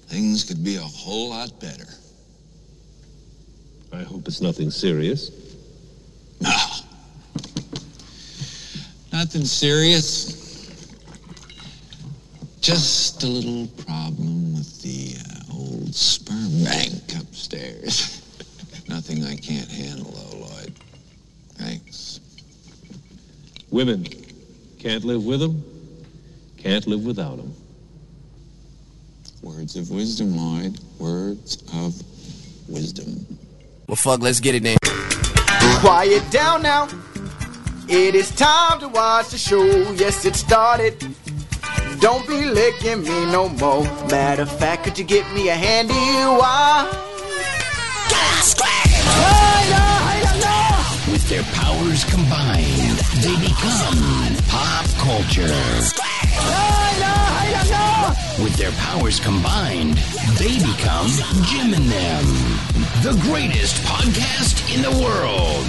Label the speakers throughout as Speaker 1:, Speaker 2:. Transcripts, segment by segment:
Speaker 1: Things could be a whole lot better.
Speaker 2: I hope it's nothing serious.
Speaker 1: No. Nothing serious. Just a little problem with the uh, old sperm bank upstairs. Nothing I can't handle, though, Lloyd. Thanks.
Speaker 2: Women can't live with them, can't live without them.
Speaker 1: Words of wisdom, Lloyd. Words of wisdom.
Speaker 3: Well, fuck, let's get it then.
Speaker 4: Quiet down now. It is time to watch the show. Yes, it started. Don't be licking me no more. Matter of fact, could you get me a handy wire?
Speaker 5: With their powers combined, they become pop culture. With their powers combined, they become Jim and them, the greatest podcast in the world.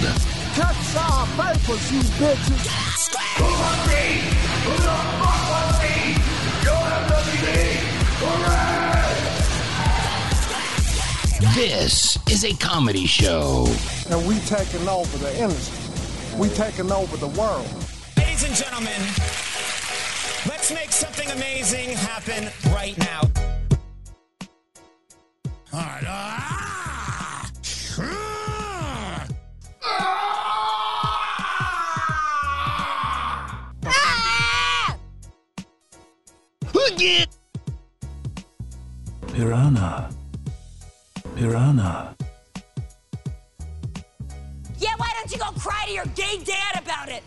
Speaker 5: This is a comedy show.
Speaker 6: and we taking over the industry. We taking over the world.
Speaker 7: Ladies and gentlemen, let's make something amazing happen right now. All right. Ah! Ah! Ah! Again.
Speaker 8: Piranha. Piranha.
Speaker 9: Yeah, why don't you go cry to your gay dad about it?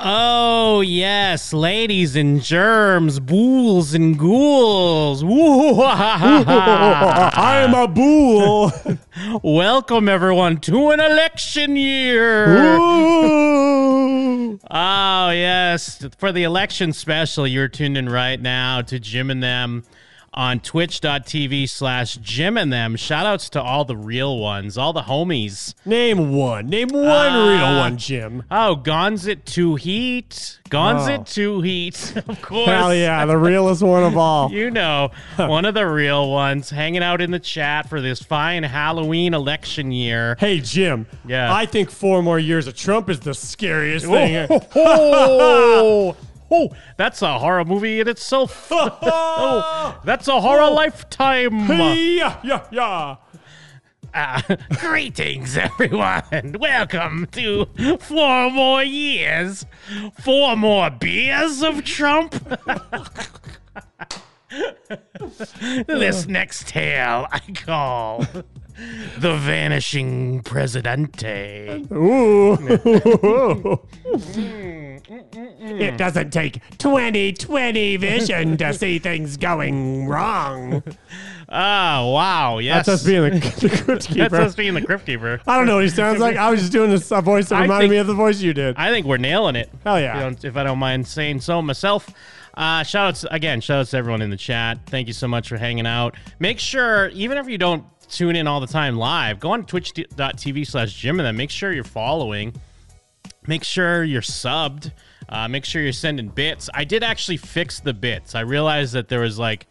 Speaker 10: Oh, yes, ladies and germs, bulls and ghouls. Woo!
Speaker 8: I am a bull.
Speaker 10: Welcome, everyone, to an election year.
Speaker 8: Ooh.
Speaker 10: Oh, yes. For the election special, you're tuned in right now to Jim and Them on twitch.tv slash Jim and Them. Shout outs to all the real ones, all the homies.
Speaker 8: Name one. Name one real one, Jim.
Speaker 10: Uh, Oh, guns it to heat. Guns
Speaker 8: Oh.
Speaker 10: it to heat. Of course.
Speaker 8: Hell yeah, the realest one of all.
Speaker 10: You know, one of the real ones hanging out in the chat for this fine Halloween election year.
Speaker 8: Hey, Jim.
Speaker 10: Yeah.
Speaker 8: I think four more years of Trump is the scariest thing.
Speaker 10: Oh, oh, oh, that's a horror movie in itself. oh, that's a horror lifetime.
Speaker 8: Hey, yeah, yeah, yeah.
Speaker 10: Ah, greetings, everyone. Welcome to four more years, four more beers of Trump. this next tale I call The Vanishing Presidente.
Speaker 8: Ooh.
Speaker 10: Mm-hmm.
Speaker 8: it doesn't take 2020 vision to see things going wrong.
Speaker 10: Oh, wow. Yes.
Speaker 8: That's us being the, the crypt keeper.
Speaker 10: That's us being the Crypt Keeper.
Speaker 8: I don't know what he sounds like. I was just doing this, a voice that
Speaker 10: I
Speaker 8: reminded
Speaker 10: think-
Speaker 8: me of the voice you did.
Speaker 10: I think we're nailing it.
Speaker 8: Hell yeah.
Speaker 10: If, you don't- if I don't mind saying so myself. Uh, shout outs again, shout outs to everyone in the chat. Thank you so much for hanging out. Make sure, even if you don't tune in all the time live, go on twitch.tv slash Jim and then make sure you're following. Make sure you're subbed. Uh, make sure you're sending bits. I did actually fix the bits. I realized that there was like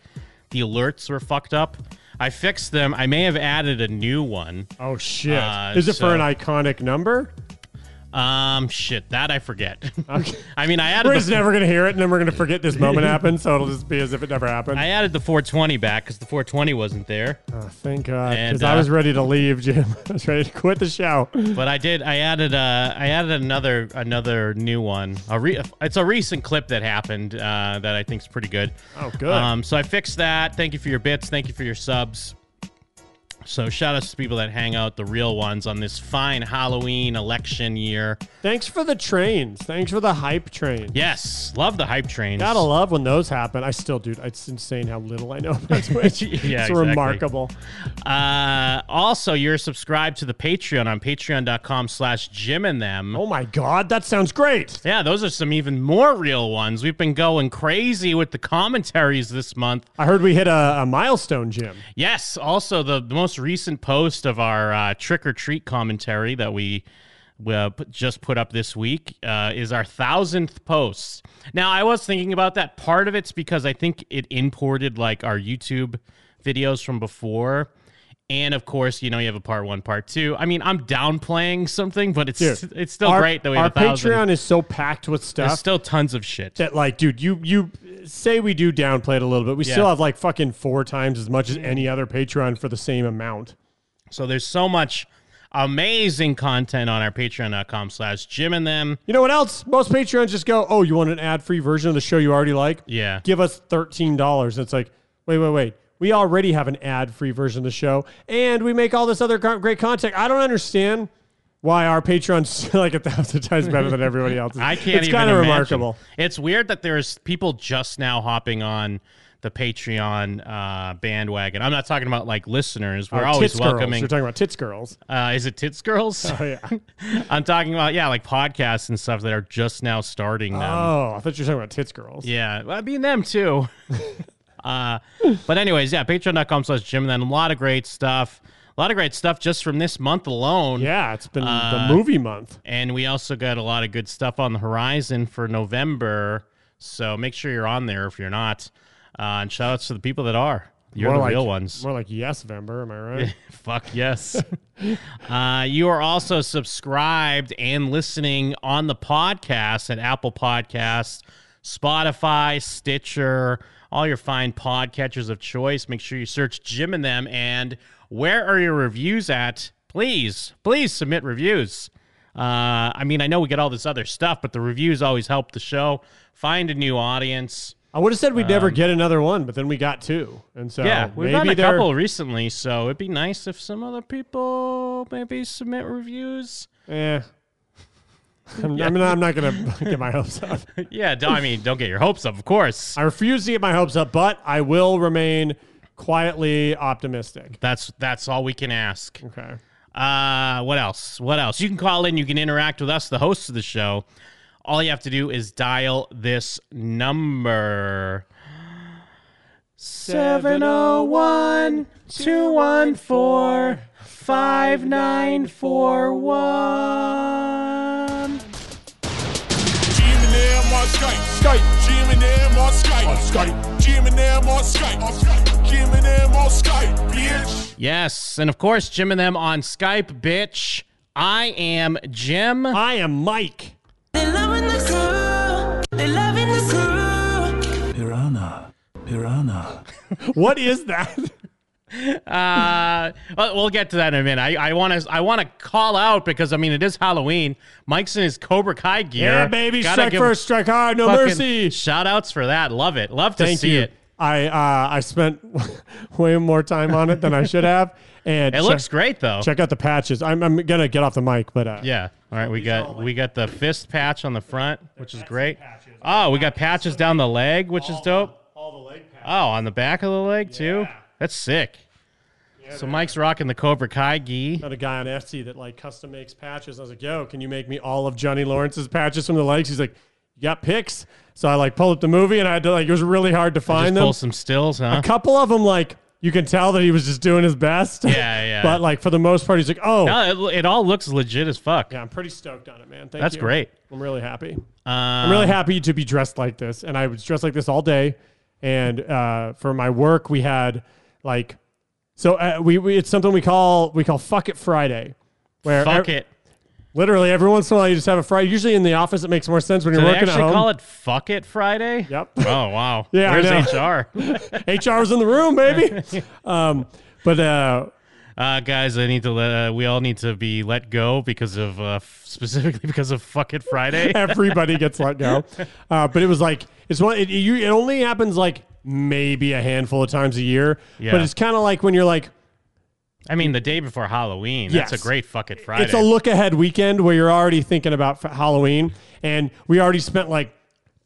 Speaker 10: the alerts were fucked up. I fixed them. I may have added a new one.
Speaker 8: oh shit!
Speaker 10: Uh,
Speaker 8: Is it
Speaker 10: so-
Speaker 8: for an iconic number?
Speaker 10: Um, shit, that I forget. I mean, I added
Speaker 8: We're
Speaker 10: the
Speaker 8: just never gonna hear it, and then we're gonna forget this moment happened. So it'll just be as if it never happened.
Speaker 10: I added the 420 back because the 420 wasn't there,
Speaker 8: Oh, thank God,
Speaker 10: And,
Speaker 8: because I was
Speaker 10: uh,
Speaker 8: ready to leave, Jim. I was ready to quit the show.
Speaker 10: but I did. I added uh, I added another another new one. A re- it's a recent clip that happened uh, that I think is pretty good.
Speaker 8: Oh, good.
Speaker 10: Um, so I fixed that. Thank you for your bits. Thank you for your subs. So shout outs to people that hang out, the real ones, on this fine Halloween election year.
Speaker 8: Thanks for the trains. Thanks for the hype train.
Speaker 10: Yes, love the hype trains.
Speaker 8: Gotta love when those happen. I still, dude, it's insane how little I know about Twitch.
Speaker 10: Yeah,
Speaker 8: it's
Speaker 10: exactly.
Speaker 8: remarkable.
Speaker 10: Uh, also, you're subscribed to the Patreon on patreon.com slash Jim and them.
Speaker 8: Oh my God, that sounds great.
Speaker 10: Yeah, those are some even more real ones. We've been going crazy with the commentaries this month.
Speaker 8: I heard we hit a, a milestone, Jim.
Speaker 10: Yes, also the, the most recent post of our uh, trick or treat commentary that we uh, put- just put up this week uh, is our thousandth post. Now, I was thinking about that. Part of it's because I think it imported like our YouTube videos from before. And of course, you know, you have a part one, part two. I mean, I'm downplaying something, but it's
Speaker 8: Dude,
Speaker 10: it's still
Speaker 8: our,
Speaker 10: great that we
Speaker 8: our
Speaker 10: have a thousand.
Speaker 8: Patreon is so packed with
Speaker 10: There's
Speaker 8: stuff
Speaker 10: still tons of shit.
Speaker 8: that, like, dude, you you say we do downplay it a little bit. We
Speaker 10: Yeah.
Speaker 8: still have like fucking four times as much as any other Patreon for the same amount.
Speaker 10: So there's so much amazing content on our patreon.com slash Jim and them.
Speaker 8: You know what else? Most Patreons just go, "Oh, you want an ad-free version of the show you already like?
Speaker 10: Yeah.
Speaker 8: Give us thirteen dollars." It's like, wait, wait, wait. We already have an ad-free version of the show, and we make all this other co- great content. I don't understand why our Patreons like a thousand times better than everybody else's.
Speaker 10: I can't
Speaker 8: It's
Speaker 10: even
Speaker 8: kind of
Speaker 10: imagine.
Speaker 8: remarkable.
Speaker 10: It's weird that there's people just now hopping on the Patreon uh, bandwagon. I'm not talking about like listeners. We're
Speaker 8: Our
Speaker 10: always
Speaker 8: Uh, tits girls.
Speaker 10: welcoming.
Speaker 8: You're talking about tits girls.
Speaker 10: uh, is it Tits Girls?
Speaker 8: Oh yeah.
Speaker 10: I'm talking about, yeah, like podcasts and stuff that are just now starting them.
Speaker 8: Oh, I thought you were talking about tits girls.
Speaker 10: Yeah, well, I mean them too. uh, but anyways, yeah, patreon.com slash Jim and then a lot of great stuff. A lot of great stuff just from this month alone.
Speaker 8: Yeah, it's been
Speaker 10: Uh,
Speaker 8: the movie month.
Speaker 10: And we also got a lot of good stuff on the horizon for November. So make sure you're on there if you're not. Uh, and shout outs to the people that are. You're
Speaker 8: More
Speaker 10: the
Speaker 8: like-
Speaker 10: real ones.
Speaker 8: More like yes, Vember. Am I right?
Speaker 10: Fuck yes. uh, you are also subscribed and listening on the podcast at Apple Podcasts, Spotify, Stitcher, all your fine podcatchers of choice. Make sure you search Jim and them. And where are your reviews at? Please, please submit reviews. Uh, I mean, I know we get all this other stuff, but the reviews always help the show find a new audience.
Speaker 8: I would have said we'd never get another one, but then we got two, and so
Speaker 10: um, Yeah, we've
Speaker 8: maybe
Speaker 10: gotten a
Speaker 8: they're-
Speaker 10: couple recently, so it'd be nice if some other people maybe submit reviews.
Speaker 8: Eh. I'm, I'm not, I'm not gonna get my hopes up.
Speaker 10: yeah, don't- I mean, don't get your hopes up, of course.
Speaker 8: I refuse to get my hopes up, but I will remain quietly optimistic.
Speaker 10: That's that's all we can ask.
Speaker 8: Okay.
Speaker 10: Uh, what else? What else? You can call in. You can interact with us, the hosts of the show. All you have to do is dial this number 701 214 5941.
Speaker 11: Jim and them on Skype. Skype. Jim and them on Skype. On Skype. Jim and them on Skype. On Skype. Jim and them on Skype, bitch.
Speaker 10: Yes. And of course, Jim and them on Skype, bitch. I am Jim.
Speaker 8: I am Mike.
Speaker 12: They loving the crew. They loving the crew.
Speaker 7: Piranha. Piranha.
Speaker 8: What is that?
Speaker 10: uh, well, we'll get to that in a minute. I want to I want to call out because I mean it is Halloween. Mike's in his Cobra Kai gear.
Speaker 8: Yeah, baby.
Speaker 10: Gotta
Speaker 8: strike
Speaker 10: give
Speaker 8: first, strike hard, no
Speaker 10: fucking
Speaker 8: mercy.
Speaker 10: Shout outs for that. Love it. Love to
Speaker 8: Thank
Speaker 10: see
Speaker 8: you.
Speaker 10: it.
Speaker 8: I uh, I spent way more time on it than I should have, and
Speaker 10: It looks great, though.
Speaker 8: Check out the patches. I'm, I'm gonna get off the mic, but uh,
Speaker 10: Yeah. All right, we got we got the fist patch on the front, which is great. Oh, we got patches down the leg, which is dope.
Speaker 8: all the leg patches.
Speaker 10: Oh, on the back of the leg too. That's sick. So Mike's rocking the Cobra Kai gi.
Speaker 8: Another guy on Etsy that like custom makes patches. I was like, yo, can you make me all of Johnny Lawrence's patches from the legs? He's like, you got pics? So I like pulled up the movie and I had to like, it was really hard to
Speaker 10: Just
Speaker 8: find
Speaker 10: pull
Speaker 8: them.
Speaker 10: some stills, huh?
Speaker 8: A couple of them, like, you can tell that he was just doing his best.
Speaker 10: Yeah, yeah.
Speaker 8: but like for the most part, he's like, oh,
Speaker 10: No, it, it all looks legit as fuck.
Speaker 8: yeah, I'm pretty stoked on it, man. Thank
Speaker 10: That's
Speaker 8: you.
Speaker 10: great.
Speaker 8: I'm really happy.
Speaker 10: Um,
Speaker 8: I'm really happy to be dressed like this. And I was dressed like this all day. And uh, for my work, we had like, so uh, we, we it's something we call we call Fuck It Friday, where
Speaker 10: Fuck
Speaker 8: ev-
Speaker 10: it.
Speaker 8: literally every once in a while you just have a Friday. Usually in the office, it makes more sense when
Speaker 10: Do
Speaker 8: you're
Speaker 10: they
Speaker 8: working at
Speaker 10: actually
Speaker 8: home.
Speaker 10: call it "fuck it Friday"?
Speaker 8: Yep.
Speaker 10: Oh wow.
Speaker 8: Yeah, I
Speaker 10: Where's
Speaker 8: know.
Speaker 10: HR?
Speaker 8: HR's in the room, baby. um, but uh,
Speaker 10: Uh, guys, I need to let. Uh, we all need to be let go because of uh, f- specifically because of "fuck it Friday."
Speaker 8: everybody gets let go. Uh, but it was like it's one. It, you, it only happens like maybe a handful of times a year.
Speaker 10: Yeah.
Speaker 8: But it's kind of like when you're like
Speaker 10: I mean, the day before Halloween. That's
Speaker 8: Yes.
Speaker 10: a great "fuck it Friday."
Speaker 8: It's a look ahead weekend where you're already thinking about f- Halloween, and we already spent like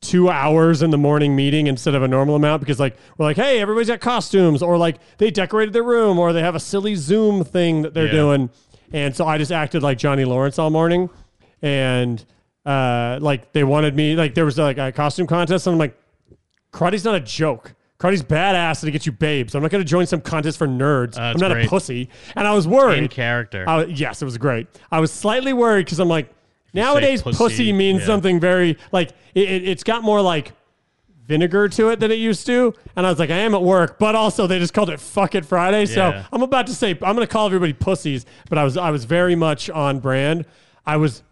Speaker 8: two hours in the morning meeting instead of a normal amount because like we're like, hey, everybody's got costumes, or like they decorated their room, or they have a silly Zoom thing that they're
Speaker 10: Yeah.
Speaker 8: doing, and so I just acted like Johnny Lawrence all morning, and uh, like they wanted me like there was like a costume contest, and I'm like, karate's not a joke. Cardi's badass and he gets you babes. I'm not going to join some contest for nerds. I'm
Speaker 10: that's
Speaker 8: not
Speaker 10: great.
Speaker 8: a pussy. And I was worried.
Speaker 10: In character.
Speaker 8: I, yes, it was great. I was slightly worried because I'm like, nowadays
Speaker 10: pussy,
Speaker 8: pussy, means
Speaker 10: yeah.
Speaker 8: something very, like, it, it, it's got more like vinegar to it than it used to. And I was like, I am at work, but also they just called it Fuck It Friday.
Speaker 10: Yeah.
Speaker 8: So I'm about to say, I'm going to call everybody pussies, but I was, I was very much on brand. I was,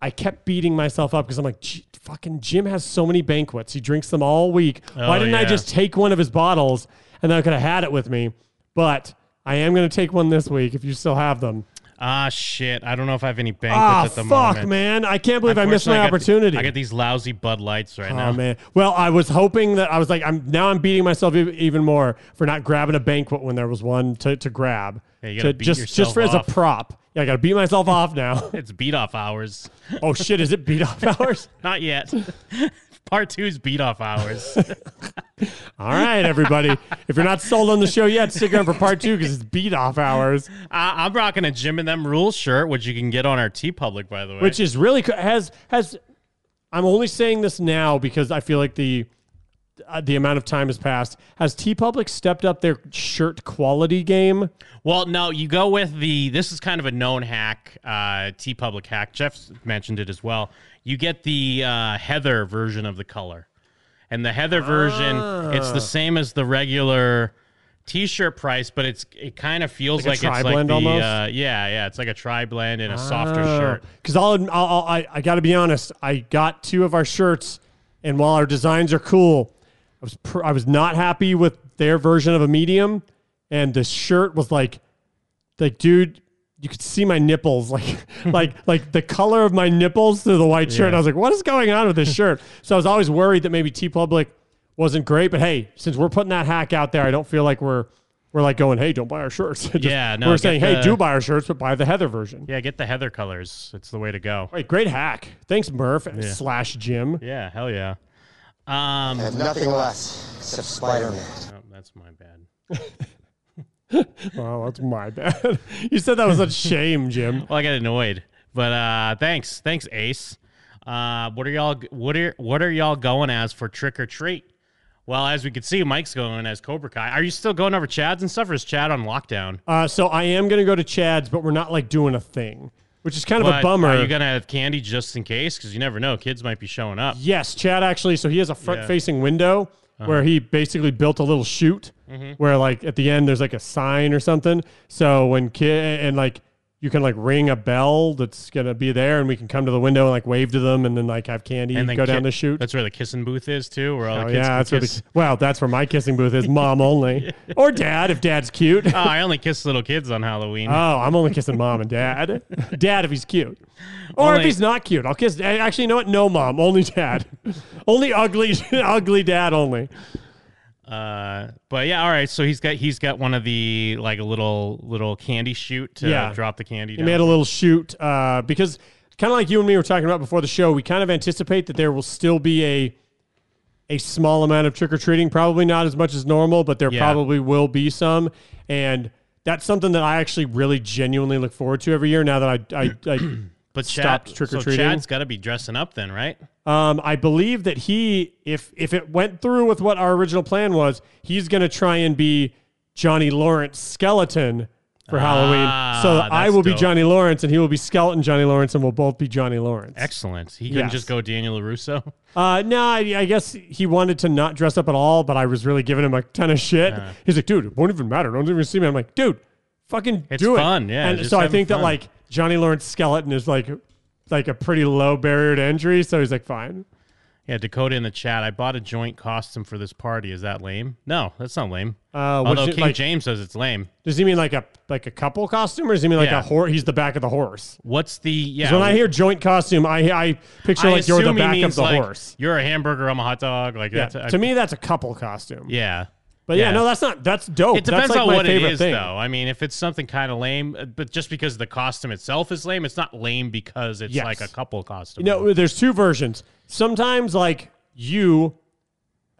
Speaker 8: I kept beating myself up because I'm like, "Gee, fucking Jim has so many banquets. He drinks them all week. Why
Speaker 10: Oh,
Speaker 8: didn't I
Speaker 10: yeah.
Speaker 8: just take one of his bottles and then I could have had it with me? But I am going to take one this week if you still have them.
Speaker 10: Ah, shit. I don't know if I have any banquets
Speaker 8: Ah,
Speaker 10: at the
Speaker 8: fuck,
Speaker 10: moment.
Speaker 8: man. I can't believe I missed
Speaker 10: Unfortunately,
Speaker 8: my
Speaker 10: got the-
Speaker 8: opportunity.
Speaker 10: I got these lousy Bud Lights right
Speaker 8: Oh
Speaker 10: now.
Speaker 8: man! Well, I was hoping that I was like, I'm now I'm beating myself e- even more for not grabbing a banquet when there was one to, to grab.
Speaker 10: Yeah, you
Speaker 8: to
Speaker 10: gotta beat
Speaker 8: just
Speaker 10: yourself
Speaker 8: just for as
Speaker 10: off.
Speaker 8: a prop. Yeah, I got to beat myself off now.
Speaker 10: It's beat off hours.
Speaker 8: oh shit! Is it beat off hours?
Speaker 10: Not yet. Part two's beat off hours.
Speaker 8: All right, everybody. if you're not sold on the show yet, stick around for part two because it's beat off hours,
Speaker 10: Uh, I'm rocking a Jim and Them Rules shirt, which you can get on our T Public, by the way.
Speaker 8: which is really co- has has. I'm only saying this now because I feel like the uh, the amount of time has passed. Has T Public stepped up their shirt quality game?
Speaker 10: Well, no, you go with the. This is kind of a known hack, uh, T Public hack. Jeff mentioned it as well. You get the uh, heather version of the color, and the heather version, it's
Speaker 8: Ah.
Speaker 10: the same as the regular T-shirt price, but it's it kind of feels
Speaker 8: Like
Speaker 10: like,
Speaker 8: a
Speaker 10: it's like
Speaker 8: tri-blend
Speaker 10: the
Speaker 8: almost? Ah.
Speaker 10: uh, yeah yeah it's like a tri blend and a softer shirt.
Speaker 8: Because Oh. I'll, I'll, I'll I, I got to be honest. I got two of our shirts, and while our designs are cool, I was pr- I was not happy with their version of a medium, and the shirt was like, like dude. You could see my nipples, like, like, like the color of my nipples through the white shirt.
Speaker 10: Yeah.
Speaker 8: I was like, "What is going on with this shirt?" So I was always worried that maybe T Public wasn't great. But hey, since we're putting that hack out there, I don't feel like we're, we're like going, "Hey, don't buy our shirts." Just-
Speaker 10: Yeah, no,
Speaker 8: we're
Speaker 10: get
Speaker 8: saying,
Speaker 10: the-
Speaker 8: "Hey, do buy our shirts, but buy the heather version."
Speaker 10: Yeah, get the heather colors. It's the way to go.
Speaker 8: Wait, great hack. Thanks, Murph
Speaker 10: Yeah.
Speaker 8: slash Jim.
Speaker 10: Yeah, hell yeah. Um,
Speaker 13: have nothing less except Spider-Man.
Speaker 10: Oh, that's my bad.
Speaker 8: Oh, that's my bad. you said that was a shame, Jim.
Speaker 10: Well, I got annoyed, but uh, thanks, thanks, Ace. Uh, what are y'all? What are what are y'all going as for trick or treat? Well, as we can see, Mike's going as Cobra Kai. Are you still going over Chad's and stuff, or is Chad on lockdown?
Speaker 8: Uh, so I am gonna go to Chad's, but we're not like doing a thing, which is kind of
Speaker 10: But
Speaker 8: a bummer.
Speaker 10: Are Uh, you gonna have candy just in case? Because you never know, kids might be showing up.
Speaker 8: yes, Chad actually. So he has a front-facing window
Speaker 10: Uh-huh.
Speaker 8: where he basically built a little chute
Speaker 10: Mhm.
Speaker 8: where, like, at the end there's like a sign or something. So when kid and like you can like ring a bell that's gonna be there, and we can come to the window and like wave to them, and then like have candy
Speaker 10: And
Speaker 8: and
Speaker 10: then
Speaker 8: go down
Speaker 10: ki-
Speaker 8: the chute.
Speaker 10: That's where the kissing booth is too. Where all the
Speaker 8: Oh
Speaker 10: kids
Speaker 8: yeah,
Speaker 10: can
Speaker 8: that's where
Speaker 10: kiss.
Speaker 8: the, well, that's where my kissing booth is. Mom only, or dad if dad's cute.
Speaker 10: oh, I only kiss little kids on Halloween.
Speaker 8: oh, I'm only kissing mom and dad. Dad if he's cute, or
Speaker 10: Only-
Speaker 8: if he's not cute, I'll kiss. eh, Actually, you know what? No, mom, only dad, only ugly, ugly dad only.
Speaker 10: Uh, but yeah, all right. So he's got he's got one of the like a little little candy chute to
Speaker 8: Yeah.
Speaker 10: drop the candy.
Speaker 8: He
Speaker 10: down.
Speaker 8: made a little shoot uh, because, kind of like you and me were talking about before the show, we kind of anticipate that there will still be a a small amount of trick or treating. Probably not as much as normal, but there
Speaker 10: Yeah.
Speaker 8: probably will be some. And that's something that I actually really genuinely look forward to every year. Now that I I, I
Speaker 10: But Chad,
Speaker 8: stopped trick or treating.
Speaker 10: So Chad's got to be dressing up then, right?
Speaker 8: Um, I believe that he, if if it went through with what our original plan was, he's going to try and be Johnny Lawrence skeleton for Halloween.
Speaker 10: Ah,
Speaker 8: So I
Speaker 10: that's
Speaker 8: will
Speaker 10: dope.
Speaker 8: be Johnny Lawrence, and he will be skeleton Johnny Lawrence, and we'll both be Johnny Lawrence.
Speaker 10: Excellent. He couldn't
Speaker 8: Yes.
Speaker 10: just go Daniel Larusso.
Speaker 8: Uh, no, I, I guess he wanted to not dress up at all, but I was really giving him a ton of shit.
Speaker 10: Yeah.
Speaker 8: He's like, dude, it won't even matter. Don't even see me. I'm like, dude, fucking
Speaker 10: It's
Speaker 8: do it.
Speaker 10: fun, yeah,
Speaker 8: And
Speaker 10: just
Speaker 8: so I
Speaker 10: having
Speaker 8: think
Speaker 10: fun.
Speaker 8: that like Johnny Lawrence skeleton is like like a pretty low barrier to entry. So he's like, fine.
Speaker 10: Yeah, Dakota in the chat. I bought a joint costume for this party. Is that lame? No, that's not lame.
Speaker 8: Uh, what is
Speaker 10: Although
Speaker 8: it,
Speaker 10: King
Speaker 8: like-
Speaker 10: James says it's lame.
Speaker 8: Does he mean like a like a couple costume, or does he mean like
Speaker 10: Yeah.
Speaker 8: a horse? He's the back of the horse.
Speaker 10: What's the yeah?
Speaker 8: 'Cause when I hear joint costume, I I picture
Speaker 10: I
Speaker 8: like you're the
Speaker 10: assume he
Speaker 8: back of
Speaker 10: means,
Speaker 8: the
Speaker 10: like,
Speaker 8: horse.
Speaker 10: You're a hamburger. I'm a hot dog. Like
Speaker 8: Yeah.
Speaker 10: that's I-
Speaker 8: to me, that's a couple costume.
Speaker 10: Yeah.
Speaker 8: But yeah, no, that's not- that's dope.
Speaker 10: It depends
Speaker 8: That's, like,
Speaker 10: on
Speaker 8: my
Speaker 10: what it
Speaker 8: favorite
Speaker 10: is,
Speaker 8: thing.
Speaker 10: though. I mean, if it's something kind of lame, uh, but just because the costume itself is lame, it's not lame because it's
Speaker 8: Yes.
Speaker 10: like a couple costume.
Speaker 8: You know, there's two versions. Sometimes like you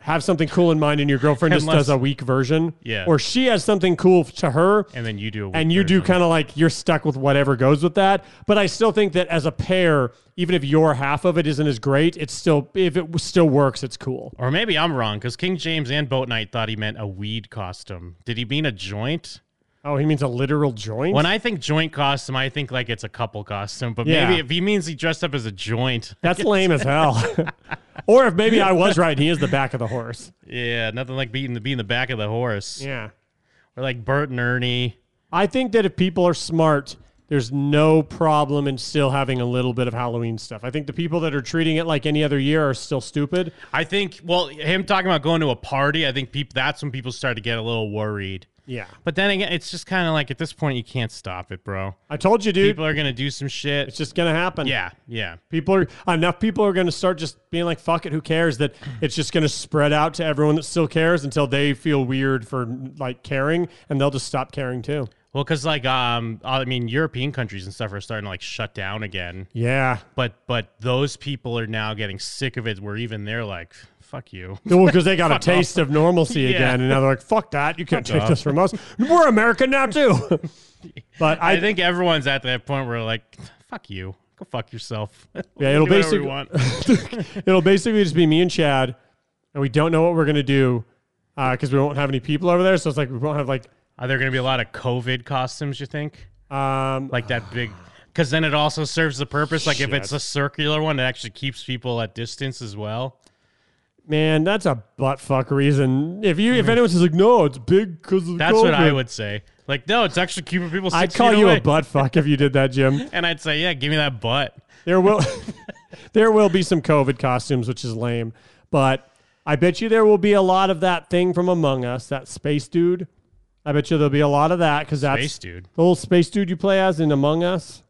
Speaker 8: have something cool in mind and your girlfriend just
Speaker 10: Unless-
Speaker 8: does a weak version.
Speaker 10: Yeah.
Speaker 8: Or she has something cool to her.
Speaker 10: And then you do a weak
Speaker 8: And you do kind of like you're stuck with whatever goes with that. But I still think that as a pair, even if your half of it isn't as great, it's still if it w- still works, it's cool.
Speaker 10: Or maybe I'm wrong because King James and Boat Knight thought he meant a weed costume. Did he mean a joint?
Speaker 8: Oh, he means a literal joint.
Speaker 10: When I think joint costume, I think like it's a couple costume, but
Speaker 8: Yeah.
Speaker 10: maybe if he means he dressed up as a joint,
Speaker 8: That's lame as hell. or if maybe I was right, and he is the back of the horse.
Speaker 10: yeah, nothing like beating the being the back of the horse.
Speaker 8: Yeah,
Speaker 10: or like Bert and Ernie.
Speaker 8: I think that if people are smart, there's no problem in still having a little bit of Halloween stuff. I think the people that are treating it like any other year are still stupid.
Speaker 10: I think well, him talking about going to a party, I think peop- that's when people start to get a little worried.
Speaker 8: Yeah.
Speaker 10: But then again, it's just kind of like at this point you can't stop it, bro.
Speaker 8: I told you, dude.
Speaker 10: People are gonna do some shit. It's
Speaker 8: just gonna happen.
Speaker 10: Yeah, yeah.
Speaker 8: People are enough people are going to start just being like fuck it who cares that it's just going to spread out to everyone that still cares until they feel weird for like caring and they'll just stop caring too.
Speaker 10: Well, because like um, I mean, European countries and stuff are starting to like shut down again.
Speaker 8: Yeah.
Speaker 10: But but those people are now getting sick of it. Where even they're like, "Fuck you."
Speaker 8: Well, because they got a
Speaker 10: Fuck
Speaker 8: taste
Speaker 10: off.
Speaker 8: of normalcy
Speaker 10: Yeah.
Speaker 8: again, and now they're like, "Fuck that! You can't
Speaker 10: Fuck
Speaker 8: take
Speaker 10: off.
Speaker 8: this from us. We're American now too." but
Speaker 10: I,
Speaker 8: I,
Speaker 10: think everyone's at that point where like, "Fuck you, go fuck yourself."
Speaker 8: yeah, it'll
Speaker 10: Do whatever we
Speaker 8: basically
Speaker 10: want.
Speaker 8: it'll basically just be me and Chad, and we don't know what we're gonna do because we won't have any people over there. So it's like we won't have like
Speaker 10: Are Uh, there going to be a lot of COVID costumes? You think?
Speaker 8: Um,
Speaker 10: like that big. Because then it also serves the purpose. Like if it's
Speaker 8: Shit.
Speaker 10: a circular one, it actually keeps people at distance as well.
Speaker 8: Man, that's a butt fuck reason. If you, if anyone says like, no, it's big because
Speaker 10: Mm-hmm. That's what I would say. Like, no, it's actually keeping people. Six
Speaker 8: I'd call
Speaker 10: feet
Speaker 8: you
Speaker 10: away.
Speaker 8: a butt fuck if you did that, Jim.
Speaker 10: And I'd say, yeah, give me that butt.
Speaker 8: There will, there will be some COVID costumes, which is lame, but I bet you there will be a lot of that thing from Among Us, that space dude. I bet you there'll be a lot of that because that's
Speaker 10: Space dude.
Speaker 8: the little space dude you play as in Among Us.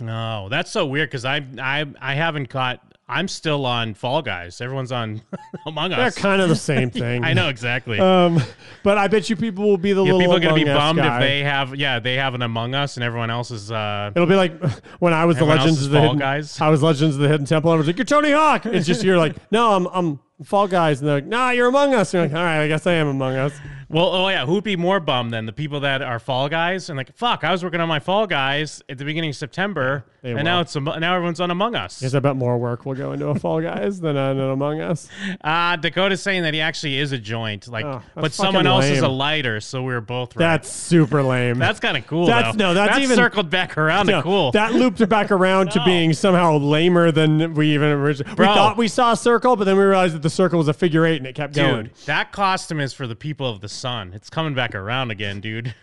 Speaker 10: No, that's so weird because I I I haven't caught. I'm still on Fall Guys. Everyone's on Among
Speaker 8: They're
Speaker 10: Us.
Speaker 8: kind of the same thing.
Speaker 10: I know exactly.
Speaker 8: Um, but I bet you people will be the
Speaker 10: yeah,
Speaker 8: little
Speaker 10: people are gonna be
Speaker 8: Among Us
Speaker 10: bummed
Speaker 8: guy.
Speaker 10: if they have yeah they have an Among Us and everyone else is. Uh,
Speaker 8: It'll be like when I was the
Speaker 10: Everyone else
Speaker 8: Legends
Speaker 10: is
Speaker 8: of the
Speaker 10: Fall
Speaker 8: Hidden,
Speaker 10: Guys.
Speaker 8: I was Legends of the Hidden Temple. And I was like, "You're Tony Hawk." It's just you're like, "No, I'm I'm Fall Guys," and they're like, "Nah, you're Among Us." And you're like, "All right, I guess I am Among Us."
Speaker 10: Well, oh yeah, who'd be more bummed than the people that are Fall Guys and like fuck? I was working on my Fall Guys at the beginning of September,
Speaker 8: They
Speaker 10: and
Speaker 8: will.
Speaker 10: now it's Amo- now everyone's on Among Us.
Speaker 8: Because I bet more work will go into a Fall Guys than on an Among Us.
Speaker 10: Uh, Dakota's saying that he actually is a joint, like,
Speaker 8: Oh, that's
Speaker 10: but someone
Speaker 8: fucking
Speaker 10: else is a
Speaker 8: lame.
Speaker 10: lighter, so we are both right.
Speaker 8: That's super lame.
Speaker 10: That's kind of cool.
Speaker 8: That's
Speaker 10: though.
Speaker 8: no, that's, even
Speaker 10: circled back around
Speaker 8: no,
Speaker 10: to cool.
Speaker 8: That looped back around to being somehow lamer than we even originally.
Speaker 10: Bro.
Speaker 8: We thought we saw a circle, but then we realized that the circle was a figure eight, and it kept
Speaker 10: dude,
Speaker 8: going.
Speaker 10: that costume is for the people of the sun. It's coming back around again, dude.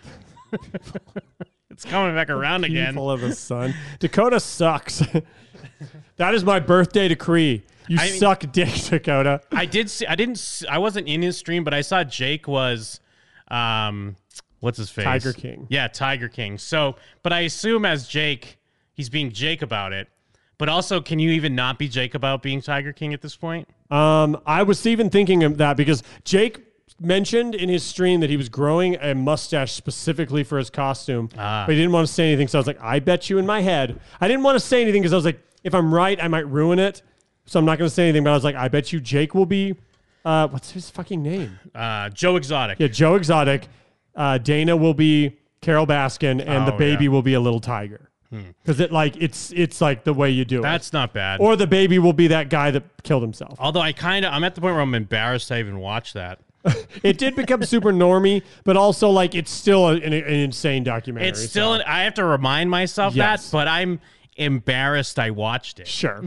Speaker 10: it's coming back around again.
Speaker 8: People of the sun. Dakota sucks. that is my birthday decree. You
Speaker 10: I mean-
Speaker 8: suck dick, Dakota.
Speaker 10: I did see. I didn't. See, I wasn't in his stream, but I saw Jake was, um, what's his face?
Speaker 8: Tiger King.
Speaker 10: Yeah, Tiger King. So, but I assume as Jake, he's being Jake about it. But also, can you even not be Jake about being Tiger King at this point?
Speaker 8: Um, I was even thinking of that because Jake mentioned in his stream that he was growing a mustache specifically for his costume,
Speaker 10: Ah.
Speaker 8: but he didn't want to say anything. So I was like, I bet you in my head. I didn't want to say anything because I was like, if I'm right, I might ruin it. So I'm not going to say anything. But I was like, I bet you Jake will be. Uh, what's his fucking name?
Speaker 10: Uh, Joe Exotic.
Speaker 8: Yeah, Joe Exotic. Uh, Dana will be Carol Baskin, and the
Speaker 10: Oh,
Speaker 8: baby
Speaker 10: yeah.
Speaker 8: will be a little tiger. Because it like it's it's like the way you do
Speaker 10: That's not
Speaker 8: it,
Speaker 10: bad.
Speaker 8: or the baby will be that guy that killed himself.
Speaker 10: Although I kind of, I'm at the point where I'm embarrassed I even watched that.
Speaker 8: it did become super normy, but also like it's still a- an, an insane documentary.
Speaker 10: It's still. An, I have to remind myself
Speaker 8: Yes.
Speaker 10: that, but I'm embarrassed I watched it.
Speaker 8: Sure.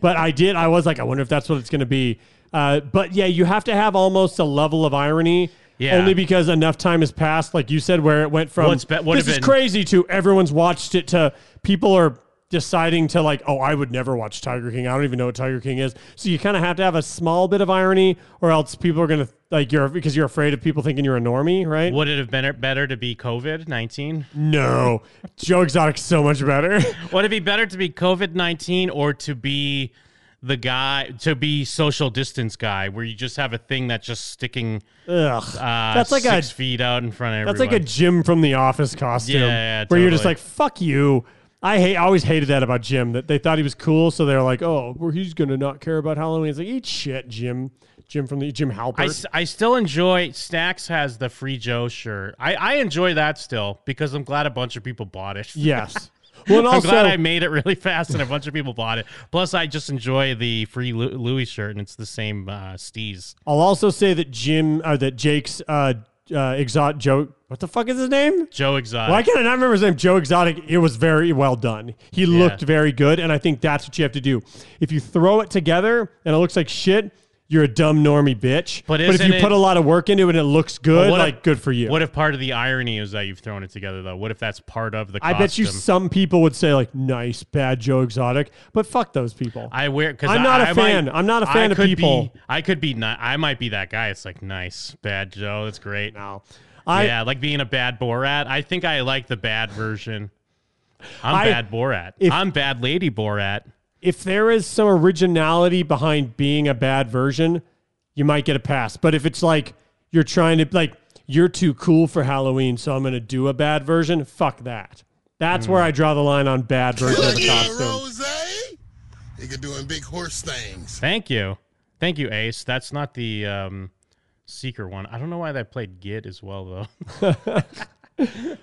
Speaker 8: but I did. I was like, I wonder if that's what it's going to be. Uh, but yeah, you have to have almost a level of irony.
Speaker 10: Yeah.
Speaker 8: Only because enough time has passed, like you said, where it went from
Speaker 10: Well, it's be- would've
Speaker 8: this is
Speaker 10: been-
Speaker 8: crazy to everyone's watched it to people are deciding to like, oh, I would never watch Tiger King. I don't even know what Tiger King is. So you kind of have to have a small bit of irony, or else people are gonna like you're because you're afraid of people thinking you're a normie, right?
Speaker 10: Would it have been better to be COVID nineteen?
Speaker 8: No, Joe Exotic's so much better.
Speaker 10: Would it be better to be COVID nineteen or to be the guy to be social distance guy, where you just have a thing that's just sticking?
Speaker 8: Ugh.
Speaker 10: uh,
Speaker 8: That's like a-
Speaker 10: six feet out in front of
Speaker 8: That's
Speaker 10: everyone.
Speaker 8: like a Jim from The Office costume.
Speaker 10: Yeah, yeah,
Speaker 8: Where you're just
Speaker 10: totally.
Speaker 8: like, fuck you. I hate. I always hated that about Jim. That they thought he was cool, so they're like, oh, well, he's gonna not care about Halloween. It's like, eat shit, Jim. Jim from the Jim Halpert.
Speaker 10: I, s- I still enjoy Stacks has the Free Joe shirt. I, I enjoy that still because I'm glad a bunch of people bought it.
Speaker 8: Yes. Well, and
Speaker 10: I'm
Speaker 8: also-
Speaker 10: glad I made it really fast and a bunch of people bought it. Plus, I just enjoy the free Lu- Louis shirt and it's the same uh, steez.
Speaker 8: I'll also say that Jim or that Jake's uh, uh, exotic Joe. What the fuck is his name?
Speaker 10: Joe Exotic.
Speaker 8: Why can't I not remember his name? Joe Exotic. It was very well done. He
Speaker 10: Yeah.
Speaker 8: looked very good, and I think that's what you have to do. If you throw it together and it looks like shit, you're a dumb normie bitch.
Speaker 10: But
Speaker 8: if
Speaker 10: isn't
Speaker 8: you
Speaker 10: it-
Speaker 8: put a lot of work into it and it looks good,
Speaker 10: But what
Speaker 8: like
Speaker 10: if-
Speaker 8: good for you.
Speaker 10: What if part of the irony is that you've thrown it together though? What if that's part of the?
Speaker 8: I
Speaker 10: Costume?
Speaker 8: bet you some people would say like nice, bad Joe Exotic, but fuck those people.
Speaker 10: I wear because
Speaker 8: I'm not
Speaker 10: a
Speaker 8: a fan. I'm not a fan of people.
Speaker 10: I could be not. I might be that guy. It's like nice, bad Joe. That's great.
Speaker 8: No, I-
Speaker 10: yeah, like being a bad Borat. I think I like the bad version. I'm
Speaker 8: I-
Speaker 10: bad Borat.
Speaker 8: if-
Speaker 10: I'm bad lady Borat.
Speaker 8: if there is some originality behind being a bad version, you might get a pass. But if it's like you're trying to like you're too cool for Halloween, so I'm gonna do a bad version, fuck that. That's where I
Speaker 10: Mm.
Speaker 8: draw the line on bad version of a costume.
Speaker 14: Nigga doing big horse things.
Speaker 10: Thank you, thank you, Ace. That's not the um, seeker one. I don't know why they played Git as well though.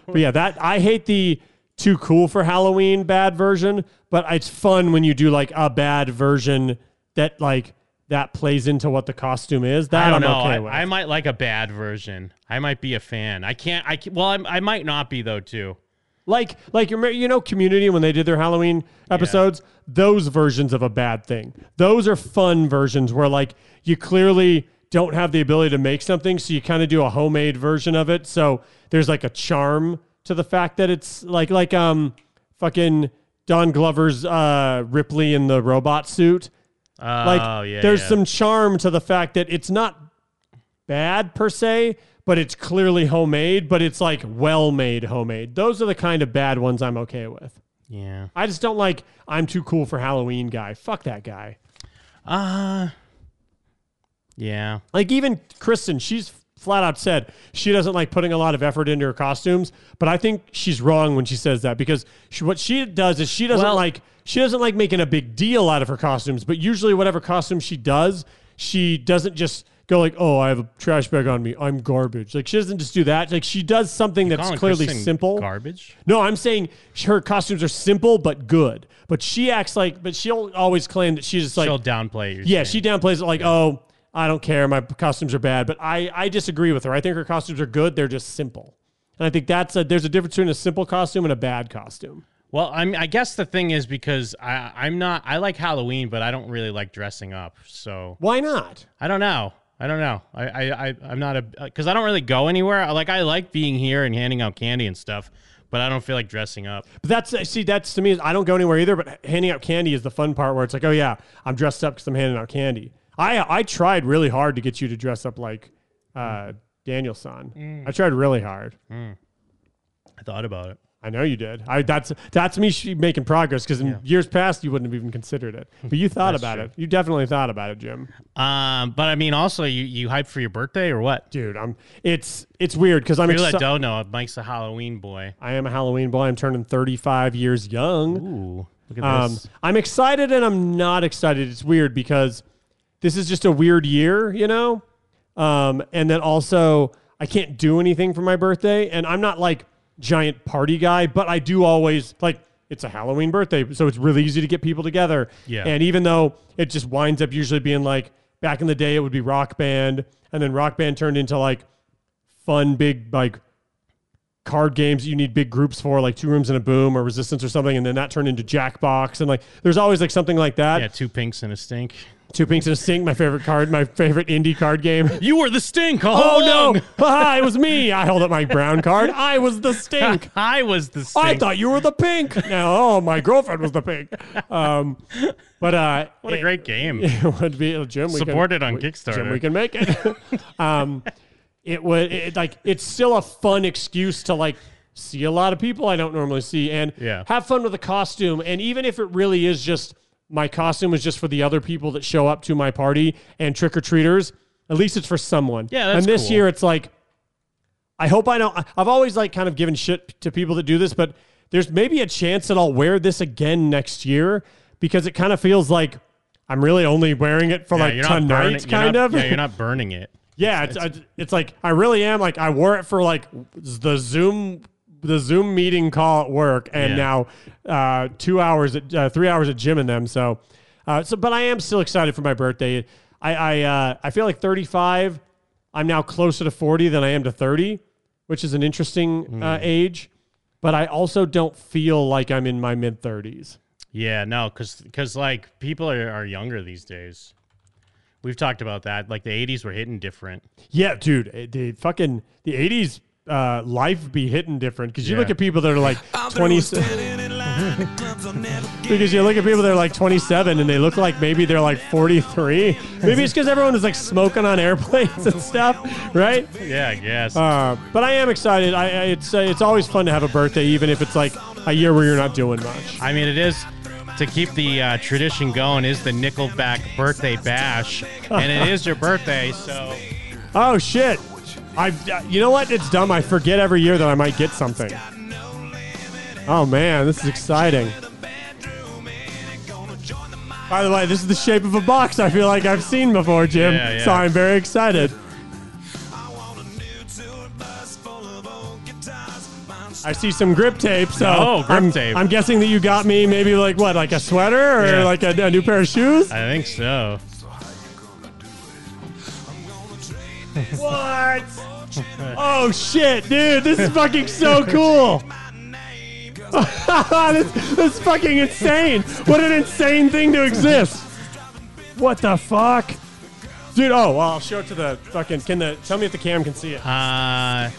Speaker 8: But yeah, that I hate the too cool for Halloween bad version, but it's fun when you do like a bad version that like that plays into what the costume is. That
Speaker 10: I don't
Speaker 8: am
Speaker 10: know.
Speaker 8: okay
Speaker 10: I,
Speaker 8: with.
Speaker 10: I might like a bad version. I might be a fan. I can't. I can, well, I'm, I might not be though too.
Speaker 8: Like, like you remember- you know, Community when they did their Halloween episodes, those versions of a bad thing. Those are fun versions where like you clearly don't have the ability to make something, so you kind of do a homemade version of it. So there's like a charm to the fact that it's like like um fucking Don Glover's uh, Ripley in the robot suit.
Speaker 10: Oh, yeah,
Speaker 8: there's
Speaker 10: yeah.
Speaker 8: some charm to the fact that it's not bad per se, but it's clearly homemade, but it's like well made homemade. Those are the kind of bad ones I'm okay with.
Speaker 10: Yeah.
Speaker 8: I just don't like I'm too cool for Halloween guy. Fuck that guy.
Speaker 10: Uh yeah.
Speaker 8: Like even Kristen, she's flat out said she doesn't like putting a lot of effort into her costumes, but I think she's wrong when she says that because she, what she does is she doesn't
Speaker 10: Well-
Speaker 8: like she doesn't like making a big deal out of her costumes, but usually whatever costume she does, she doesn't just go like, "Oh, I have a trash bag on me. I'm garbage." Like she doesn't just do that. Like she does something that's
Speaker 10: calling
Speaker 8: clearly
Speaker 10: Kristen
Speaker 8: simple.
Speaker 10: garbage?
Speaker 8: No, I'm saying sh- her costumes are simple but good. But she acts like but she'll always claim that she's just like
Speaker 10: She'll downplay your
Speaker 8: yeah, she downplays it like, oh, I don't care. My costumes are bad. But I, I disagree with her. I think her costumes are good. They're just simple. And I think that's a, there's a difference between a simple costume and a bad costume.
Speaker 10: Well, I'm I guess the thing is because I I'm not I like Halloween, but I don't really like dressing up. So
Speaker 8: Why not?
Speaker 10: I don't know. I don't know. I I, I I'm not a because I don't really go anywhere. I like I like being here and handing out candy and stuff, but I don't feel like dressing up.
Speaker 8: But that's, uh, see, that's to me, is I don't go anywhere either, but handing out candy is the fun part where it's like, oh, yeah, I'm dressed up because I'm handing out candy. I, I tried really hard to get you to dress up like uh, Danielson. I tried really hard.
Speaker 10: I thought about it.
Speaker 8: I know you did. I that's that's me sh- making progress because in years past you wouldn't have even considered it, but you thought
Speaker 10: That's
Speaker 8: about
Speaker 10: true.
Speaker 8: it. You definitely thought about it, Jim.
Speaker 10: Um, but I mean, also you you hyped for your birthday or what,
Speaker 8: dude? I'm it's it's weird because I'm
Speaker 10: People
Speaker 8: exci-
Speaker 10: that don't know, Mike's a Halloween boy.
Speaker 8: I am a Halloween boy. I'm turning 35 years young.
Speaker 10: Ooh, look at this.
Speaker 8: Um, I'm excited and I'm not excited. It's weird because this is just a weird year, you know? Um, and then also, I can't do anything for my birthday. And I'm not like giant party guy, but I do always like it's a Halloween birthday. So it's really easy to get people together.
Speaker 10: Yeah.
Speaker 8: And even though it just winds up usually being like back in the day, it would be rock band. And then rock band turned into like fun, big, like card games that you need big groups for, like two rooms and a boom or resistance or something, and then that turned into Jackbox and like there's always like something like that.
Speaker 10: Yeah, two pinks and a stink.
Speaker 8: Two pinks and a stink, my favorite card, my favorite indie card game.
Speaker 10: You were the stink.
Speaker 8: Oh no! Haha, it was me. I held up my brown card. I was the stink.
Speaker 10: I was the
Speaker 8: I
Speaker 10: stink.
Speaker 8: thought you were the pink. Now, oh, my girlfriend was the pink. Um, but uh,
Speaker 10: What a
Speaker 8: it-
Speaker 10: great game.
Speaker 8: It would be uh, Jim. We
Speaker 10: Support
Speaker 8: can,
Speaker 10: it on
Speaker 8: we- Jim,
Speaker 10: Kickstarter.
Speaker 8: we can make it. um, it would it, like it's still a fun excuse to like see a lot of people I don't normally see and
Speaker 10: Yeah.
Speaker 8: have fun with the costume. And even if it really is just my costume is just for the other people that show up to my party and trick or treaters, at least it's for someone.
Speaker 10: Yeah,
Speaker 8: and
Speaker 10: that's
Speaker 8: this
Speaker 10: cool.
Speaker 8: year it's like I hope I don't. I- I've always like kind of given shit to people that do this, but there's maybe a chance that I'll wear this again next year because it kind of feels like I'm really only wearing it for
Speaker 10: Yeah,
Speaker 8: like
Speaker 10: you're not
Speaker 8: tonight,
Speaker 10: burning- you're
Speaker 8: kind
Speaker 10: not-
Speaker 8: of.
Speaker 10: yeah, you're not burning it.
Speaker 8: yeah, it's, it's it's like I really am. Like I wore it for like the Zoom the Zoom meeting call at work, and now uh, two hours, at, uh, three hours at gym and them. So, uh, so but I am still excited for my birthday. I I uh, I feel like 35. I'm now closer to 40 than I am to 30, which is an interesting uh, age. But I also don't feel like I'm in my mid 30s.
Speaker 10: Yeah, no, because like people are, are younger these days. We've talked about that. Like the '80s were hitting different.
Speaker 8: Yeah, dude, it- the fucking the eighties uh, life be hitting different because you
Speaker 10: Yeah.
Speaker 8: look at people that are like twenty. because you look at people that are like twenty seven and they look like maybe they're like forty three. Maybe it's because everyone is like smoking on airplanes and stuff, right?
Speaker 10: Yeah, I guess.
Speaker 8: Uh, but I am excited. I, I it's uh, it's always fun to have a birthday, even if it's like a year where you're not doing much.
Speaker 10: I mean, it is to keep the uh, tradition going. Is the Nickelback birthday bash, and it is your birthday, so
Speaker 8: Oh shit! I've uh, you know what? It's dumb. I forget every year that I might get something. Oh man, this is exciting. By the way, this is the shape of a box I feel like I've seen before, Jim.
Speaker 10: Yeah, yeah.
Speaker 8: So I'm very excited. I see some grip tape, so
Speaker 10: Oh, grip
Speaker 8: I'm,
Speaker 10: tape.
Speaker 8: I'm guessing that you got me maybe like what, like a sweater or
Speaker 10: Yeah.
Speaker 8: like a, a new pair of shoes.
Speaker 10: I think so.
Speaker 8: What? oh shit, dude, this is fucking so cool. this, this is fucking insane. What an insane thing to exist. What the fuck? Dude, oh, well, I'll show it to the fucking can the tell me if the cam can see it.
Speaker 10: Uh,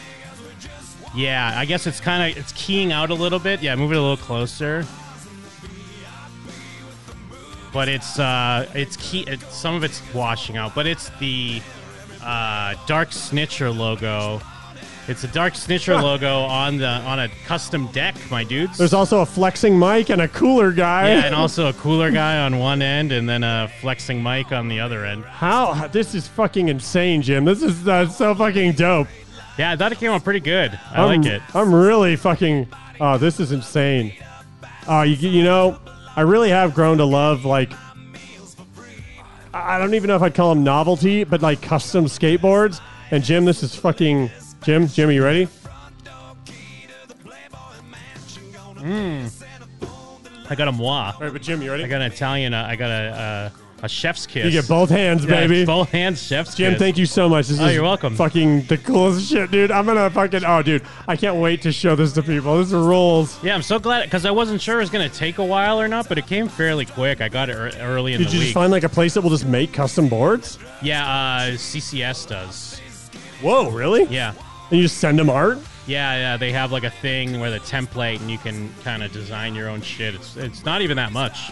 Speaker 10: yeah, I guess it's kind of it's keying out a little bit. Yeah, move it a little closer. But it's uh, it's key. It, some of it's washing out, but it's the uh, Dark Snitcher logo. It's a Dark Snitcher logo on the on a custom deck, my dudes.
Speaker 8: There's also a flexing mic and a cooler guy.
Speaker 10: yeah, and also a cooler guy on one end, and then a flexing mic on the other end.
Speaker 8: how this is fucking insane, Jim. This is uh, so fucking dope.
Speaker 10: Yeah, I thought it came out pretty good. I
Speaker 8: I'm-
Speaker 10: like it.
Speaker 8: I'm really fucking. Oh, this is insane. Oh, you, you know, I really have grown to love like. I I don't even know if I'd call them novelty, but like custom skateboards. And Jim, this is fucking Jim. Jim, are you ready?
Speaker 10: Mm. I got a moi. All
Speaker 8: right, but Jim, you ready?
Speaker 10: I got an Italian. Uh, I got a uh, a chef's kiss.
Speaker 8: You get both hands,
Speaker 10: Yeah,
Speaker 8: baby.
Speaker 10: Both hands, chef's
Speaker 8: Jim,
Speaker 10: kiss.
Speaker 8: thank you so much. This
Speaker 10: Oh,
Speaker 8: is
Speaker 10: you're welcome.
Speaker 8: Fucking the coolest shit, dude. I'm gonna fucking. Oh, dude, I can't wait to show this to people. This rules.
Speaker 10: Yeah, I'm so glad because I wasn't sure it was gonna take a while or not, but it came fairly quick. I got it ear- early in
Speaker 8: Did
Speaker 10: the
Speaker 8: you
Speaker 10: week.
Speaker 8: just find like a place that will just make custom boards?
Speaker 10: yeah, uh, CCS does.
Speaker 8: Whoa, really?
Speaker 10: Yeah.
Speaker 8: And you just send them art?
Speaker 10: Yeah, yeah, they have like a thing where the template and you can kind of design your own shit. It's it's not even that much.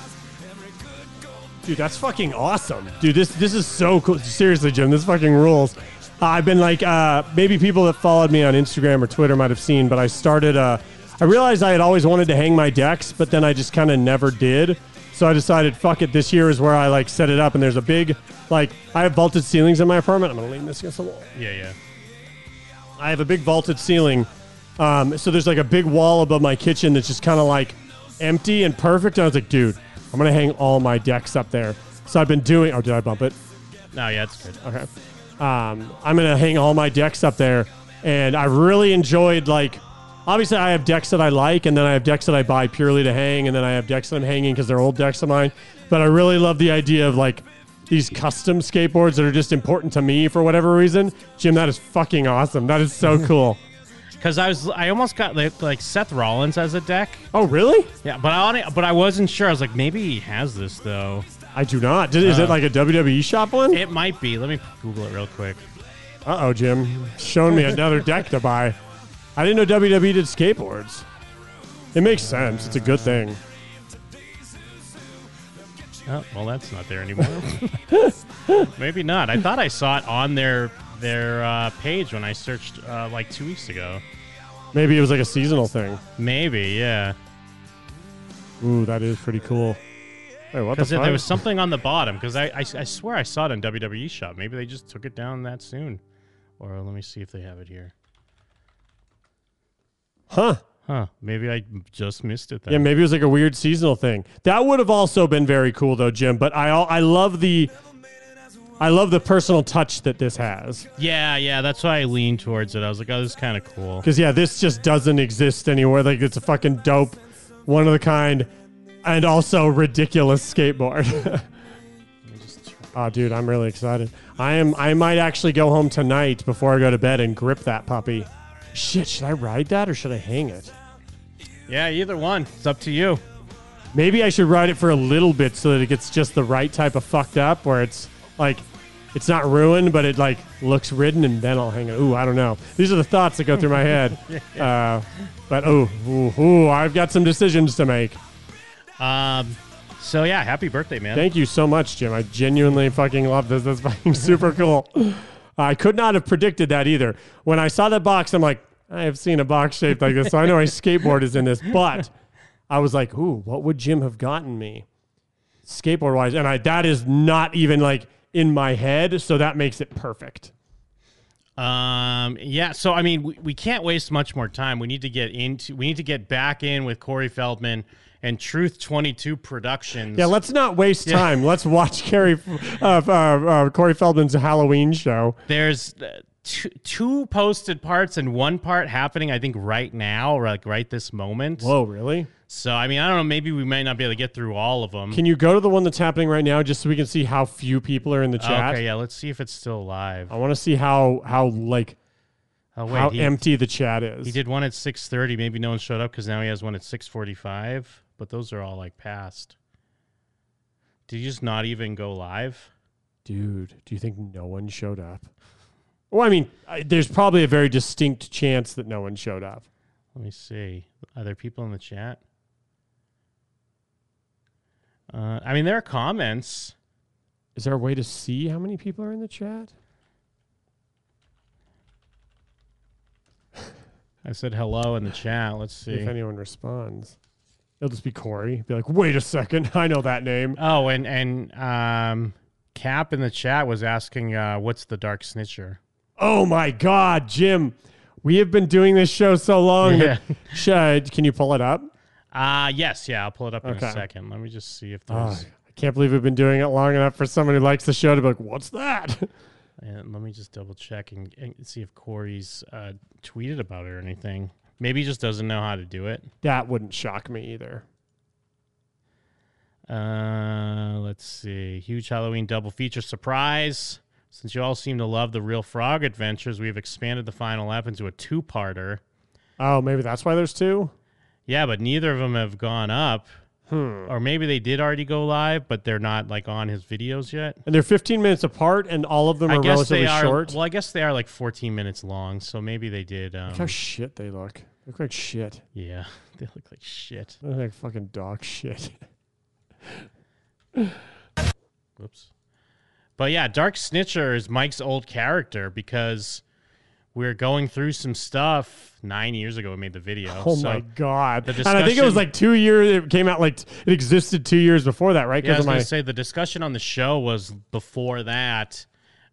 Speaker 8: Dude, that's fucking awesome. Dude, this this is so cool. Seriously, Jim, this fucking rules. Uh, I've been like, uh, maybe people that followed me on Instagram or Twitter might have seen, but I started. Uh, I realized I had always wanted to hang my decks, but then I just kind of never did. So I decided, fuck it. This year is where I like set it up, and there's a big like I have vaulted ceilings in my apartment. I'm gonna lean this against the wall.
Speaker 10: Yeah, yeah.
Speaker 8: I have a big vaulted ceiling. Um, so there's like a big wall above my kitchen that's just kind of like empty and perfect. And I was like, dude, I'm going to hang all my decks up there. So I've been doing, oh, did I bump it?
Speaker 10: No, yeah, it's good.
Speaker 8: Okay. Um, I'm going to hang all my decks up there. And I really enjoyed, like, obviously, I have decks that I like, and then I have decks that I buy purely to hang, and then I have decks that I'm hanging because they're old decks of mine. But I really love the idea of, like, these custom skateboards that are just important to me for whatever reason. Jim, that is fucking awesome. That is so cool.
Speaker 10: Because I was, I almost got like, like Seth Rollins as a deck.
Speaker 8: Oh, really?
Speaker 10: Yeah, but I wanna- but I wasn't sure. I was like, maybe he has this though.
Speaker 8: I do not. Did, is
Speaker 10: Oh.
Speaker 8: it like a WWE shop one?
Speaker 10: It might be. Let me Google it real quick.
Speaker 8: Uh oh, Jim. Showing me another deck to buy. I didn't know WWE did skateboards. It makes sense. It's a good thing.
Speaker 10: Oh, well, that's not there anymore. maybe not. I thought I saw it on their their uh, page when I searched uh, like two weeks ago.
Speaker 8: Maybe it was like a seasonal thing.
Speaker 10: Maybe, yeah.
Speaker 8: Ooh, that is pretty cool. Wait, what the
Speaker 10: Because
Speaker 8: fuck?
Speaker 10: there was something on the bottom. Because I, I I swear I saw it on WWE E shop. Maybe they just took it down that soon. Or let me see if they have it here.
Speaker 8: huh?
Speaker 10: Huh. Maybe I just missed it. Then.
Speaker 8: Yeah, maybe it was like a weird seasonal thing. That would have also been very cool though, Jim. But I I love the I love the personal touch that this has.
Speaker 10: Yeah, yeah, that's why I leaned towards it. I was like, oh, this is kind of cool.
Speaker 8: Because yeah, this just doesn't exist anywhere. Like it's a fucking dope, one of the kind, and also ridiculous skateboard. Ah, dude, I'm really excited. I am. I might actually go home tonight before I go to bed and grip that puppy. Shit, should I ride that or should I hang it?
Speaker 10: Yeah, either one. It's up to you.
Speaker 8: Maybe I should ride it for a little bit so that it gets just the right type of fucked up, where it's like it's not ruined, but it like looks ridden, and then I'll hang it. Ooh, I don't know. These are the thoughts that go through my head. Uh, but ooh, ooh, ooh, I've got some decisions to make.
Speaker 10: Um. So yeah, happy birthday, man.
Speaker 8: Thank you so much, Jim. I genuinely fucking love this. That's fucking super cool. I could not have predicted that either. When I saw that box, I'm like, I have seen a box shaped like this, so I know a skateboard is in this. But I was like, ooh, what would Jim have gotten me, skateboard wise? And I that is not even like in my head, so that makes it perfect.
Speaker 10: Um. Yeah. So I mean, we, we can't waste much more time. We need to get into. We need to get back in with Corey Feldman and Truth Twenty Two Productions.
Speaker 8: Yeah, let's not waste time. Let's watch Carrie, uh, uh, uh, Corey Feldman's Halloween show.
Speaker 10: There's uh, two, two posted parts and one part happening. I think right now, or like right this moment.
Speaker 8: Whoa, really?
Speaker 10: So I mean, I don't know. Maybe we might not be able to get through all of them.
Speaker 8: Can you go to the one that's happening right now, just so we can see how few people are in the chat?
Speaker 10: Okay. Yeah. Let's see if it's still live.
Speaker 8: I want to see how how like.
Speaker 10: Oh, wait,
Speaker 8: how
Speaker 10: he-
Speaker 8: empty the chat is.
Speaker 10: He did one at six thirty. Maybe no one showed up because now he has one at six forty-five. But those are all like past. Did you just not even go live?
Speaker 8: Dude, do you think no one showed up? Well, I mean, I, there's probably a very distinct chance that no one showed up.
Speaker 10: Let me see. Are there people in the chat? Uh, I mean, there are comments.
Speaker 8: Is there a way to see how many people are in the chat?
Speaker 10: I said hello in the chat. Let's see.
Speaker 8: If anyone responds, it'll just be Corey. Be like, wait a second, I know that name.
Speaker 10: Oh, and and um, Cap in the chat was asking, uh, "What's the dark snitcher?"
Speaker 8: Oh my God, Jim, we have been doing this show so long. that- Sh- uh, can you pull it up?
Speaker 10: Uh yes, yeah. I'll pull it up in
Speaker 8: Okay.
Speaker 10: a second. Let me just see if
Speaker 8: Oh,
Speaker 10: there's.
Speaker 8: I can't believe we've been doing it long enough for someone who likes the show to be like, what's that?
Speaker 10: and let me just double check and, and see if Corey's uh, tweeted about it or anything. Maybe he just doesn't know how to do it.
Speaker 8: That wouldn't shock me either.
Speaker 10: Uh, let's see. Huge Halloween double feature surprise. Since you all seem to love the Real Frog Adventures, we've expanded the final app into a two-parter.
Speaker 8: Oh, maybe that's why there's two?
Speaker 10: Yeah, but neither of them have gone up.
Speaker 8: Hmm.
Speaker 10: Or maybe they did already go live, but they're not like on his videos yet.
Speaker 8: And they're 15 minutes apart, and all of them
Speaker 10: I
Speaker 8: are
Speaker 10: guess
Speaker 8: relatively
Speaker 10: they are.
Speaker 8: short.
Speaker 10: Well, I guess they are like 14 minutes long, so maybe they did. Um,
Speaker 8: Look how shit they look. They look like shit.
Speaker 10: yeah, they look like shit.
Speaker 8: They look like fucking dog shit.
Speaker 10: Whoops. But yeah, Dark Snitcher is Mike's old character because we're going through some stuff nine years ago. We made the video.
Speaker 8: Oh
Speaker 10: so
Speaker 8: my god!
Speaker 10: the
Speaker 8: and I think it was
Speaker 10: discussion-
Speaker 8: like two years. It came out like t- it existed two years before that, right?
Speaker 10: Yeah, I
Speaker 8: of
Speaker 10: was
Speaker 8: my
Speaker 10: going to say the discussion on the show was before that.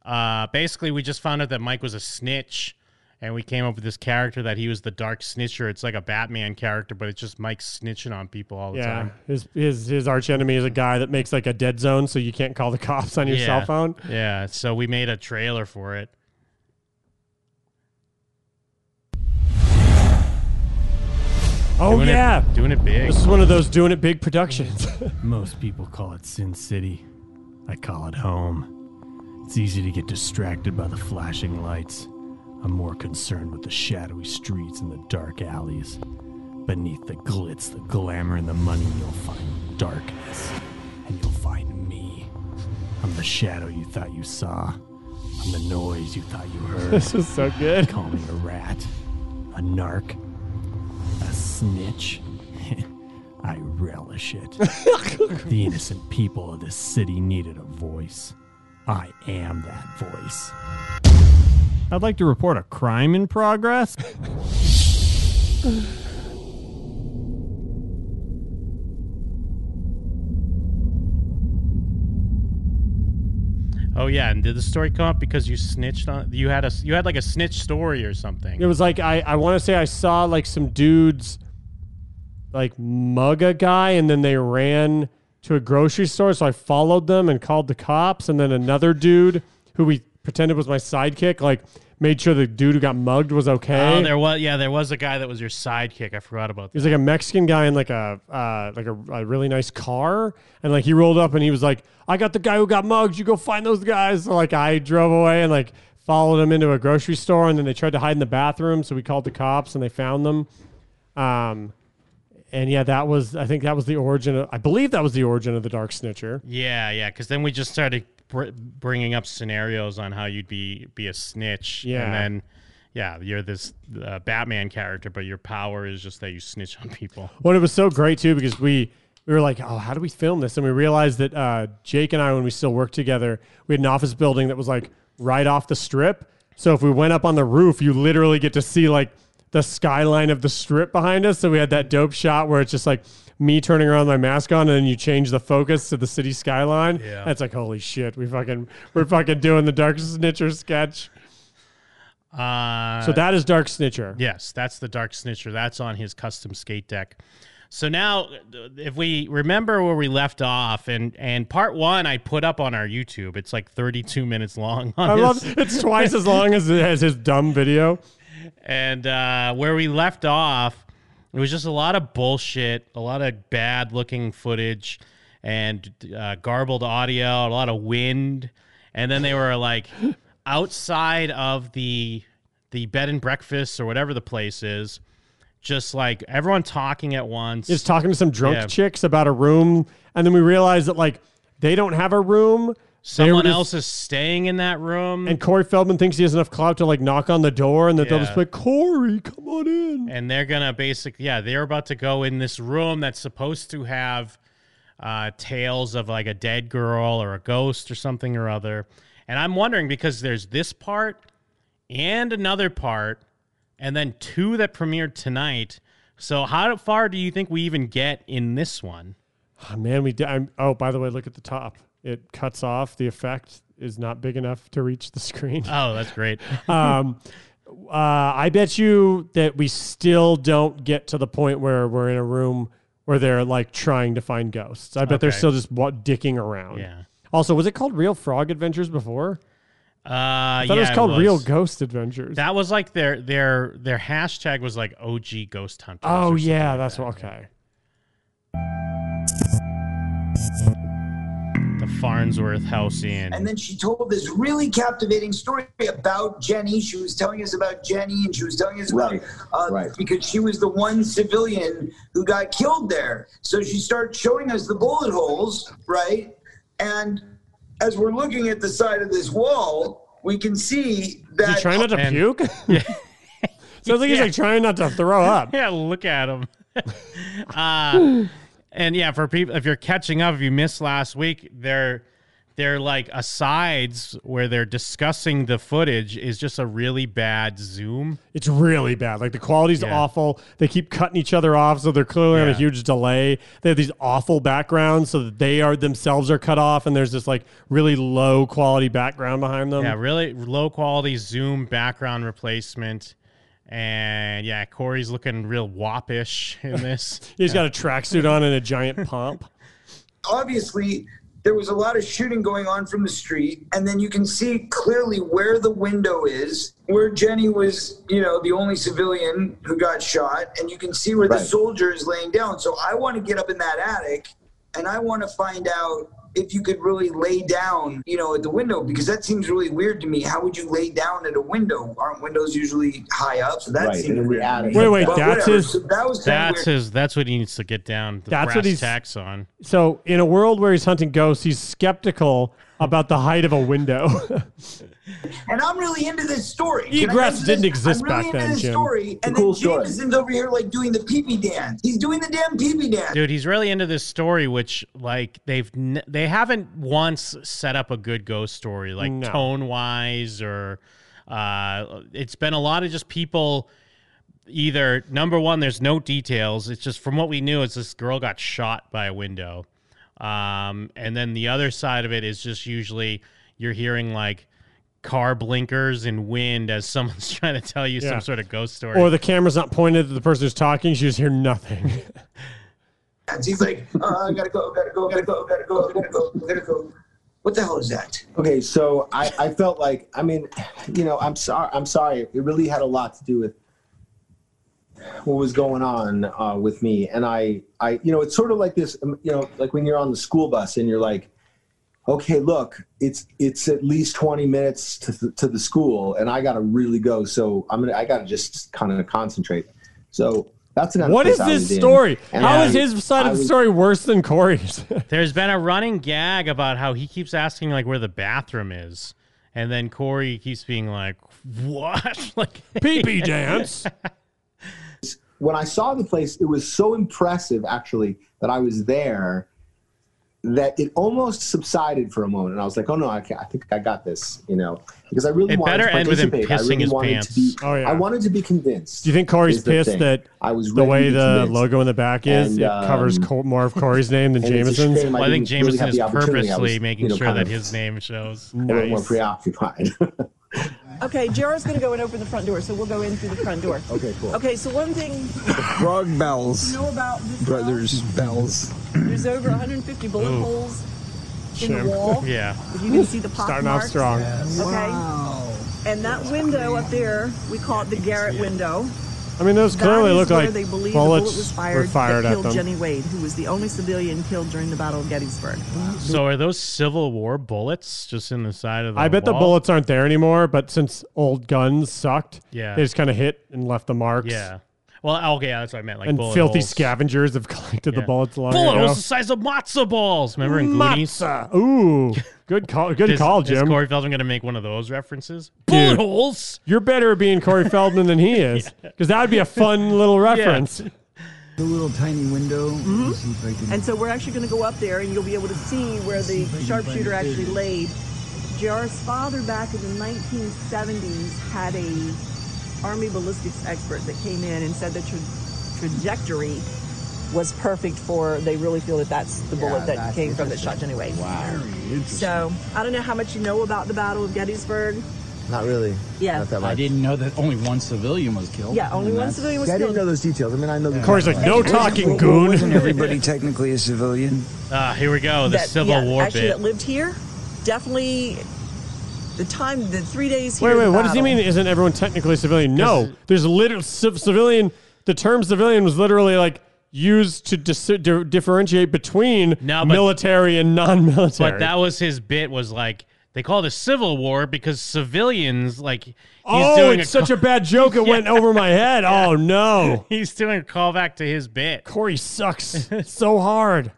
Speaker 10: Uh, basically, we just found out that Mike was a snitch, and we came up with this character that he was the dark snitcher. It's like a Batman character, but it's just Mike snitching on people all the
Speaker 8: yeah,
Speaker 10: time.
Speaker 8: his his his arch enemy is a guy that makes like a dead zone, so you can't call the cops on your
Speaker 10: yeah.
Speaker 8: cell phone.
Speaker 10: Yeah, so we made a trailer for it.
Speaker 8: Oh
Speaker 10: Doing it-
Speaker 8: yeah,
Speaker 10: doing it big.
Speaker 8: This is one of those doing it big productions.
Speaker 7: Most people call it Sin City. I call it home. It's easy to get distracted by the flashing lights. I'm more concerned with the shadowy streets and the dark alleys. Beneath the glitz, the glamour, and the money, you'll find darkness. And you'll find me. I'm the shadow you thought you saw. I'm the noise you thought you heard.
Speaker 8: This is so good.
Speaker 7: Call me a rat, a narc, a snitch. I relish it. the innocent people of this city needed a voice. I am that voice. I'd like to report a crime in progress.
Speaker 10: Oh yeah, and did the story come up because you snitched on you had a you had like a snitch story or something?
Speaker 8: It was like I, I want to say I saw like some dudes like mug a guy, and then they ran to a grocery store. So I followed them and called the cops, and then another dude who we pretended was my sidekick, like made sure the dude who got mugged was okay.
Speaker 10: Oh, there was yeah, there was a guy that was your sidekick. I forgot about
Speaker 8: He
Speaker 10: that.
Speaker 8: was like a Mexican guy in like a uh, like a, a really nice car, and like he rolled up and he was like, "I got the guy who got mugged. You go find those guys." So like I drove away and like followed him into a grocery store, and then they tried to hide in the bathroom. So we called the cops, and they found them. Um, and yeah, that was I think that was the origin. Of, I believe that was the origin of the Dark Snitcher.
Speaker 10: Yeah, yeah, because then we just started br- bringing up scenarios on how you'd be be a snitch.
Speaker 8: Yeah.
Speaker 10: and then yeah, you're this uh, Batman character, but your power is just that you snitch on people.
Speaker 8: Well, it was so great too because we we were like, oh, how do we film this? And we realized that uh, Jake and I, when we still worked together, we had an office building that was like right off the strip. So if we went up on the roof, you literally get to see like the skyline of the strip behind us. So we had that dope shot where it's just like me turning around with my mask on, and then you change the focus to the city skyline.
Speaker 10: Yeah.
Speaker 8: that's like holy shit, we fucking we're fucking doing the Dark Snitcher sketch.
Speaker 10: Uh,
Speaker 8: So that is Dark Snitcher.
Speaker 10: Yes, that's the Dark Snitcher. That's on his custom skate deck. So now, uh, if we remember where we left off, and and part one, I put up on our YouTube. It's like thirty two minutes long. on
Speaker 8: I love
Speaker 10: his-
Speaker 8: it's twice as long as, as his dumb video.
Speaker 10: and uh, where we left off, it was just a lot of bullshit, a lot of bad looking footage, and uh, garbled audio, a lot of wind, and then they were like outside of the the bed and breakfast or whatever the place is, just like everyone talking at once,
Speaker 8: just talking to some drunk
Speaker 10: Yeah.
Speaker 8: chicks about a room, and then we realized that like they don't have a room. They were
Speaker 10: Someone
Speaker 8: just-
Speaker 10: else is staying in that room,
Speaker 8: And Corey Feldman thinks he has enough clout to like knock on the door, and that they'll
Speaker 10: Yeah.
Speaker 8: just be like, "Corey, come on in."
Speaker 10: and they're gonna basic yeah they're about to go in this room that's supposed to have uh, tales of like a dead girl or a ghost or something or other and i'm wondering because there's this part and another part and then two that premiered tonight so how far do you think we even get in this one
Speaker 8: Oh, man, we did. I'm, oh, by the way, look at the top. It cuts off. The effect is not big enough to reach the screen.
Speaker 10: oh that's great
Speaker 8: um, uh, I bet you that we still don't get to the point where we're in a room where they're like trying to find ghosts. I bet they're
Speaker 10: Okay.
Speaker 8: still just wa- dicking around.
Speaker 10: Yeah.
Speaker 8: Also, was it called Real Frog Adventures before?
Speaker 10: uh
Speaker 8: I thought
Speaker 10: yeah,
Speaker 8: it was called Real
Speaker 10: was.
Speaker 8: Ghost Adventures.
Speaker 10: that was like their their their hashtag was like og ghost hunters or
Speaker 8: oh
Speaker 10: something
Speaker 8: yeah,
Speaker 10: like
Speaker 8: that's
Speaker 10: that.
Speaker 8: what, okay.
Speaker 10: the farnsworth house inn
Speaker 4: And then she told this really captivating story about Jenny. She was telling us about Jenny, and she was telling us about
Speaker 15: Right,
Speaker 4: uh,
Speaker 15: right.
Speaker 4: because she was the one civilian who got killed there. So she started showing us the bullet holes, right? And as we're looking at the side of this wall, we can see that.
Speaker 8: Is he trying not to puke? Sounds like he's like trying not to throw up.
Speaker 10: yeah, look at him. uh, and yeah, for people, if you're catching up, if you missed last week, they're they're like asides where they're discussing the footage is just a really bad zoom.
Speaker 8: It's really bad. Like the quality's
Speaker 10: Yeah.
Speaker 8: awful. They keep cutting each other off, so they're clearly on a
Speaker 10: Yeah.
Speaker 8: huge delay. They have these awful backgrounds, so that they are themselves are cut off, and there's this like really low quality background behind them.
Speaker 10: yeah, really low quality zoom background replacement. And yeah, Corey's looking real woppish in this.
Speaker 8: He's got a tracksuit on and a giant pump.
Speaker 4: obviously there was a lot of shooting going on from the street and then you can see clearly where the window is where jenny was you know the only civilian who got shot and you can see where the
Speaker 15: Right.
Speaker 4: soldier is laying down so i want to get up in that attic and i want to find out if you could really lay down you know at the window because that seems really weird to me how would you lay down at a window aren't windows usually high up so that
Speaker 15: Right,
Speaker 4: seems
Speaker 15: in the
Speaker 4: weird to
Speaker 15: attic.
Speaker 4: me.
Speaker 8: Wait, wait,
Speaker 4: But
Speaker 8: that's
Speaker 4: whatever.
Speaker 8: his-
Speaker 4: So that was kinda
Speaker 10: That's
Speaker 4: weird.
Speaker 10: his. That's what he needs to get down. The
Speaker 8: That's
Speaker 10: brass
Speaker 8: what he's-
Speaker 10: tacks on.
Speaker 8: So in a world where he's hunting ghosts, he's skeptical about the height of a window.
Speaker 4: And I'm really into this story.
Speaker 8: Egress
Speaker 4: Can I mention
Speaker 8: didn't
Speaker 4: this?
Speaker 8: exist
Speaker 4: I'm really
Speaker 8: back
Speaker 4: into
Speaker 8: then,
Speaker 4: this
Speaker 8: Jim.
Speaker 4: Story, and
Speaker 8: Cool
Speaker 4: then
Speaker 8: story.
Speaker 4: Jameson's over here like doing the pee pee dance. He's doing the damn pee pee dance.
Speaker 10: dude he's really into this story which like they've n- they haven't once set up a good ghost story like
Speaker 8: No.
Speaker 10: tone wise or uh it's been a lot of just people either number one there's no details it's just from what we knew it's this girl got shot by a window um and then the other side of it is just usually you're hearing like car blinkers and wind as someone's trying to tell you
Speaker 8: Yeah.
Speaker 10: some sort of ghost story.
Speaker 8: Or the camera's not pointed at the person who's talking. You just hear nothing.
Speaker 4: And he's like, uh, I gotta go, gotta go, gotta go, gotta go, gotta go, gotta go. What the hell is that?
Speaker 15: Okay, so I, I felt like I mean, you know, I'm sorry. I'm sorry. It really had a lot to do with what was going on uh, with me, and I, I, you know, it's sort of like this. um, You know, like when you're on the school bus and you're like, okay, look, it's it's at least 20 minutes to the, to the school, and I gotta really go. So I'm gonna I gotta just kind of concentrate. So that's an
Speaker 8: what is this story? How is his side of the story worse than Corey's?
Speaker 10: There's been a running gag about how he keeps asking like where the bathroom is, and then Corey keeps being like, "What? like
Speaker 8: pee dance.
Speaker 15: when I saw the place, it was so impressive actually that I was there that it almost subsided for a moment, and I was like, "Oh no, I, ca- I think I got this," you know, because I really
Speaker 10: It
Speaker 15: wanted
Speaker 10: better
Speaker 15: to
Speaker 10: end with him
Speaker 15: participate. I
Speaker 10: pissing
Speaker 15: really
Speaker 10: his
Speaker 15: wanted
Speaker 10: pants.
Speaker 15: to be.
Speaker 8: Oh, yeah.
Speaker 15: I wanted to be convinced.
Speaker 8: Do you think Corey's
Speaker 15: is the
Speaker 8: pissed
Speaker 15: thing.
Speaker 8: that
Speaker 15: I was
Speaker 8: the
Speaker 15: ready
Speaker 8: way
Speaker 15: to be
Speaker 8: the
Speaker 15: convinced.
Speaker 8: logo in the back is,
Speaker 15: And,
Speaker 8: it covers
Speaker 15: um,
Speaker 8: co- more of Corey's name than
Speaker 15: and it's a
Speaker 8: Jameson's?
Speaker 15: shame
Speaker 10: I think
Speaker 15: didn't really
Speaker 10: Jameson
Speaker 15: have
Speaker 10: is
Speaker 15: the opportunity. I
Speaker 10: purposely
Speaker 15: was,
Speaker 10: making
Speaker 15: you know,
Speaker 10: sure
Speaker 15: kind
Speaker 10: that
Speaker 15: of
Speaker 10: his name shows.
Speaker 15: a little more
Speaker 10: Nice.
Speaker 15: preoccupied.
Speaker 16: Okay, Jared's going to go and open the front door, so we'll go in through the front door.
Speaker 15: Okay, cool.
Speaker 16: Okay, so one thing
Speaker 9: Frog bells.
Speaker 16: you know about this
Speaker 9: Brothers bells.
Speaker 16: house, there's over 150 bullet
Speaker 9: Ooh.
Speaker 16: holes in
Speaker 9: Shame.
Speaker 16: the wall.
Speaker 9: Yeah.
Speaker 16: If you can see the pock
Speaker 8: Starting off
Speaker 16: marks.
Speaker 8: strong.
Speaker 16: Okay. And that window up there, we call it the Garrett window.
Speaker 8: I mean, those
Speaker 16: That
Speaker 8: clearly
Speaker 16: is
Speaker 8: look
Speaker 16: where
Speaker 8: like
Speaker 16: they
Speaker 8: bullets
Speaker 16: believe the bullet was fired,
Speaker 8: were fired
Speaker 16: that
Speaker 8: at
Speaker 16: killed
Speaker 8: them.
Speaker 16: Jenny Wade, who was the only civilian killed during the Battle of Gettysburg.
Speaker 10: So are those Civil War bullets just in the side of the?
Speaker 8: I bet the
Speaker 10: wall?
Speaker 8: bullets aren't there anymore, but since old guns sucked,
Speaker 10: Yeah.
Speaker 8: they just kind of hit and left the marks.
Speaker 10: Yeah. Well, oh, okay, that's what I meant. Like
Speaker 8: and
Speaker 10: bullet
Speaker 8: filthy
Speaker 10: holes.
Speaker 8: scavengers have collected
Speaker 10: Yeah.
Speaker 8: the bullets long
Speaker 10: Bullet
Speaker 8: ago.
Speaker 10: holes the size of matzo balls. Remember in Goonies?
Speaker 8: Matzo. Ooh, good call. Good
Speaker 10: Is-
Speaker 8: call,
Speaker 10: is
Speaker 8: Jim.
Speaker 10: Corey Feldman going to make one of those references?
Speaker 8: Dude,
Speaker 10: Bullet holes.
Speaker 8: You're better at being Corey Feldman than he is, because that would be a fun little reference.
Speaker 9: The little tiny window. Let
Speaker 16: Mm-hmm.
Speaker 9: me see if I can-
Speaker 16: And so we're actually going to go up there, and you'll be able to see where the sharpshooter actually laid. J.R.'s father, back in the 1970s, had a army ballistics expert that came in and said the tra- trajectory was perfect for. They really feel that that's the bullet that
Speaker 9: that's
Speaker 16: came from that shot anyway. Wow. So I don't know how much you know about the Battle of Gettysburg.
Speaker 9: Not really.
Speaker 16: Yeah. Not that
Speaker 9: I didn't know that only one civilian was killed.
Speaker 16: Yeah, only one civilian was
Speaker 9: I
Speaker 16: killed.
Speaker 9: didn't know those details. I mean, I know. the
Speaker 8: Corey's like, no talking,
Speaker 9: goon.
Speaker 8: Wasn't
Speaker 9: everybody technically a civilian?
Speaker 10: Ah, here we
Speaker 8: Oh,
Speaker 10: go. The
Speaker 16: that- yeah,
Speaker 10: Civil War
Speaker 16: actually
Speaker 10: bit.
Speaker 16: that lived here. Definitely, the time, the three days. Here
Speaker 8: Wait,
Speaker 16: in
Speaker 8: wait.
Speaker 16: the
Speaker 8: What does he
Speaker 16: battle.
Speaker 8: mean? Isn't everyone technically civilian? No, there's literal civ- civilian. The term civilian was literally like used to dis- di- differentiate between
Speaker 10: but-
Speaker 8: military and non-military.
Speaker 10: But that was his bit. Was like they call it a Civil War because civilians like. He's
Speaker 8: oh,
Speaker 10: doing
Speaker 8: it's
Speaker 10: a
Speaker 8: such a bad joke. It went over my head. Oh no,
Speaker 10: He's doing a callback to his bit.
Speaker 8: Corey sucks so hard.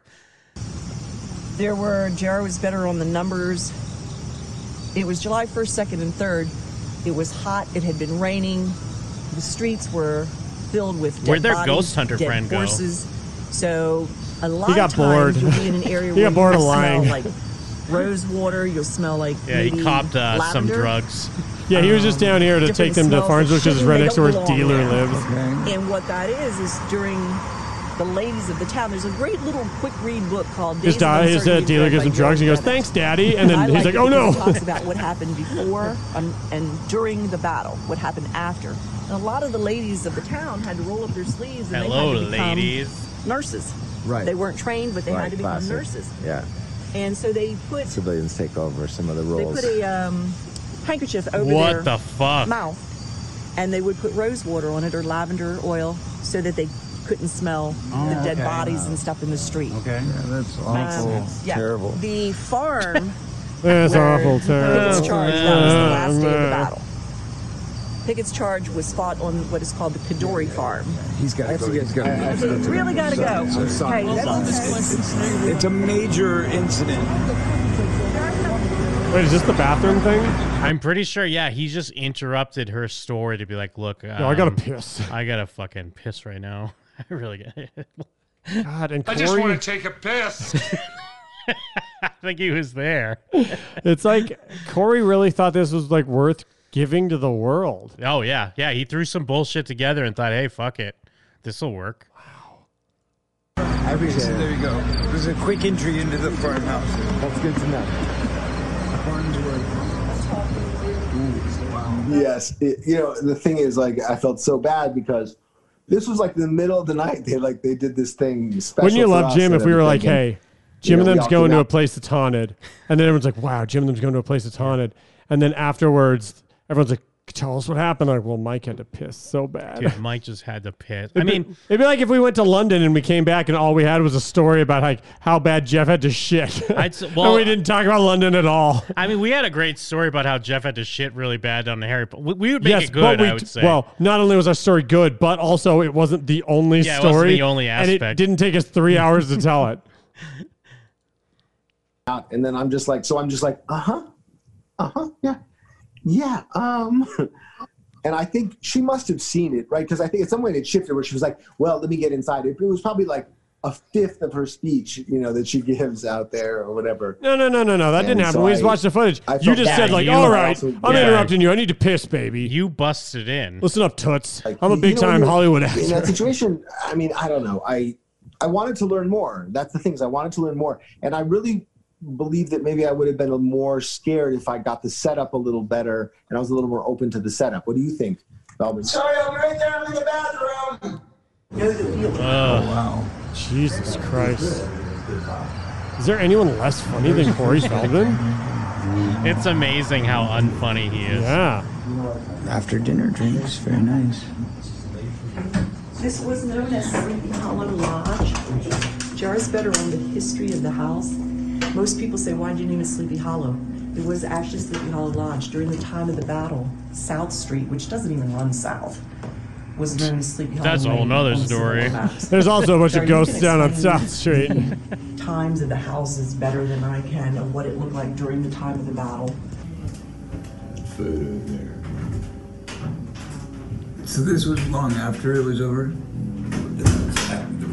Speaker 16: There were, Jared was better on the numbers. It was July 1st, 2nd, and 3rd. It was hot. It had been raining. The streets were filled with dead
Speaker 10: Where'd their
Speaker 16: bodies,
Speaker 10: ghost hunter
Speaker 16: dead
Speaker 10: friend go?
Speaker 16: horses. So a lot
Speaker 10: He got
Speaker 16: of times
Speaker 10: bored.
Speaker 16: you'll be in an area
Speaker 10: He
Speaker 16: where
Speaker 10: got bored
Speaker 16: you'll
Speaker 10: of lying.
Speaker 16: smell like rose water. You'll smell like
Speaker 10: Yeah, he
Speaker 16: maybe
Speaker 10: copped uh, some
Speaker 16: lavender.
Speaker 10: drugs.
Speaker 8: Yeah, he was just down here to take them to Farnsworth because it's right next to where his dealer lives.
Speaker 16: And what that is is during the ladies of the town. There's a great little quick read book called
Speaker 8: His,
Speaker 16: Days of
Speaker 8: da- his uh,
Speaker 16: Uncertainty
Speaker 8: dealer
Speaker 16: read
Speaker 8: gives
Speaker 16: by
Speaker 8: him drugs. He
Speaker 16: Jerry
Speaker 8: goes,
Speaker 16: Bennett.
Speaker 8: "Thanks, daddy," and then
Speaker 16: I
Speaker 8: he's like,
Speaker 16: it
Speaker 8: "Oh
Speaker 16: because
Speaker 8: no."
Speaker 16: It talks about what happened before um, and during the battle, what happened after. And a lot of the ladies of the town had to roll up their sleeves and
Speaker 10: Hello,
Speaker 16: they had to
Speaker 9: Um,
Speaker 16: become
Speaker 10: ladies.
Speaker 16: nurses.
Speaker 13: Right.
Speaker 16: They weren't trained, but they had to become nurses.
Speaker 13: Yeah.
Speaker 16: And so they put
Speaker 13: Civilians take over some of the
Speaker 16: they
Speaker 13: roles.
Speaker 16: put a um, handkerchief over
Speaker 13: What
Speaker 16: their
Speaker 13: the fuck?
Speaker 16: mouth, and they would put rose water on it or lavender oil so that they couldn't smell
Speaker 9: Oh,
Speaker 16: the dead
Speaker 9: okay.
Speaker 16: bodies and stuff in the street.
Speaker 9: Okay. Yeah, that's
Speaker 16: Um, yeah. The farm
Speaker 8: That's awful,
Speaker 16: Pickett's
Speaker 8: terrible.
Speaker 16: charge that was the last day of the
Speaker 8: Uh,
Speaker 16: battle. Pickett's charge was fought on what is called the Kadori farm.
Speaker 9: He's got to go. He's got
Speaker 16: So you really got to go.
Speaker 9: I'm sorry.
Speaker 16: Okay, that's okay.
Speaker 9: It's a major incident.
Speaker 8: Wait, is this the bathroom thing?
Speaker 10: I'm pretty sure. Yeah, he just interrupted her story to be like, "Look, um,
Speaker 8: I gotta piss.
Speaker 10: I gotta fucking piss right now. I really get."
Speaker 8: God, and
Speaker 10: I
Speaker 8: Corey,
Speaker 10: just wanna
Speaker 11: Take a piss.
Speaker 10: I think he was there.
Speaker 8: it's like Corey really thought this was like worth giving to the world.
Speaker 10: Oh yeah, yeah. He threw some bullshit together and thought, "Hey, fuck it, this will work."
Speaker 9: I appreciate it. There you go. There's a quick entry into the farmhouse. That's good to know.
Speaker 15: yes, it, you know the thing is, like, I felt so bad because this was like the middle of the night. They like they did this thing. Special
Speaker 8: Wouldn't you
Speaker 15: for
Speaker 8: love
Speaker 15: us
Speaker 8: Jim
Speaker 15: and
Speaker 8: if we were like,
Speaker 15: everything.
Speaker 8: hey, Jim
Speaker 15: you know, we
Speaker 8: and them's
Speaker 15: all
Speaker 8: going
Speaker 15: came
Speaker 8: to a
Speaker 15: out.
Speaker 8: place that's haunted, and then everyone's like, wow, Jim and them's going to a place that's haunted, and then afterwards, everyone's like, tell us what happened. Like, well, Mike had to piss so bad.
Speaker 10: Dude, Mike just had to piss. I
Speaker 8: It'd be-
Speaker 10: mean,
Speaker 8: it'd be like if we went to London and we came back and all we had was a story about like how bad Jeff had to shit.
Speaker 10: I'd s-
Speaker 8: and
Speaker 10: well-
Speaker 8: we didn't talk about London at all.
Speaker 10: I mean, we had a great story about how Jeff had to shit really bad on the Harry Potter. We, we would make it good,
Speaker 8: but we
Speaker 10: I
Speaker 8: d-
Speaker 10: would say.
Speaker 8: Well, not only was our story good, but also it wasn't the only
Speaker 10: Yeah, it
Speaker 8: story.
Speaker 10: wasn't the only
Speaker 8: And it
Speaker 10: aspect.
Speaker 8: didn't take us three hours to tell it.
Speaker 15: out, and then I'm just like, so I'm just like, uh huh, uh huh, yeah, yeah, um, and I think she must have seen it, right? Because I think at some point it shifted where she was like, well, let me get inside. It, it was probably like a fifth of her speech, you know, that she gives out there or whatever.
Speaker 8: No, no, no, no, no. That
Speaker 15: And
Speaker 8: didn't happen.
Speaker 15: so
Speaker 8: we just
Speaker 15: I-
Speaker 8: watched the footage.
Speaker 15: I
Speaker 8: You
Speaker 15: felt
Speaker 8: just
Speaker 15: bad.
Speaker 8: said like,
Speaker 15: You-
Speaker 8: "All
Speaker 15: I
Speaker 8: right,
Speaker 15: also-
Speaker 8: I'm
Speaker 15: yeah.
Speaker 8: interrupting you. I need to piss, baby."
Speaker 10: You busted in.
Speaker 8: Listen up, toots. I'm
Speaker 15: You
Speaker 8: a
Speaker 15: know,
Speaker 8: big time
Speaker 15: when you're
Speaker 8: Hollywood
Speaker 15: In that
Speaker 8: actor.
Speaker 15: situation, I mean, I don't know. I I wanted to learn more. That's the things I wanted to learn more, and I really believe that maybe I would have been more scared if I got the setup a little better and I was a little more open to the setup. What do you think, Melvin?
Speaker 4: Sorry, I'll be right there. I'm in the bathroom.
Speaker 15: Oh,
Speaker 8: wow. Jesus Christ. Is there anyone less funny than Corey Feldman?
Speaker 10: It's amazing how unfunny he is.
Speaker 8: Yeah.
Speaker 9: After dinner drinks, very nice.
Speaker 16: This was known as Sleepy Hollow Lodge. Jar's better on the history of the house. Most people say, why did you name it Sleepy Hollow? It was actually Sleepy Hollow Lodge. During the time of the battle, South Street, which doesn't even run south, was known as Sleepy Hollow
Speaker 10: That's a whole
Speaker 16: Lane
Speaker 10: nother
Speaker 16: on some
Speaker 10: story.
Speaker 16: maps.
Speaker 8: There's also a bunch
Speaker 16: Jar,
Speaker 8: of
Speaker 16: you can
Speaker 8: ghosts down on
Speaker 16: explain
Speaker 8: South Street.
Speaker 16: the Times of the houses better than I can of what it looked like during the time of the battle.
Speaker 17: Food over there. So this was long after it was over?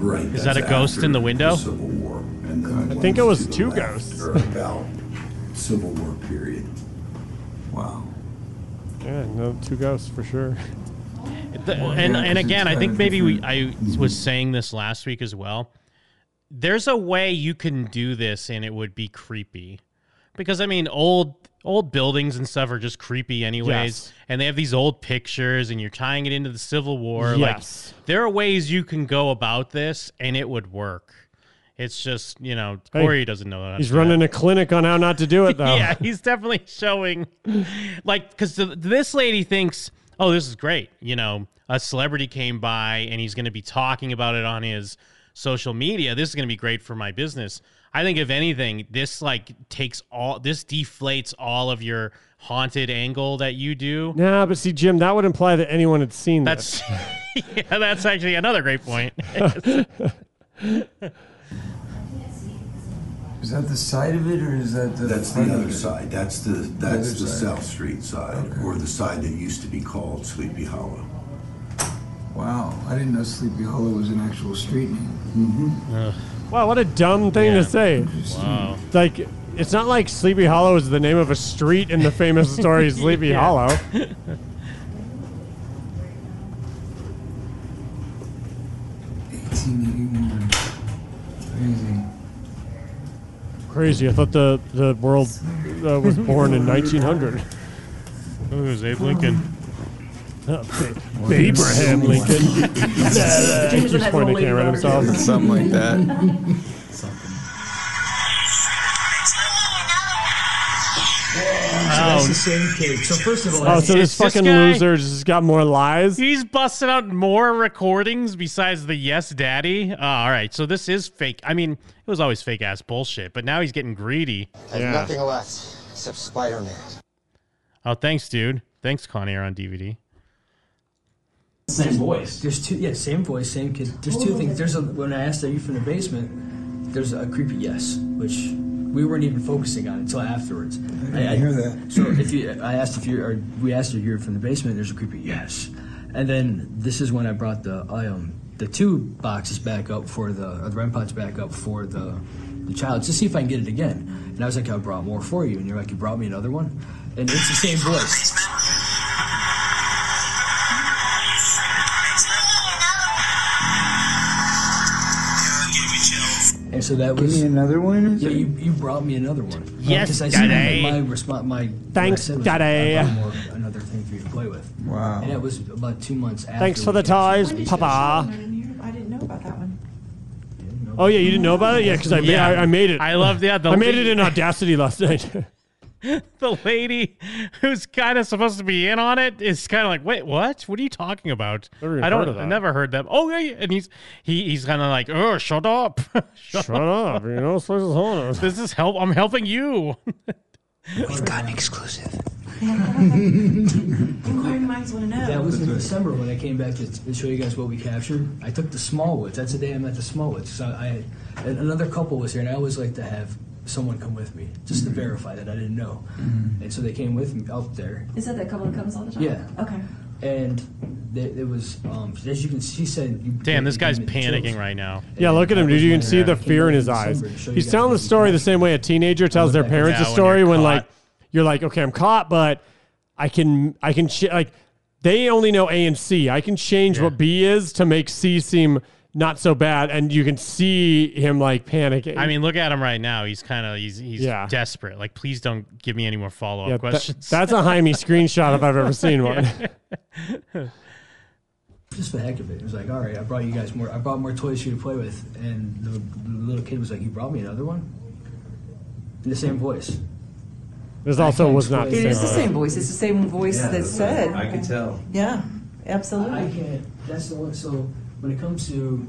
Speaker 17: Right.
Speaker 10: Is that a
Speaker 17: that's
Speaker 10: ghost
Speaker 17: after
Speaker 10: in the window?
Speaker 17: Civil War. And then
Speaker 8: I
Speaker 17: ones
Speaker 8: think it was
Speaker 17: to the
Speaker 8: two
Speaker 17: left
Speaker 8: ghosts.
Speaker 17: are about Civil War period. Wow.
Speaker 8: Yeah, no, two ghosts for sure.
Speaker 10: The- and and again, I think maybe we I was saying this last week as well. There's a way you can do this and it would be creepy. Because I mean, old old buildings and stuff are just creepy anyways,
Speaker 8: Yes.
Speaker 10: and they have these old pictures and you're tying it into the Civil War.
Speaker 8: Yes.
Speaker 10: Like there are ways you can go about this and it would work. It's just, you know,
Speaker 8: Hey,
Speaker 10: Corey doesn't know that.
Speaker 8: He's running a clinic on how not to do it, though.
Speaker 10: Yeah, he's definitely showing, like, because this lady thinks, oh, this is great. You know, a celebrity came by and he's going to be talking about it on his social media. This is going to be great for my business. I think, if anything, this like takes all, this deflates all of your haunted angle that you do.
Speaker 8: Nah, but see, Jim, that would imply that anyone had seen
Speaker 10: That's, yeah, that's actually another great point.
Speaker 9: Is that the side of it, or is that the?
Speaker 17: That's
Speaker 9: front
Speaker 17: the
Speaker 9: of
Speaker 17: other
Speaker 9: it?
Speaker 17: side. That's the
Speaker 9: other
Speaker 17: that's the
Speaker 9: side.
Speaker 17: South Street side, or the side that used to be called Sleepy Hollow.
Speaker 9: Wow, I didn't know Sleepy Hollow was an actual street name.
Speaker 8: Mm-hmm. Wow, what a dumb thing to say.
Speaker 10: Wow.
Speaker 8: Like, it's not like Sleepy Hollow is the name of a street in the famous story Sleepy
Speaker 10: Yeah.
Speaker 8: Hollow.
Speaker 9: Crazy.
Speaker 8: Crazy. I thought the, the world uh, was born in 1900.
Speaker 10: It was Abe Lincoln.
Speaker 8: Abraham Lincoln. He's
Speaker 10: Jameson has
Speaker 8: pointing
Speaker 10: a
Speaker 8: the camera at
Speaker 10: lady
Speaker 8: himself.
Speaker 10: daughter. Something like that.
Speaker 9: That's the same cake. So first of all,
Speaker 8: Oh, so this
Speaker 10: It's this
Speaker 8: fucking
Speaker 10: guy-
Speaker 8: loser just got more lies?
Speaker 10: He's busted out more recordings besides the Yes Daddy. Ah, all right, so this is fake. I mean, it was always fake ass bullshit, but now he's getting greedy.
Speaker 13: I have nothing left except Spider-Man.
Speaker 10: Oh, thanks, dude. Thanks, Con Air on DVD.
Speaker 9: Same voice. There's two. Yeah, same voice, same kid. There's two things. There's a, when I asked, "Are you from the basement?" There's a creepy yes, which we weren't even focusing on until afterwards.
Speaker 1: I didn't hear that.
Speaker 9: So if you, I asked if you, or we asked if you're from the basement. There's a creepy yes, and then this is when I brought the I, um the two boxes back up for the or the REM pods back up for the the child to see if I can get it again. And I was like, I brought more for you, and you're like, you brought me another one, and it's the same voice. And so that
Speaker 4: Give
Speaker 9: was
Speaker 4: me another one.
Speaker 9: Yeah, you, you brought me another one.
Speaker 4: Yes,
Speaker 9: because I said
Speaker 4: Daddy.
Speaker 9: my response. My
Speaker 8: Thanks, uh,
Speaker 9: what I
Speaker 8: Daddy.
Speaker 9: said was, I brought more- another thing for you to play with.
Speaker 8: Wow.
Speaker 9: And that was about two months after.
Speaker 8: Thanks for
Speaker 9: we
Speaker 8: the toys,
Speaker 9: actually-
Speaker 18: I
Speaker 8: Papa.
Speaker 18: didn't know about that one.
Speaker 8: Oh yeah, you didn't know about it, yeah? Because I,
Speaker 10: Yeah.
Speaker 8: made, I, I made it.
Speaker 10: I love- yeah, the
Speaker 8: I made
Speaker 10: lead-
Speaker 8: it in Audacity last night.
Speaker 10: the lady who's kind of supposed to be in on it is kind of like, wait, what? What are you talking about?
Speaker 8: even
Speaker 10: I don't,
Speaker 8: heard of
Speaker 10: I
Speaker 8: that.
Speaker 10: never heard them. Oh yeah, yeah. and he's he, he's kind of like, oh, shut up, shut,
Speaker 8: up. You know, this is hard.
Speaker 10: This is help. I'm helping you.
Speaker 9: We've got an exclusive.
Speaker 18: Inquiring minds want to know.
Speaker 9: That was in December when I came back to, to show you guys what we captured. I took the Smallwoods. That's the day I met the Smallwoods. So I, and another couple was here, and I always like to have someone come with me just to verify that I didn't know. And so they came with me up there,
Speaker 18: Is that that couple that comes all the time?
Speaker 9: Yeah.
Speaker 18: Okay.
Speaker 9: and they, it was um, as you can see. Said you,
Speaker 10: Damn, this guy's
Speaker 9: you gave me the
Speaker 10: panicking
Speaker 9: chills.
Speaker 10: right now.
Speaker 8: Yeah, look at him, dude. You can see the
Speaker 9: Came
Speaker 8: fear in
Speaker 9: in
Speaker 8: his
Speaker 9: December
Speaker 8: eyes.
Speaker 9: to show you
Speaker 8: He's
Speaker 9: guys
Speaker 8: telling the story the same way a teenager tells their
Speaker 9: Yeah,
Speaker 8: parents a
Speaker 10: when
Speaker 8: story
Speaker 10: you're
Speaker 8: when,
Speaker 10: caught.
Speaker 8: like, you're like, okay, I'm caught, but I can, I can, ch- like, they only know A and C. I can change what B is to make C seem not so bad, and you can see him like panicking.
Speaker 10: I mean, look at him right now. He's kind of he's he's
Speaker 8: Yeah.
Speaker 10: desperate. Like, please don't give me any more follow up
Speaker 8: Yeah, tha-
Speaker 10: questions.
Speaker 8: that's a Jaime screenshot if I've ever seen one.
Speaker 9: just for the heck of it. It was like, all right, I brought you guys more. I brought more toys for you to play with. And the, the little kid was like, you brought me another one. In the same voice.
Speaker 8: This also was not the
Speaker 18: It
Speaker 8: same.
Speaker 18: is the same voice. It's the same voice
Speaker 9: Yeah,
Speaker 18: that
Speaker 9: that's
Speaker 18: said.
Speaker 9: what I could tell.
Speaker 18: Yeah,
Speaker 9: I
Speaker 18: absolutely.
Speaker 9: can't. That's the one. So when it comes to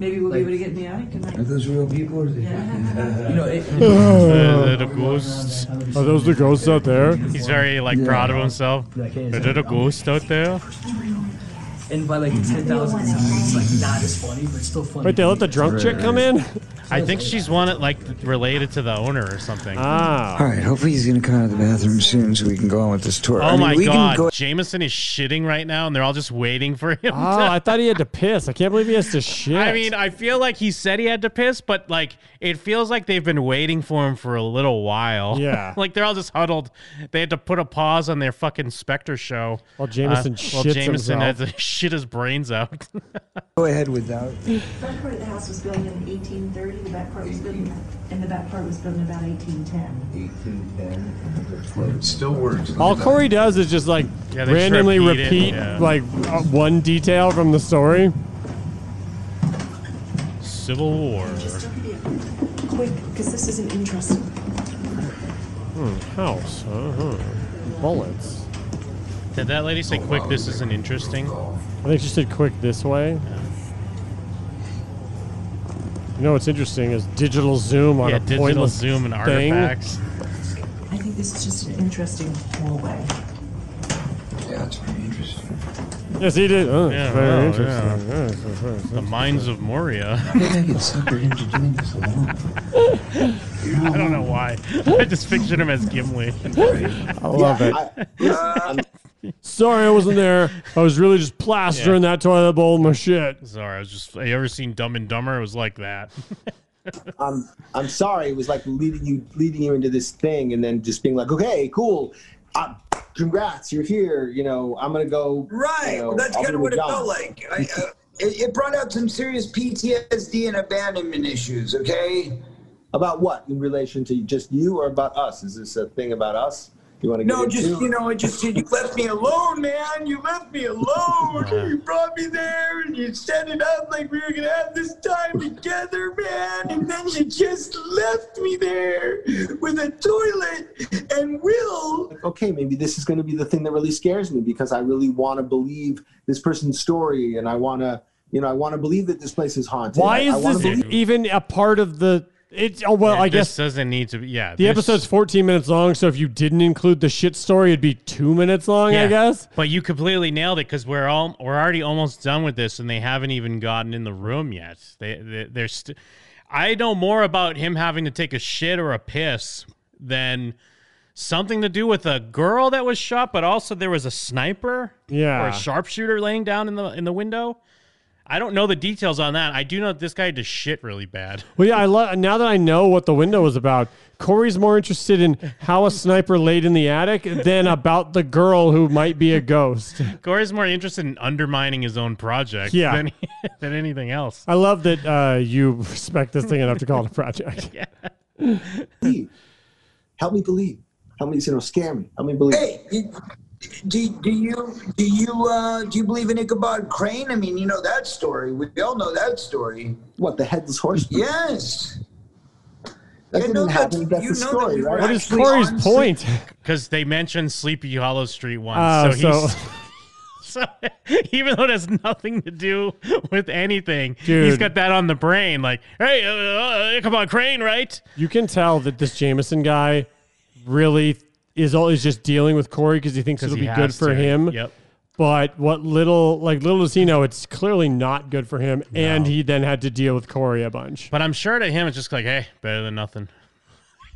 Speaker 18: Maybe we'll be
Speaker 9: Like-
Speaker 18: able to get in the attic tonight.
Speaker 9: are those real people? Or you know, it,
Speaker 10: Uh,
Speaker 13: Oh.
Speaker 10: the ghosts.
Speaker 8: Are those the ghosts out there?
Speaker 10: He's very like proud of himself. Is there a ghost out there?
Speaker 3: Oh
Speaker 9: and by like ten thousand, it's like not as funny, but it's still funny.
Speaker 8: Wait, they let the drunk chick come in?
Speaker 10: I think she's one like related to the owner or something. Ah.
Speaker 8: Ah.
Speaker 13: All right. Hopefully he's gonna come out of the bathroom soon, so we can go on with this tour.
Speaker 10: Oh
Speaker 13: I mean,
Speaker 10: my
Speaker 13: we
Speaker 10: god,
Speaker 13: Can go-
Speaker 10: Jameson is shitting right now, and they're all just waiting for him.
Speaker 8: Oh,
Speaker 10: to-
Speaker 8: I thought he had to piss. I can't believe he has to shit.
Speaker 10: I mean, I feel like he said he had to piss, but like it feels like they've been waiting for him for a little while.
Speaker 8: Yeah.
Speaker 10: like they're all just huddled. They had to put a pause on their fucking Spectre show. Uh,
Speaker 8: While Jameson shits
Speaker 10: Jameson
Speaker 8: himself.
Speaker 10: had to shit his brains out.
Speaker 13: go ahead without.
Speaker 18: The front part of the house was built in 1830. The back part was built, in, and the back part was built in about 1810.
Speaker 17: It still works.
Speaker 8: all Corey does is just like
Speaker 10: Yeah, they just
Speaker 8: randomly
Speaker 10: repeat it,
Speaker 8: repeat
Speaker 10: yeah.
Speaker 8: like uh, one detail from the story.
Speaker 10: Civil War.
Speaker 18: Quick, because this isn't interesting.
Speaker 8: Hmm, house. Uh-huh. Bullets.
Speaker 10: Did that lady say, "Quick, this isn't interesting"?
Speaker 8: I think she said quick this way. You know what's interesting is digital zoom on
Speaker 10: yeah,
Speaker 8: a
Speaker 10: digital
Speaker 8: pointless
Speaker 10: zoom and
Speaker 8: thing.
Speaker 10: artifacts.
Speaker 18: I think this is just an interesting hallway.
Speaker 17: Yeah, it's pretty interesting.
Speaker 8: Yes, he did. Oh, yeah,
Speaker 10: Yeah,
Speaker 8: very
Speaker 10: wow,
Speaker 8: interesting.
Speaker 10: yeah.
Speaker 8: Yeah, it's very interesting.
Speaker 10: The Mines of Moria.
Speaker 17: I think I could sucker into doing this alone.
Speaker 10: I don't know why. I just pictured him as Gimli.
Speaker 8: I love it. Sorry, I wasn't there. I was really just plastering that toilet bowl with my shit.
Speaker 10: Sorry, I was just. Have you ever seen Dumb and Dumber? It was like that.
Speaker 15: I'm Um, I'm sorry. It was like leading you leading you into this thing, and then just being like, okay, cool, uh, congrats, you're here. You know, I'm gonna go.
Speaker 4: Right.
Speaker 15: you know,
Speaker 4: well, that's
Speaker 15: I'll
Speaker 4: kind
Speaker 15: be
Speaker 4: of what
Speaker 15: with
Speaker 4: it
Speaker 15: John.
Speaker 4: felt like. I, uh, it, it brought out some serious PTSD and abandonment issues. Okay.
Speaker 15: About what in relation to just you or about us? Is this a thing about us? You want to
Speaker 4: No,
Speaker 15: get
Speaker 4: just
Speaker 15: into?
Speaker 4: you know, it just you left me alone, man. You left me alone. you brought me there, and you set it up like we were gonna have this time together, man. And then you just left me there with a toilet and Will.
Speaker 15: Like, okay, maybe this is going to be the thing that really scares me because I really want to believe this person's story, and I want to, you know, I want to believe that this place is haunted.
Speaker 8: Why
Speaker 15: I- I
Speaker 8: is
Speaker 15: wanna
Speaker 8: this
Speaker 15: believe-
Speaker 8: even a part of the? It's oh well,
Speaker 10: Yeah,
Speaker 8: I
Speaker 10: this
Speaker 8: guess
Speaker 10: doesn't need to be. Yeah,
Speaker 8: the
Speaker 10: this-
Speaker 8: episode's 14 minutes long, so if you didn't include the shit story, it'd be two minutes long, I
Speaker 10: Yeah.
Speaker 8: guess.
Speaker 10: But you completely nailed it because we're all we're already almost done with this, and they haven't even gotten in the room yet. They, they they're st- I know more about him having to take a shit or a piss than something to do with a girl that was shot, but also there was a sniper
Speaker 8: Yeah.
Speaker 10: or a sharpshooter laying down in the in the window. I don't know the details on that. I do know that this guy did shit really bad.
Speaker 8: Well, yeah, I love now that I know what the window was about. Corey's more interested in how a sniper laid in the attic than about the girl who might be a ghost.
Speaker 10: Corey's more interested in undermining his own project
Speaker 8: Yeah.
Speaker 10: than, than anything else.
Speaker 8: I love that uh, you respect this thing enough to call it a project.
Speaker 15: Believe. Help me believe. Help me, you know, scare me. Help me believe.
Speaker 4: Hey, you- do, do you do you uh, do you believe in Ichabod Crane? I mean, you know that story. We all know that story.
Speaker 15: What the headless horse?
Speaker 4: Yes.
Speaker 15: That
Speaker 4: Yeah,
Speaker 15: didn't
Speaker 4: no, that's-
Speaker 15: happen. That's
Speaker 4: you
Speaker 15: the
Speaker 4: know that
Speaker 15: story,
Speaker 4: we were
Speaker 15: right?
Speaker 4: What is actually Corey's on point?
Speaker 10: Because they mentioned Sleepy Hollow Street once.
Speaker 8: Oh,
Speaker 10: so he's.
Speaker 8: so-
Speaker 10: So even though it has nothing to do with anything, he's
Speaker 8: Dude.
Speaker 10: got that on the brain. Like, hey, uh, uh, Ichabod Crane, right?
Speaker 8: You can tell that this Jameson guy really is all is just dealing with Corey because he thinks
Speaker 10: 'Cause
Speaker 8: it'll
Speaker 10: he
Speaker 8: be good
Speaker 10: has
Speaker 8: for
Speaker 10: to.
Speaker 8: him.
Speaker 10: Yep.
Speaker 8: But what little like little does he know, it's clearly not good for him, and he then had to deal with Corey a bunch.
Speaker 10: But I'm sure to him, it's just like, hey, better than nothing.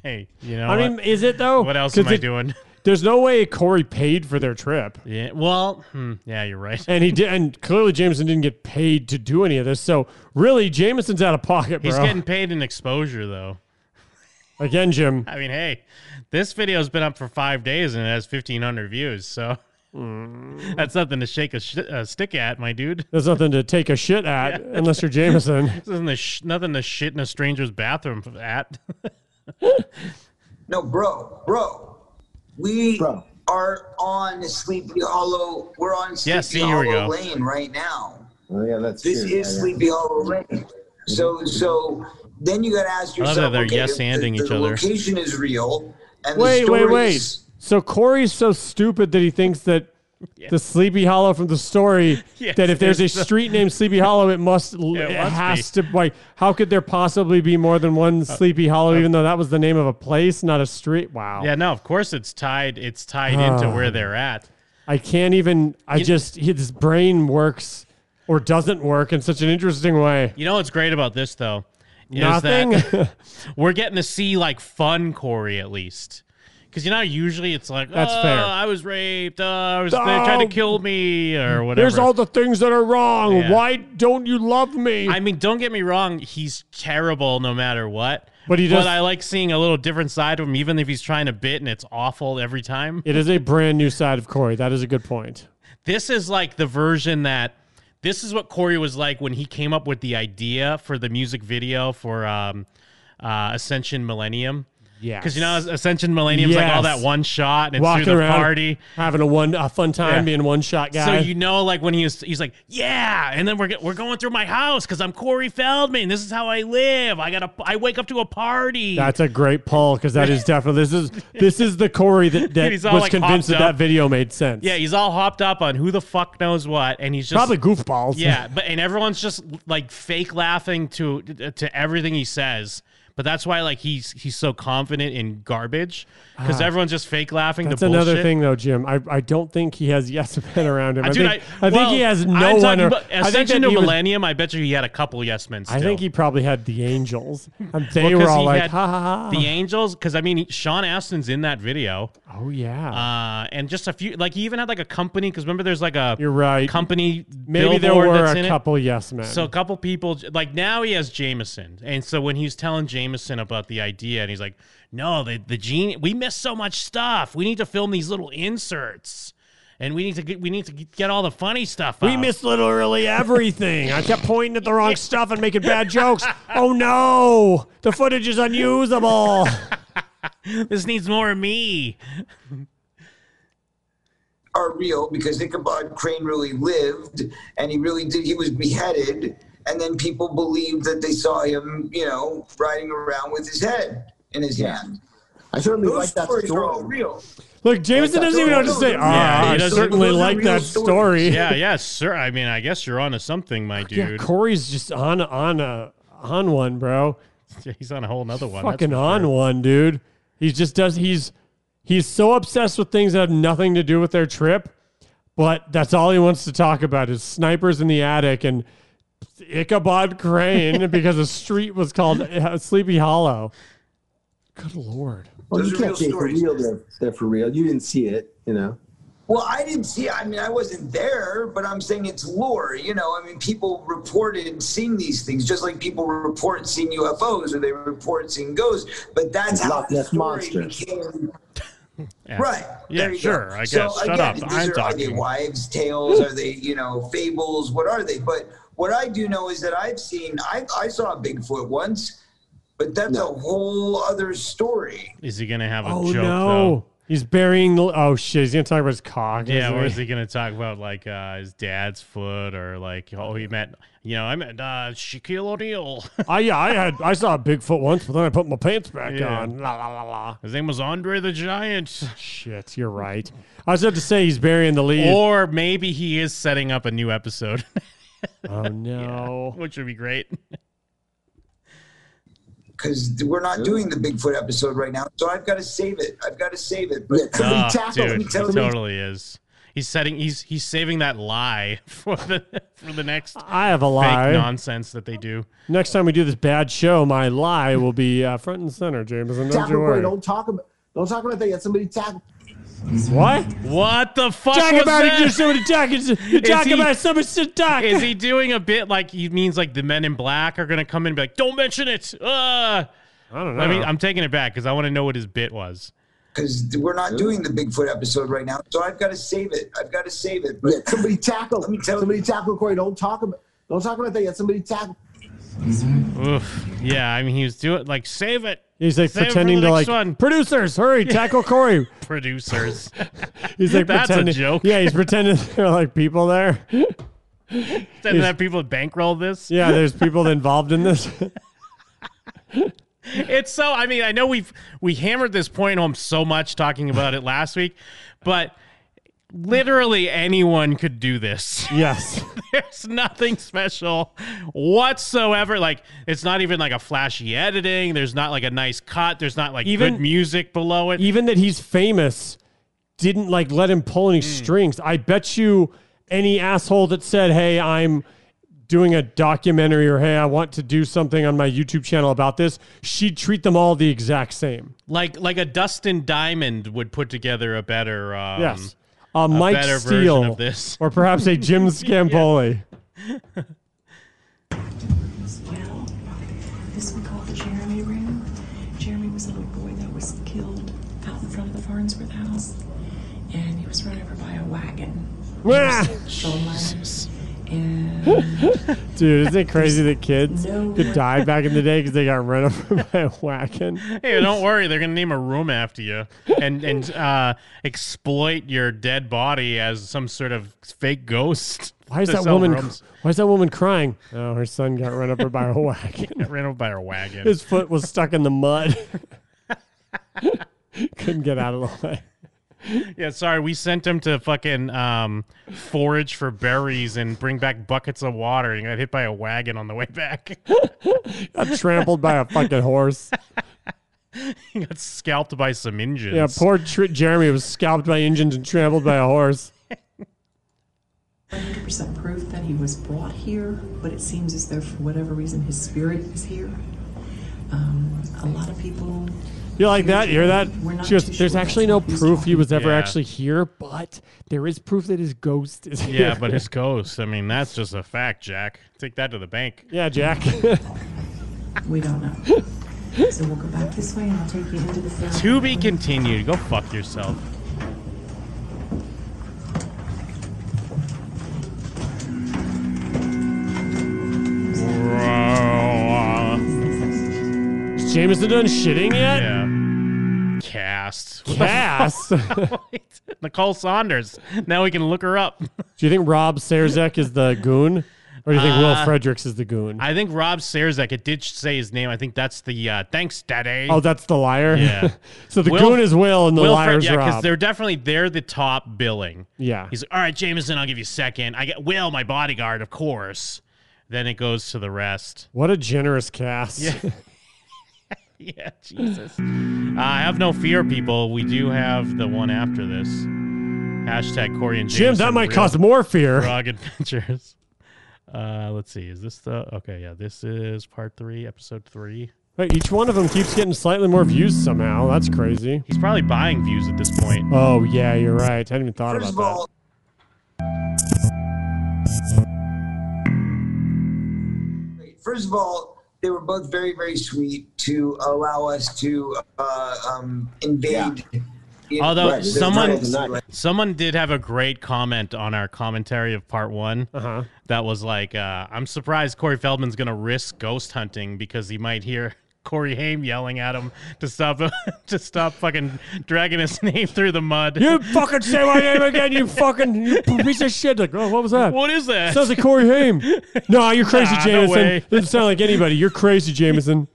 Speaker 10: Hey, you know.
Speaker 8: I
Speaker 10: what?
Speaker 8: mean, is it though?
Speaker 10: What else
Speaker 8: 'Cause
Speaker 10: am I
Speaker 8: it-
Speaker 10: doing?
Speaker 8: There's no way Corey paid for their trip.
Speaker 10: Yeah. Well, hmm, yeah, you're right.
Speaker 8: And he did, and clearly Jameson didn't get paid to do any of this. So really, Jameson's out of pocket, bro.
Speaker 10: He's getting paid in exposure, though.
Speaker 8: Again, Jim.
Speaker 10: I mean, hey, this video's been up for five days and it has 1,500 views. So
Speaker 8: Mm.
Speaker 10: that's nothing to shake a, sh- a stick at, my dude.
Speaker 8: There's nothing to take a shit at unless you're Jameson.
Speaker 10: This isn't the sh- nothing to shit in a stranger's bathroom at.
Speaker 4: No, bro, bro. We are on Sleepy Hollow. We're on Sleepy
Speaker 10: Yeah, see, here
Speaker 4: Hollow
Speaker 10: we go.
Speaker 4: Lane right now.
Speaker 15: Oh yeah, that's
Speaker 4: This
Speaker 15: true.
Speaker 4: is
Speaker 15: Yeah, yeah.
Speaker 4: Sleepy Hollow Lane. So, so then you got to ask
Speaker 10: I love
Speaker 4: yourself.
Speaker 10: that they're
Speaker 4: okay,
Speaker 10: yes
Speaker 4: the-
Speaker 10: anding
Speaker 4: the-
Speaker 10: each
Speaker 4: the
Speaker 10: other.
Speaker 4: Location is real. And
Speaker 8: wait,
Speaker 4: the
Speaker 8: wait,
Speaker 4: stories-
Speaker 8: wait. So Corey's so stupid that he thinks that the Sleepy Hollow from the story
Speaker 10: Yes,
Speaker 8: that if there's a
Speaker 10: there's the-
Speaker 8: street named Sleepy Hollow, it must it,
Speaker 10: It must Uh,
Speaker 8: has to like how could there possibly be more than one Sleepy Hollow, even though that was the name of a place, not a street? Wow.
Speaker 10: yeah, no, of course it's tied. It's tied into
Speaker 8: Ah.
Speaker 10: where they're at.
Speaker 8: I can't even. I
Speaker 10: You-
Speaker 8: just his brain works or doesn't work in such an interesting way.
Speaker 10: You know what's great about this though? Is
Speaker 8: Nothing?
Speaker 10: That we're getting to see like fun Corey at least. Because you know, how usually it's like,
Speaker 8: That's
Speaker 10: "Oh,
Speaker 8: fair.
Speaker 10: I was raped. Oh, I was they tried to
Speaker 8: Oh,
Speaker 10: kill me or whatever.
Speaker 8: There's all the things that are wrong.
Speaker 10: Yeah.
Speaker 8: Why don't you love me?
Speaker 10: I mean, don't get me wrong. He's terrible no matter what.
Speaker 8: But he does-
Speaker 10: But I like seeing a little different side of him, even if he's trying to bit and it's awful every time.
Speaker 8: it is a brand new side of Corey. That is a good point.
Speaker 10: This is like the version that this is what Corey was like when he came up with the idea for the music video for um, uh, Ascension Millennium.
Speaker 8: Yes.
Speaker 10: because you know Ascension Millennium's like all
Speaker 8: Yes.
Speaker 10: that one shot and it's
Speaker 8: Walking
Speaker 10: through the
Speaker 8: around,
Speaker 10: party.
Speaker 8: having a one a fun time,
Speaker 10: Yeah.
Speaker 8: being one shot guy.
Speaker 10: So you know, like when he was, he's like, "Yeah," and then we're go- we're going through my house because I'm Corey Feldman. This is how I live. I got to I wake up to a party.
Speaker 8: that's a great pull because that is definitely this is this is the Corey that, that
Speaker 10: He's
Speaker 8: was
Speaker 10: all, like,
Speaker 8: convinced that
Speaker 10: hopped
Speaker 8: that
Speaker 10: up.
Speaker 8: video made sense.
Speaker 10: yeah, he's all hopped up on who the fuck knows what, and he's just
Speaker 8: Probably goofballs.
Speaker 10: Yeah, but and everyone's just like fake laughing to to everything he says. But that's why like he's he's so confident in garbage because
Speaker 8: Ah.
Speaker 10: everyone's just fake laughing.
Speaker 8: That's
Speaker 10: to bullshit.
Speaker 8: another thing, though, Jim. I, I don't think he has yes men around him. I,
Speaker 10: Uh, dude,
Speaker 8: think, I, think he
Speaker 10: well,
Speaker 8: has no
Speaker 10: I'm talking
Speaker 8: one. ar-
Speaker 10: about-
Speaker 8: I think
Speaker 10: Ascension
Speaker 8: that
Speaker 10: to
Speaker 8: he was-
Speaker 10: Millennium, I bet you he had a couple yes men. Still.
Speaker 8: I think he probably had the angels. And they
Speaker 10: Well, 'cause
Speaker 8: were all
Speaker 10: he
Speaker 8: like,
Speaker 10: had
Speaker 8: ha ha ha.
Speaker 10: The Angels, because I mean, Sean Astin's in that video.
Speaker 8: Oh yeah,
Speaker 10: uh, and just a few. Like he even had like a company. Because remember, there's like a
Speaker 8: You're right.
Speaker 10: company.
Speaker 8: Maybe there
Speaker 10: billboard
Speaker 8: were
Speaker 10: that's
Speaker 8: a
Speaker 10: in it.
Speaker 8: couple yes men.
Speaker 10: So a couple people. Like now he has Jameson, and so when he's telling Jameson about the idea, and he's like, "No, the the gene. We missed so much stuff. We need to film these little inserts." And we need to get, we need to get all the funny stuff.
Speaker 8: We
Speaker 10: out."
Speaker 8: missed literally everything. I kept pointing at the wrong stuff and making bad jokes. Oh no, the footage is unusable.
Speaker 10: this needs more of me.
Speaker 4: are real because Ichabod Crane really lived and he really did. He was beheaded, and then people believed that they saw him, you know, riding around with his head in his
Speaker 15: Yeah.
Speaker 4: hand.
Speaker 15: I certainly
Speaker 4: Those
Speaker 15: like that
Speaker 4: stories are all
Speaker 15: story.
Speaker 4: real.
Speaker 8: Look, Jameson doesn't even know what to say. Ah, I certainly like that story.
Speaker 10: yeah, yeah, sir. I mean, I guess you're onto something, my dude.
Speaker 8: Yeah, Corey's just on on a on one, bro.
Speaker 10: He's on a whole nother one. that's
Speaker 8: Fucking
Speaker 10: for
Speaker 8: on
Speaker 10: sure.
Speaker 8: one, dude. He just does. He's he's so obsessed with things that have nothing to do with their trip, but that's all he wants to talk about is snipers in the attic and Ichabod Crane because a street was called uh, Sleepy Hollow. Good lord.
Speaker 15: Well,
Speaker 4: Those
Speaker 15: you
Speaker 4: are
Speaker 15: can't
Speaker 4: real
Speaker 15: say for
Speaker 4: stories.
Speaker 15: real. They're, they're for real. You didn't see it, you know.
Speaker 4: Well, I didn't see. I mean, I wasn't there, but I'm saying it's lore. You know, I mean, people reported seeing these things, just like people report seeing UFOs or they report seeing ghosts. But that's how
Speaker 15: Loch
Speaker 4: the
Speaker 15: Ness
Speaker 4: story
Speaker 15: monster.
Speaker 4: became.
Speaker 10: Yeah.
Speaker 4: Right.
Speaker 10: Yeah,
Speaker 4: There you
Speaker 10: sure,
Speaker 4: go.
Speaker 10: I
Speaker 4: So,
Speaker 10: guess. Shut
Speaker 4: again,
Speaker 10: up.
Speaker 4: These
Speaker 10: I'm
Speaker 4: are, Are they
Speaker 10: talking.
Speaker 4: wives' tales? Are they, you know, fables? What are they? But what I do know is that I've seen. I I saw a Bigfoot once, but that's a whole other story.
Speaker 10: Is he gonna have a
Speaker 8: Oh
Speaker 10: joke though?
Speaker 8: no, he's burying the. Oh shit, he's gonna talk about his cock.
Speaker 10: Yeah,
Speaker 8: isn't
Speaker 10: or
Speaker 8: he?
Speaker 10: is he gonna talk about like uh, his dad's foot or like oh he met you know I met uh, Shaquille O'Neal.
Speaker 8: I yeah, I had I saw a Bigfoot once, but then I put my pants back
Speaker 10: Yeah.
Speaker 8: on. La la la la.
Speaker 10: His name was Andre the Giant.
Speaker 8: Shit, you're right. I was about to say he's burying the lead.
Speaker 10: Or maybe he is setting up a new episode.
Speaker 8: oh no,
Speaker 10: which would be great.
Speaker 4: because we're not doing the Bigfoot episode right now. So I've got to save it. I've got to save it. But
Speaker 10: Ah, dude, he totally is. He's setting. He's he's saving that lie for the for the next.
Speaker 8: I have a lie.
Speaker 10: Fake nonsense that they do.
Speaker 8: Next time we do this bad show, my lie will be uh, front and center, Jameson. Don't you
Speaker 15: Tackle boy,
Speaker 8: worry.
Speaker 15: don't talk about don't talk about that yet. Somebody tackle.
Speaker 8: What?
Speaker 10: What the fuck?
Speaker 8: Talk
Speaker 10: was
Speaker 8: about
Speaker 10: that?
Speaker 8: it. You're somebody talking. You're
Speaker 10: Is
Speaker 8: talking
Speaker 10: he-
Speaker 8: about somebody to talk.
Speaker 10: Is he doing a bit like he means like the men in black are gonna come in and be like, "Don't mention it." Uh, I
Speaker 8: don't
Speaker 10: I
Speaker 8: know.
Speaker 10: mean, I'm taking it back because I want to know what his bit was.
Speaker 4: because we're not doing the Bigfoot episode right now. So I've got to save it. I've got to save it. But
Speaker 15: Somebody tackle. somebody tackle Corey. Don't talk about don't talk about that yet. Somebody tackle.
Speaker 10: Oof. Yeah, I mean, he was doing like save it.
Speaker 8: He's like
Speaker 10: Save it for
Speaker 8: pretending
Speaker 10: the
Speaker 8: to
Speaker 10: next
Speaker 8: like
Speaker 10: one.
Speaker 8: producers, hurry, tackle Corey.
Speaker 10: producers.
Speaker 8: He's like
Speaker 10: that's
Speaker 8: pretending.
Speaker 10: a joke.
Speaker 8: Yeah, he's pretending there are like people there.
Speaker 10: Doesn't have people bankroll this.
Speaker 8: Yeah, there's people involved in this.
Speaker 10: it's so i mean i know we've we hammered this point home so much talking about it last week but literally anyone could do this
Speaker 8: yes
Speaker 10: there's nothing special whatsoever like it's not even like a flashy editing there's not like a nice cut there's not like
Speaker 8: Even-
Speaker 10: good music below it
Speaker 8: Even that he's famous didn't like let him pull
Speaker 10: Hmm.
Speaker 8: any strings. I bet you any asshole that said, "Hey, I'm doing a documentary or hey, I want to do something on my YouTube channel about this," she'd treat them all the exact same.
Speaker 10: like like a dustin diamond would put together a better um,
Speaker 8: yes. A Mike
Speaker 10: better version
Speaker 8: Steele
Speaker 10: of this.
Speaker 8: or perhaps a Jim Scampoli.
Speaker 18: Well, this we call the Jeremy room. Jeremy was a little boy that was killed out in front of the Farnsworth house, and he was run over by a wagon.
Speaker 8: Ah!
Speaker 18: Jesus.
Speaker 8: Dude, isn't it crazy that kids could die back in the day because they got run over by a wagon?
Speaker 10: Hey, don't worry. They're gonna name a room after you, and and uh, exploit your dead body as some sort of fake ghost.
Speaker 8: Why is
Speaker 10: to
Speaker 8: that
Speaker 10: sell
Speaker 8: woman?
Speaker 10: rooms.
Speaker 8: Why is that woman crying? Oh, her son got run over by a wagon.
Speaker 10: Got ran over by a wagon?
Speaker 8: His foot was stuck in the mud. Couldn't get out of the way.
Speaker 10: yeah, sorry. We sent him to fucking um, forage for berries and bring back buckets of water. And he got hit by a wagon on the way back.
Speaker 8: Got trampled by a fucking horse.
Speaker 10: he got scalped by some engines.
Speaker 8: Yeah, poor Tr- Jeremy was scalped by engines and trampled by a horse.
Speaker 18: 100% proof that he was brought here, but it seems as though for whatever reason his spirit is here. Um, a lot of people.
Speaker 8: You like that? You hear that?
Speaker 18: We're not
Speaker 8: She goes,
Speaker 18: too sure
Speaker 8: There's
Speaker 18: about
Speaker 8: actually no
Speaker 18: what he's
Speaker 8: proof he was ever
Speaker 10: Yeah.
Speaker 8: actually here, but there is proof that his ghost is here.
Speaker 10: Yeah, but his ghost. I mean, that's just a fact, Jack. Take that to the bank.
Speaker 8: Yeah, Jack.
Speaker 18: we don't know. so we'll go back this way and I'll take you into the cell.
Speaker 10: To be continued. Go fuck yourself.
Speaker 8: Is Jameson done shitting yet?
Speaker 10: Yeah. Cast. What the
Speaker 8: Cast?
Speaker 10: fuck? Wait. Nicole Saunders. Now we can look her up.
Speaker 8: Do you think Rob Sarzek is the goon? Or do you think Will
Speaker 10: Uh,
Speaker 8: Fredericks is the goon?
Speaker 10: I think Rob Serzak, it did say his name. I think that's the uh, thanks, Daddy.
Speaker 8: Oh, that's the liar?
Speaker 10: Yeah.
Speaker 8: so the goon is Will and the
Speaker 10: Will Fre-
Speaker 8: liar's
Speaker 10: yeah,
Speaker 8: Rob.
Speaker 10: they're definitely they're the top billing.
Speaker 8: Yeah.
Speaker 10: He's like, all right, Jameson, I'll give you a second. I get Will, my bodyguard, of course. Then it goes to the rest.
Speaker 8: What a generous cast.
Speaker 10: Yeah. yeah, Jesus. I have no fear, people. We do have the one after this. Hashtag Corey and
Speaker 8: Jim, that
Speaker 10: Jameson,
Speaker 8: might
Speaker 10: real
Speaker 8: cause more fear.
Speaker 10: Frog adventures. Uh, let's see. Is this the okay? Yeah, this is part three, episode three.
Speaker 8: Wait, each one of them keeps getting slightly more views somehow. That's crazy.
Speaker 10: He's probably buying views at this point.
Speaker 8: Oh yeah, you're right. I hadn't even thought
Speaker 4: First of
Speaker 8: about
Speaker 4: all, first of all, they were both very, very sweet to allow us to uh, um, invade. you know,
Speaker 10: Although
Speaker 4: their
Speaker 10: someone
Speaker 4: lives.
Speaker 10: someone did have a great comment on our commentary of part one
Speaker 8: Uh-huh.
Speaker 10: that was like, uh, "I'm surprised Corey Feldman's gonna risk ghost hunting because he might hear Corey Haim yelling at him to stop to stop fucking dragging his name through the mud."
Speaker 8: that. You fucking say my name again, you fucking you piece of shit. Like, oh, what was that?
Speaker 10: What is that?
Speaker 8: Sounds like Corey Haim. No, you're crazy,
Speaker 10: Nah, no
Speaker 8: Jameson.
Speaker 10: way.
Speaker 8: Doesn't sound like anybody. You're crazy, Jameson.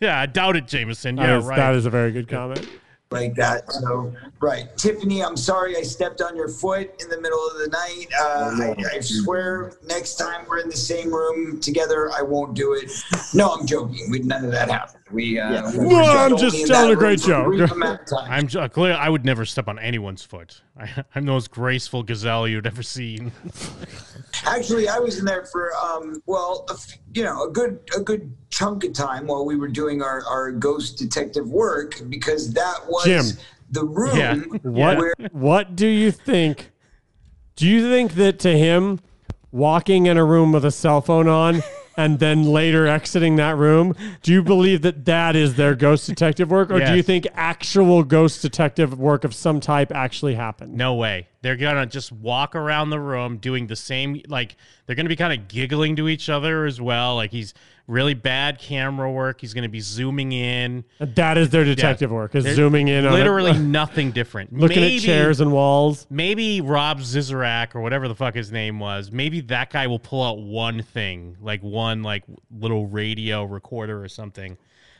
Speaker 10: yeah, I doubt it, Jameson.
Speaker 8: That
Speaker 10: Yeah,
Speaker 8: is-
Speaker 10: right.
Speaker 8: That is a very good comment.
Speaker 4: like that. So, right, Tiffany, I'm sorry I stepped on your foot in the middle of the night. Uh, I, I swear, next time we're in the same room together, I won't do it. No, I'm joking. We, none of that happened. We, uh,
Speaker 8: Yeah.
Speaker 4: we were
Speaker 8: No, I'm
Speaker 4: only
Speaker 8: just
Speaker 4: in that
Speaker 8: telling a
Speaker 4: room
Speaker 8: great
Speaker 4: for a
Speaker 8: joke.
Speaker 4: brief amount of time.
Speaker 10: I'm j- clear. I would never step on anyone's foot. I, I'm the most graceful gazelle you'd ever seen.
Speaker 4: Actually, I was in there for um, well, a f- you know, a good a good chunk of time while we were doing our, our ghost detective work because that was
Speaker 8: Jim.
Speaker 4: the room
Speaker 8: What
Speaker 4: where
Speaker 8: what do you think? Do you think that to him walking in a room with a cell phone on and then later exiting that room, do you believe that that is their ghost detective work or do you
Speaker 10: Yes.
Speaker 8: think actual ghost detective work of some type actually happened?
Speaker 10: No way. They're gonna just walk around the room doing the same. Like they're gonna be kind of giggling to each other as well. Like he's really bad camera work. He's gonna be zooming in.
Speaker 8: That is their
Speaker 10: Yeah.
Speaker 8: detective work. Is
Speaker 10: They're
Speaker 8: zooming in on it.
Speaker 10: literally nothing different.
Speaker 8: Looking at chairs and walls.
Speaker 10: Maybe Rob Zizorak or whatever the fuck his name was. Maybe that guy will pull out one thing, like one like little radio recorder or something.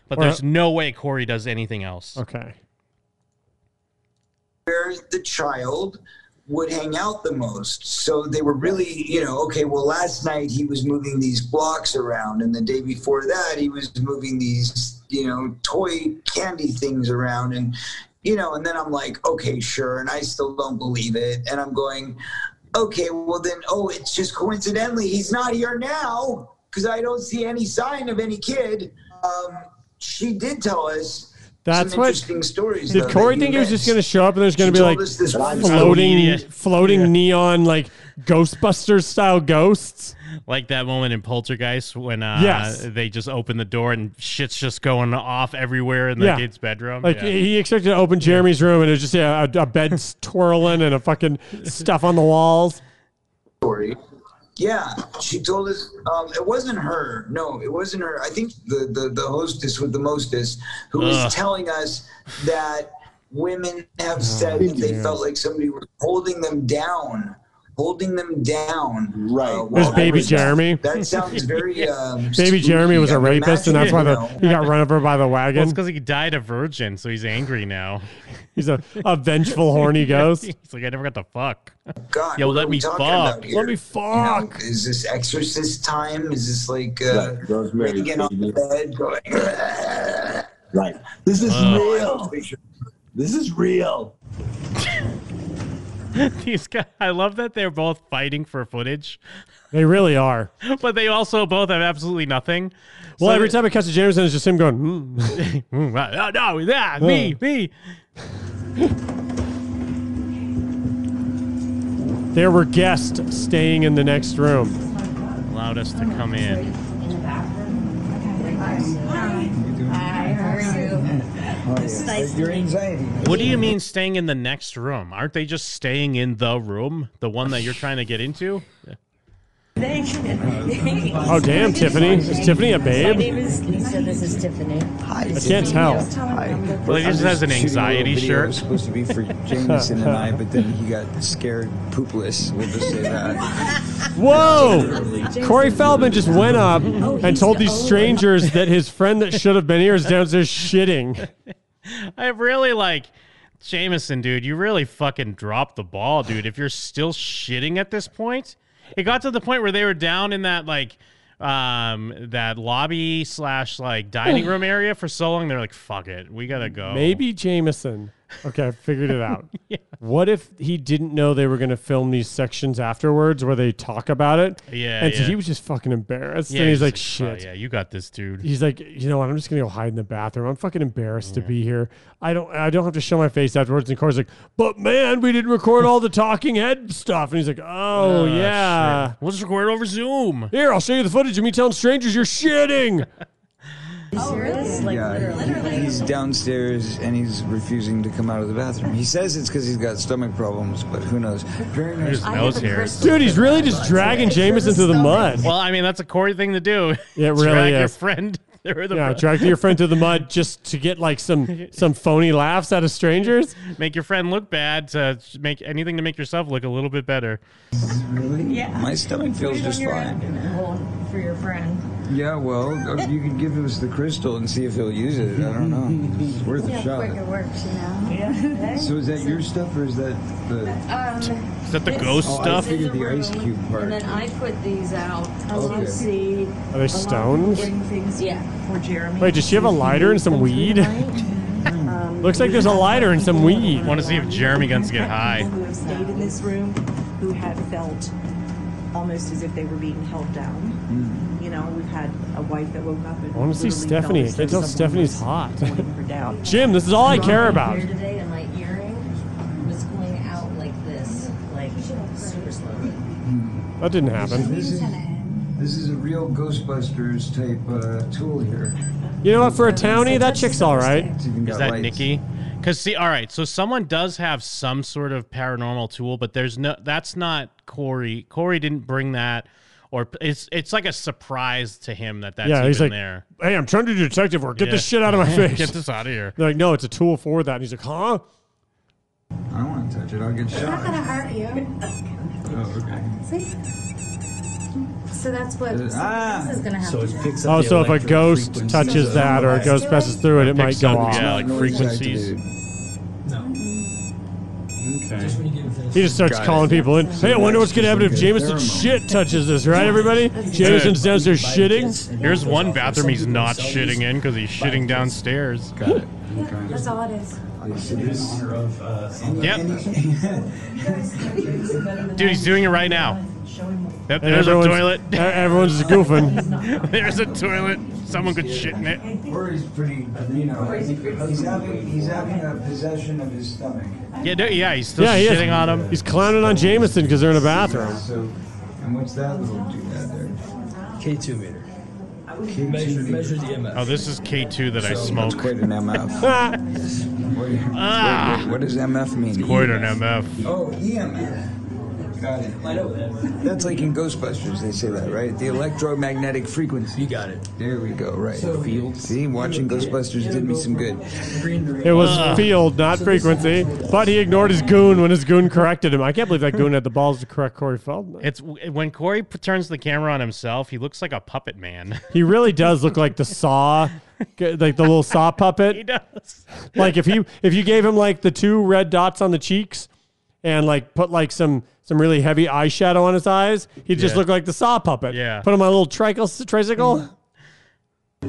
Speaker 10: But
Speaker 8: Or-
Speaker 10: there's no way Corey does anything else.
Speaker 8: Okay.
Speaker 4: where the child would hang out the most. So they were really, you know, okay, well, last night he was moving these blocks around, and the day before that he was moving these, you know, toy candy things around. And, you know, and then I'm like, okay, sure. And I still don't believe it. And I'm going, okay, well, then, oh, it's just coincidentally he's not here now because I don't see any sign of any kid. Um, she did tell us.
Speaker 8: That's
Speaker 4: some
Speaker 8: what-
Speaker 4: interesting stories.
Speaker 8: Did
Speaker 4: though, that
Speaker 8: Corey
Speaker 4: you
Speaker 8: think he was
Speaker 4: missed.
Speaker 8: just going to show up and there's going
Speaker 4: She
Speaker 8: to be
Speaker 4: told
Speaker 8: like
Speaker 4: us this one
Speaker 8: floating,
Speaker 10: time.
Speaker 8: floating neon like Ghostbusters style ghosts?
Speaker 10: Like that moment in Poltergeist when uh,
Speaker 8: Yes.
Speaker 10: they just open the door and shit's just going off everywhere in the kid's bedroom.
Speaker 8: Like
Speaker 10: Yeah.
Speaker 8: he expected to open Jeremy's room and it was just yeah, a, a bed s- twirling and a fucking stuff on the walls.
Speaker 4: story. Yeah, she told us um, it wasn't her. No, it wasn't her. I think the the, the hostess with the mostest who
Speaker 10: Ugh.
Speaker 4: was telling us that women have said that they
Speaker 8: yeah.
Speaker 4: felt like somebody was holding them down, holding them down. uh, Right.
Speaker 8: There's baby Jeremy.
Speaker 4: That sounds very. Um,
Speaker 8: Baby
Speaker 4: spooky.
Speaker 8: Jeremy was a
Speaker 4: I'm
Speaker 8: rapist and that's why the,
Speaker 4: imagining,
Speaker 8: he got run over by the
Speaker 10: Well, it's
Speaker 8: wagon.
Speaker 10: because he died a virgin, so he's angry now.
Speaker 8: He's a, a vengeful, horny ghost.
Speaker 10: he's like, I never got to fuck.
Speaker 4: God,
Speaker 10: Yo,
Speaker 4: what
Speaker 10: let
Speaker 4: are we
Speaker 10: me
Speaker 4: talking about
Speaker 10: fuck.
Speaker 4: here?
Speaker 8: Let me fuck.
Speaker 4: You know, is this exorcist time? Is this like uh,
Speaker 15: Right, Rosemary,
Speaker 4: getting on
Speaker 15: baby.
Speaker 4: the bed going?
Speaker 15: Right. This is
Speaker 10: Uh.
Speaker 15: real. This is real.
Speaker 10: These guys, I love that they're both fighting for footage,
Speaker 8: They really are.
Speaker 10: but they also both have absolutely nothing.
Speaker 8: Well,
Speaker 10: So
Speaker 8: every
Speaker 10: they-
Speaker 8: time it cuts to Jameson, it's just him going, mm.
Speaker 10: Mm, right. Oh, no, yeah, me, me.
Speaker 8: There were guests staying in the next room.
Speaker 10: Allowed us to come in.
Speaker 19: Your anxiety.
Speaker 10: What do you mean staying in the next room? Aren't they just staying in the room, the one that you're trying to get into?
Speaker 8: Oh, damn, Tiffany. Is Tiffany a
Speaker 19: My
Speaker 8: babe?
Speaker 19: name is Lisa. This is Tiffany. Hi.
Speaker 8: I can't tell.
Speaker 10: Well, he just has an anxiety
Speaker 1: It was
Speaker 10: shirt.
Speaker 1: supposed to be for Jameson and I, but then he got scared poopless. We'll just say that.
Speaker 8: Whoa! Corey Feldman just went up and told these strangers that his friend that should have been here is downstairs shitting.
Speaker 10: I really like Jameson, dude. You really fucking dropped the ball, dude. If you're still shitting at this point, it got to the point where they were down in that like um that lobby slash like dining room area for so long. They're like, fuck it, we gotta go.
Speaker 8: Maybe Jameson Okay, I figured it out. What if he didn't know they were going to film these sections afterwards where they talk about it?
Speaker 10: Yeah,
Speaker 8: And so
Speaker 10: yeah.
Speaker 8: he was just fucking embarrassed.
Speaker 10: Yeah,
Speaker 8: and he's
Speaker 10: he's
Speaker 8: like,
Speaker 10: like, "Oh,
Speaker 8: shit.
Speaker 10: yeah, you got this, dude."
Speaker 8: He's like, you know what? I'm just going to go hide in the bathroom. I'm fucking embarrassed to be here. I don't I don't have to show my face afterwards. And Corey's like, but man, we didn't record all the talking head stuff. And he's like, oh,
Speaker 10: Oh,
Speaker 8: yeah.
Speaker 10: shit. We'll just record it over Zoom.
Speaker 8: Here, I'll show you the footage of me telling strangers you're shitting.
Speaker 1: yeah, he's downstairs and he's refusing to come out of the bathroom. He says it's because he's got stomach problems, but who knows? Very nice.
Speaker 10: His nose hairs.
Speaker 8: Dude, he's really just dragging Jameson through the mud.
Speaker 10: Well, I mean, that's a Corey thing to do.
Speaker 8: Yeah, it really
Speaker 10: Drag your
Speaker 8: is.
Speaker 10: friend through the
Speaker 8: yeah,
Speaker 10: mud.
Speaker 8: drag your friend to the mud just to get like some some phony laughs out of strangers.
Speaker 10: Make your friend look bad to make anything to make yourself look a little bit better.
Speaker 1: Yeah. My stomach feels just fine.
Speaker 3: for your friend.
Speaker 1: Yeah, well, uh, you could give us the crystal and see if he'll use it. I don't know. It's worth
Speaker 3: See
Speaker 1: a
Speaker 3: how
Speaker 1: shot.
Speaker 3: quick it works, you know? Yeah.
Speaker 1: So is that your stuff or is that the?
Speaker 3: Um,
Speaker 1: Is
Speaker 10: that the ghost
Speaker 1: oh,
Speaker 10: stuff?
Speaker 1: I figured the ice cube part.
Speaker 3: and then I put these out.
Speaker 1: Okay.
Speaker 3: I'll see.
Speaker 8: Are they stones?
Speaker 3: Bring things yeah. for Jeremy. Um,
Speaker 8: Wait, does she have a lighter and some weed? Looks like there's a lighter and some weed.
Speaker 10: Want to see if Jeremy guns get high?
Speaker 16: who have stayed in this room who have felt almost as if they were being held down. You know, we've had a wife that woke up and
Speaker 8: I want to see
Speaker 16: literally
Speaker 8: Mm. Stephanie. I
Speaker 16: felt
Speaker 8: can't
Speaker 16: as though
Speaker 8: tell
Speaker 16: someone
Speaker 8: Stephanie's hot.
Speaker 16: was her down.
Speaker 8: Jim, this is all I care about.
Speaker 3: Here today, and my earring was going out like this, like super slowly.
Speaker 8: That didn't happen.
Speaker 1: This is, this is a real Ghostbusters type uh, tool here.
Speaker 8: You know what? For a townie, that chick's all right.
Speaker 10: Is that Nikki? Because see, all right, so someone does have some sort of paranormal tool, but there's no. That's not Corey. Corey didn't bring that, or it's it's like a surprise to him that that's
Speaker 8: yeah,
Speaker 10: even
Speaker 8: he's like,
Speaker 10: there.
Speaker 8: hey, I'm trying to do detective work. Get
Speaker 10: Yeah.
Speaker 8: this shit out of my face.
Speaker 10: Get this out of here.
Speaker 8: They're like, no, it's a tool for that. And he's like, huh?
Speaker 1: I don't want to touch it. I'll
Speaker 3: I'm
Speaker 1: get
Speaker 3: not
Speaker 1: shot.
Speaker 3: gonna hurt you.
Speaker 1: Oh, okay.
Speaker 3: See? So that's what so
Speaker 1: Ah.
Speaker 3: this is gonna happen.
Speaker 1: So it's picks
Speaker 8: Oh, so if a ghost touches that or a ghost passes through it, it might
Speaker 10: Picks
Speaker 8: go
Speaker 10: up,
Speaker 8: off.
Speaker 10: yeah, like frequencies.
Speaker 8: He just starts
Speaker 10: Got it.
Speaker 8: calling people in. Hey, I wonder what's going to happen if Jameson's shit touches this, right, everybody? Jameson's downstairs shitting.
Speaker 10: Here's one bathroom he's not shitting in because he's shitting downstairs. Got it.
Speaker 3: That's all it is.
Speaker 1: uh,
Speaker 10: Yep. Dude, he's doing it right now. Yep,
Speaker 8: And
Speaker 10: there's a
Speaker 8: everyone's-
Speaker 10: toilet.
Speaker 8: e- Everyone's just goofing.
Speaker 10: There's a toilet. Someone could shit in it.
Speaker 1: Corey's pretty, you know, he's having, he's having a possession of his stomach.
Speaker 10: Yeah, no, yeah, he's still
Speaker 8: he is.
Speaker 10: shitting on him.
Speaker 8: He's clowning on Jameson because they're in a bathroom.
Speaker 1: So, and what's that little dude out there?
Speaker 9: K2 meter.
Speaker 1: K2
Speaker 9: Measure,
Speaker 1: meter.
Speaker 9: measure the EMF.
Speaker 10: Oh, this is K2 that I
Speaker 1: So,
Speaker 10: smoke.
Speaker 1: It's quite an MF.
Speaker 10: Ah.
Speaker 1: Wait, wait, what does MF mean?
Speaker 10: Quite an MF.
Speaker 1: Oh, EMF. Got it. That's like in Ghostbusters, they say that, right? The electromagnetic frequency. You got it. There we go, right. Field. See, watching Ghostbusters did me some good.
Speaker 8: It
Speaker 10: Ah.
Speaker 8: was field, not frequency. But he ignored his goon when his goon corrected him. I can't believe that goon had the balls to correct Corey Feldman.
Speaker 10: It's when Corey p- turns the camera on himself, he looks like a puppet man.
Speaker 8: He really does look like the saw, like the little saw puppet.
Speaker 10: he does.
Speaker 8: like if you if you gave him like the two red dots on the cheeks and like put like some some really heavy eyeshadow on his eyes, he'd just
Speaker 10: Yeah.
Speaker 8: look like the saw puppet.
Speaker 10: Yeah.
Speaker 8: Put him on a little tricycle. tricycle.
Speaker 9: Do I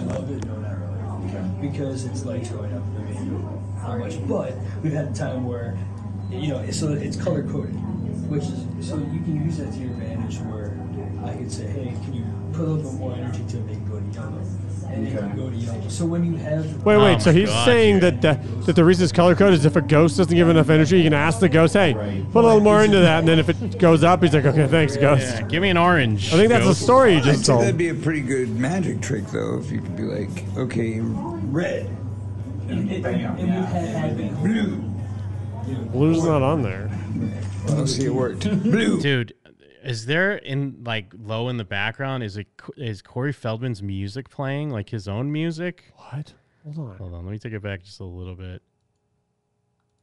Speaker 9: love it? No, not really. Because it's like throwing up. I mean, not much. But we've had a time where, you know, so it's color coded, which is so you can use that to your advantage. Where I could say, hey, can you put a little bit more energy to make it go to yellow, and it can go to yellow. So when you have
Speaker 8: Wait, wait.
Speaker 10: Oh
Speaker 8: so
Speaker 10: my
Speaker 8: he's
Speaker 10: God,
Speaker 8: saying that the, that the reason it's color coded is if a ghost doesn't give enough energy, you can ask the ghost, "Hey, put a little more into that." And then if it goes up, he's like, "Okay, thanks, ghost."
Speaker 10: Yeah, give me an orange.
Speaker 8: I think that's the
Speaker 10: Ghost.
Speaker 8: story you
Speaker 1: I think
Speaker 8: just told.
Speaker 1: that'd be a pretty good magic trick, though, if you could be like, okay, red.
Speaker 8: Blue's not on there.
Speaker 1: I'll see it worked. Blue.
Speaker 10: Dude, is there in like low in the background? Is it is Corey Feldman's music playing like his own music?
Speaker 8: What? Hold on.
Speaker 10: Hold on, let me take it back just a little bit.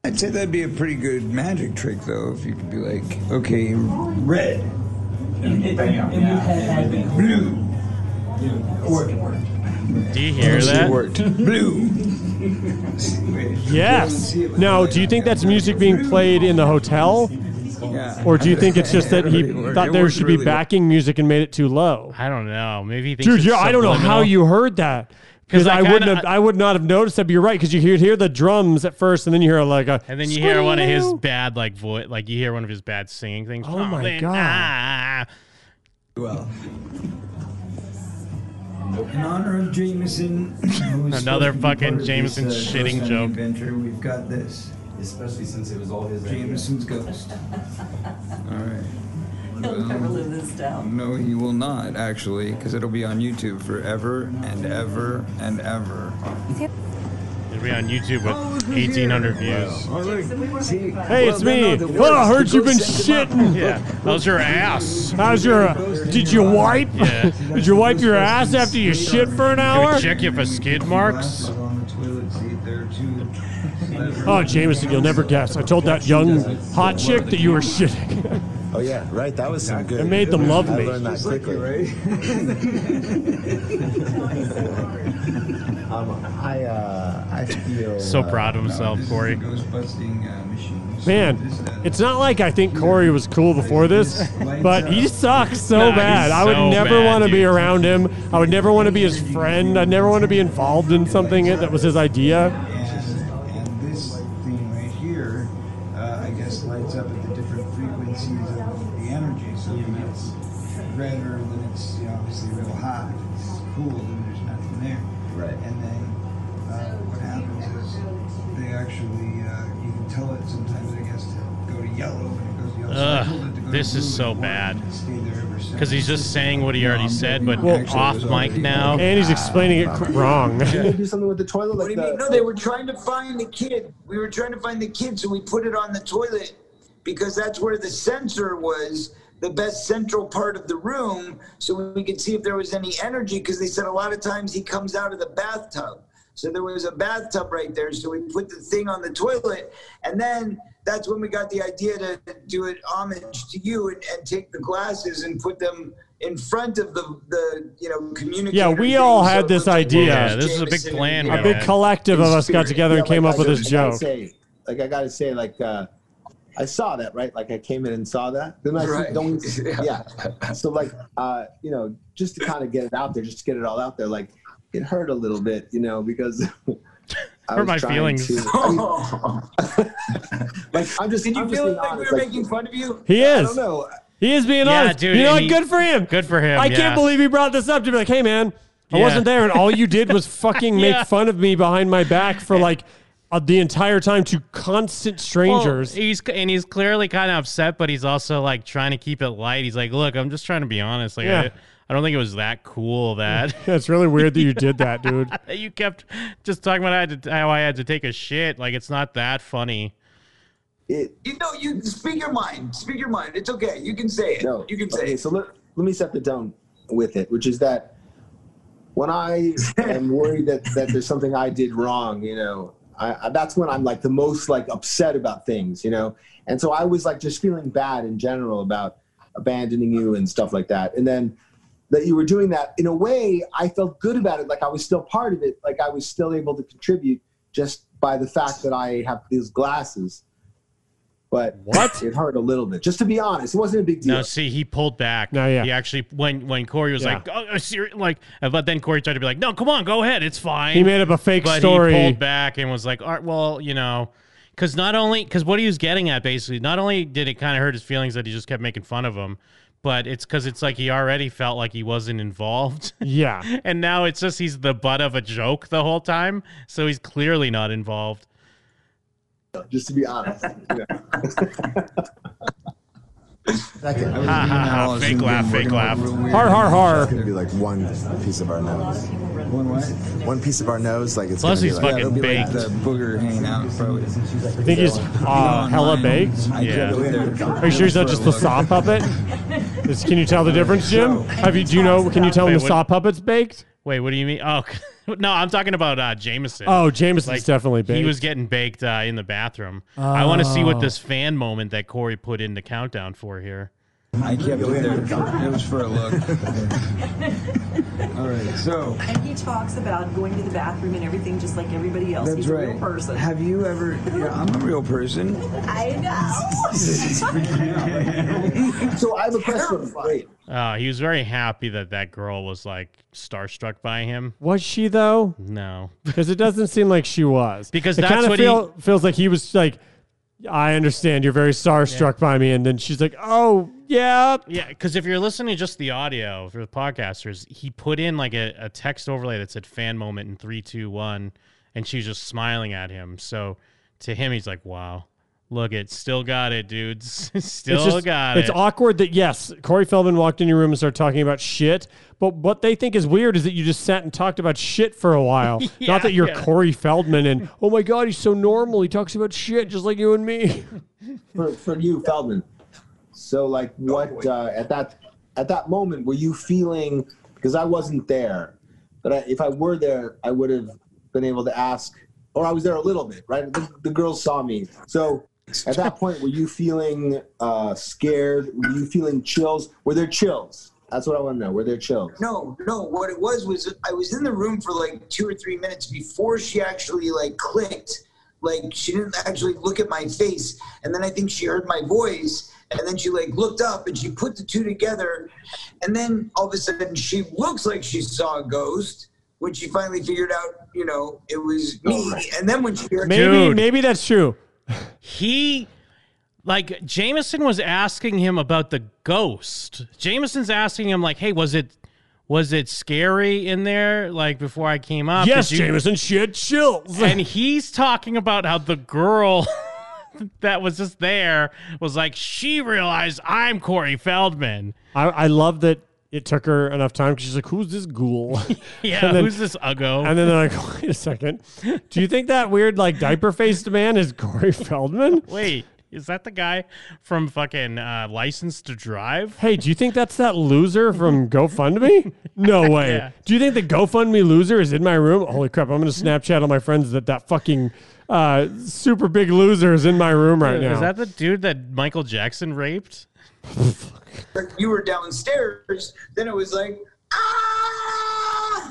Speaker 1: I'd say that'd be a pretty good magic trick, though, if you could be like, okay, red. Blue.
Speaker 10: Do you hear
Speaker 1: I'll see
Speaker 10: that?
Speaker 1: it worked. Blue.
Speaker 8: Yes. Now, do you think that's music being played in the hotel?
Speaker 1: Yeah.
Speaker 8: Or do you think it's just that he
Speaker 1: It worked.
Speaker 8: thought
Speaker 1: It
Speaker 8: there
Speaker 1: worked
Speaker 8: should
Speaker 1: really
Speaker 8: be
Speaker 1: well.
Speaker 8: backing music and made it too low?
Speaker 10: I don't know. Maybe he thinks
Speaker 8: Dude,
Speaker 10: it's
Speaker 8: yeah, I don't know how
Speaker 10: subliminal.
Speaker 8: you heard that because
Speaker 10: I
Speaker 8: I, wouldn't
Speaker 10: kinda-
Speaker 8: have, I would not have noticed that. But you're right because you hear, hear the drums at first, and then you hear like a,
Speaker 10: And then you hear one of his bad like voice, like you hear one of his bad singing things.
Speaker 8: Oh my
Speaker 10: Then,
Speaker 8: God.
Speaker 10: ah.
Speaker 1: Well, in honor of Jameson, who's supposed to
Speaker 10: Another
Speaker 1: be
Speaker 10: fucking
Speaker 1: part of this,
Speaker 10: Jameson
Speaker 1: uh,
Speaker 10: shitting
Speaker 1: Ghost Hunting
Speaker 10: joke.
Speaker 1: Adventure, we've got this.
Speaker 17: Especially since it was all his.
Speaker 1: Jameson's ghost. All right.
Speaker 3: He'll never live this down.
Speaker 1: No, he will not actually, because it'll be on YouTube forever and ever and ever. Oh,
Speaker 10: It'll be on YouTube with 1,800 views.
Speaker 1: All right.
Speaker 8: Hey, it's me. oh, I heard you've been shitting.
Speaker 10: Yeah. How's your ass?
Speaker 8: How's your? Uh, did you wipe?
Speaker 10: Yeah.
Speaker 8: did you wipe your ass after you shit for an
Speaker 10: Can
Speaker 8: hour?
Speaker 10: we check you for skid marks?
Speaker 8: Oh, Jameson, you'll never guess. I told that young hot chick that you were shitting.
Speaker 20: Oh yeah, right. That was some good.
Speaker 8: It made them love
Speaker 20: I
Speaker 8: me.
Speaker 20: learned that quickly. um, I uh, I feel
Speaker 10: So
Speaker 20: uh,
Speaker 10: proud of himself, Corey.
Speaker 1: uh,
Speaker 8: Man, it's not like I think Corey was cool before this, but he sucks so
Speaker 10: Nah, he's
Speaker 8: bad. I
Speaker 10: so
Speaker 8: would never
Speaker 10: bad,
Speaker 8: want to be
Speaker 10: dude.
Speaker 8: around him. I would never want to be his friend. I'd never want to be involved in something that was his idea.
Speaker 1: And this thing right here, uh, I guess, lights up at the different frequencies of the energy. So if it's redder, then it's you know, obviously real hot. If it's cool, then there's nothing there.
Speaker 20: Right.
Speaker 1: And then uh, what happens is they actually, uh, you can tell it sometimes, I guess, to go to yellow when it goes to yellow. So I told it to
Speaker 10: Ugh,
Speaker 1: go
Speaker 10: this
Speaker 1: to
Speaker 10: is
Speaker 1: blue
Speaker 10: so
Speaker 1: and
Speaker 10: bad.
Speaker 1: stay there ever since.
Speaker 10: Because he's just saying what he already said, but
Speaker 8: Well-
Speaker 10: off mic now.
Speaker 8: And he's explaining it cr- wrong.
Speaker 15: Can they do something with the toilet?
Speaker 4: What
Speaker 15: Like
Speaker 4: do you mean?
Speaker 15: the,
Speaker 4: No, they were trying to find the kid. We were trying to find the kid, so we put it on the toilet because that's where the sensor was, the best central part of the room, so we could see if there was any energy. Because they said a lot of times he comes out of the bathtub, so there was a bathtub right there. So we put the thing on the toilet, and then that's when we got the idea to do it homage to you and, and take the glasses and put them in front of the the you know communicator.
Speaker 8: Yeah, we
Speaker 4: thing,
Speaker 8: all
Speaker 4: so
Speaker 8: had
Speaker 4: it
Speaker 8: this
Speaker 4: looked like
Speaker 8: idea.
Speaker 10: Yeah, this is a big plan.
Speaker 8: A
Speaker 10: we
Speaker 8: big
Speaker 10: had.
Speaker 8: collective of us got together and
Speaker 15: Yeah,
Speaker 8: came
Speaker 15: like,
Speaker 8: up with
Speaker 15: I
Speaker 8: this
Speaker 15: gotta
Speaker 8: joke.
Speaker 15: say- like I gotta say, like uh, I saw that right. Like I came in and saw that. Then I
Speaker 1: Right.
Speaker 15: see- don't
Speaker 1: Yeah.
Speaker 15: yeah. So like uh, you know, just to kind of get it out there, just to get it all out there. Like it hurt a little bit, you know, because. I
Speaker 10: Hurt
Speaker 15: was
Speaker 10: my
Speaker 15: trying
Speaker 10: feelings.
Speaker 15: to- I mean- like I'm just.
Speaker 4: Did you
Speaker 15: I'm just
Speaker 4: feel
Speaker 15: being
Speaker 4: like
Speaker 15: honest,
Speaker 4: we were
Speaker 15: like-
Speaker 4: making fun of you?
Speaker 8: He
Speaker 15: I
Speaker 8: is.
Speaker 15: don't know.
Speaker 8: He is being
Speaker 10: Yeah,
Speaker 8: honest.
Speaker 10: dude,
Speaker 8: you know
Speaker 10: and
Speaker 8: what?
Speaker 10: he-
Speaker 8: good for him.
Speaker 10: Good for him.
Speaker 8: I
Speaker 10: yeah.
Speaker 8: can't believe he brought this up to be like, hey, man, I
Speaker 10: Yeah.
Speaker 8: wasn't there, and all you did was fucking make
Speaker 10: Yeah.
Speaker 8: fun of me behind my back for like uh, the entire time to constant strangers.
Speaker 10: Well, he's and he's clearly kind of upset, but he's also like trying to keep it light. He's like, "Look, I'm just trying to be honest. Like,
Speaker 8: Yeah.
Speaker 10: I, I don't think it was that cool that
Speaker 8: yeah, it's really weird that you did that, dude. Uh,
Speaker 10: that you kept just talking about I had to, how I had to take a shit. Like, it's not that funny."
Speaker 4: You know, you speak your mind. Speak your mind. It's okay. You can say it.
Speaker 15: No,
Speaker 4: You can say
Speaker 15: okay,
Speaker 4: it.
Speaker 15: so let, let me set the tone with it, which is that when I am worried that, that there's something I did wrong, you know, I, I, that's when I'm like the most like upset about things, you know? And so I was like just feeling bad in general about abandoning you and stuff like that. And then that you were doing that in a way, I felt good about it. Like I was still part of it. Like I was still able to contribute just by the fact that I have these glasses. But what? It hurt a little bit. Just to be honest, it wasn't a big deal.
Speaker 10: No, see, he pulled back.
Speaker 15: No, yeah.
Speaker 10: He actually when when Corey was
Speaker 15: Yeah.
Speaker 10: like, "Oh, serious," like, but then Corey tried to be like, "No, come on, go ahead, it's fine."
Speaker 8: He made up a fake
Speaker 10: but
Speaker 8: story.
Speaker 10: He pulled back and was like, "All right, well, you know." Because not only, because what he was getting at basically, not only did it kind of hurt his feelings that he just kept making fun of him, but it's because it's like he already felt like he wasn't involved.
Speaker 8: Yeah.
Speaker 10: and now it's just he's the butt of a joke the whole time. So he's clearly not involved.
Speaker 15: just to be honest.
Speaker 20: Second.
Speaker 10: Ha, ha, ha. Fake laugh, fake laugh.
Speaker 8: Har, har, har.
Speaker 20: It's gonna be like one piece of our nose.
Speaker 1: One what?
Speaker 20: One piece of our nose, like it's.
Speaker 10: Plus
Speaker 20: gonna
Speaker 10: he's
Speaker 20: be like,
Speaker 10: fucking
Speaker 20: it'll be
Speaker 10: baked.
Speaker 1: The booger hanging out, probably.
Speaker 8: I think he's uh, hella baked.
Speaker 10: Yeah.
Speaker 8: Are you sure he's not just the saw puppet? Is, can you tell the difference, Jim? Have you do you know? Can you tell him
Speaker 10: Wait,
Speaker 8: the
Speaker 10: what-
Speaker 8: saw puppet's baked?
Speaker 10: Wait, what do you mean? Oh, no, I'm talking about uh, Jameson.
Speaker 8: Oh, Jameson's definitely
Speaker 10: He
Speaker 8: baked.
Speaker 10: was getting baked uh, in the bathroom. I want to see
Speaker 8: Oh.
Speaker 10: what this fan moment that Corey put in the countdown for here.
Speaker 1: I kept it there. It was for a look. All right, so
Speaker 5: And he talks about going to the bathroom and everything just like everybody else.
Speaker 1: that's
Speaker 5: He's a real
Speaker 1: right.
Speaker 5: person.
Speaker 1: Have you ever? Yeah, I'm a real person.
Speaker 5: I know.
Speaker 1: so
Speaker 15: I have a question. Wait,
Speaker 10: Uh, he was very happy that that girl was like starstruck by him.
Speaker 8: Was she though?
Speaker 10: No.
Speaker 8: Because it doesn't seem like she was.
Speaker 10: Because
Speaker 8: it
Speaker 10: that's
Speaker 8: kinda
Speaker 10: what
Speaker 8: feel, feels like he was like, I understand you're very starstruck by me, and then she's like, Oh yeah,
Speaker 10: yeah. Because if you're listening to just the audio for the podcasters, he put in like a, a text overlay that said "fan moment" in three, two, one, and she was just smiling at him. So to him, he's like, "Wow, look it, still got it, dudes, still
Speaker 8: it's just-
Speaker 10: got
Speaker 8: It's
Speaker 10: it."
Speaker 8: awkward that yes, Corey Feldman walked in your room and started talking about shit. But what they think is weird is that you just sat and talked about shit for a while.
Speaker 10: Yeah,
Speaker 8: Not that you're
Speaker 10: yeah.
Speaker 8: Corey Feldman and oh my god, he's so normal. He talks about shit just like you and me.
Speaker 15: for, for you, Feldman. So, like,
Speaker 8: Oh,
Speaker 15: what uh, at that at that moment were you feeling? Because I wasn't there, but I, if I were there, I would have been able to ask. Or I was there a little bit, right? The, the girls saw me. So, at that point, were you feeling uh, scared? Were you feeling chills? Were there chills? That's what I want to know. Were there chills?
Speaker 4: No, no. What it was was I was in the room for like two or three minutes before she actually like clicked. Like she didn't actually look at my face, and then I think she heard my voice, and then she like looked up and she put the two together, and then all of a sudden she looks like she saw a ghost when she finally figured out you know it was me, and then when she heard
Speaker 8: Maybe maybe that's true.
Speaker 10: he like Jameson was asking him about the ghost. Jameson's asking him like, "Hey, was it was it scary in there like before I came up?"
Speaker 8: yes,
Speaker 10: Did you-"
Speaker 8: Jameson, she had chills.
Speaker 10: And he's talking about how the girl that was just there was like, "She realized I'm Corey Feldman."
Speaker 8: I, I love that it took her enough time because she's like, "Who's this ghoul?"
Speaker 10: Yeah,
Speaker 8: And then-
Speaker 10: who's this uggo?
Speaker 8: And then they're like, "Wait a second, do you think that weird like diaper faced man is Corey Feldman?"
Speaker 10: Wait, is that the guy from fucking uh, License to Drive?
Speaker 8: Hey, do you think that's that loser from GoFundMe? No way.
Speaker 10: Yeah.
Speaker 8: Do you think the GoFundMe loser is in my room? Holy crap! I'm gonna Snapchat all my friends that that fucking uh, super big loser is in my room right now.
Speaker 10: Is that the dude that Michael Jackson raped?
Speaker 4: you were downstairs, then it was like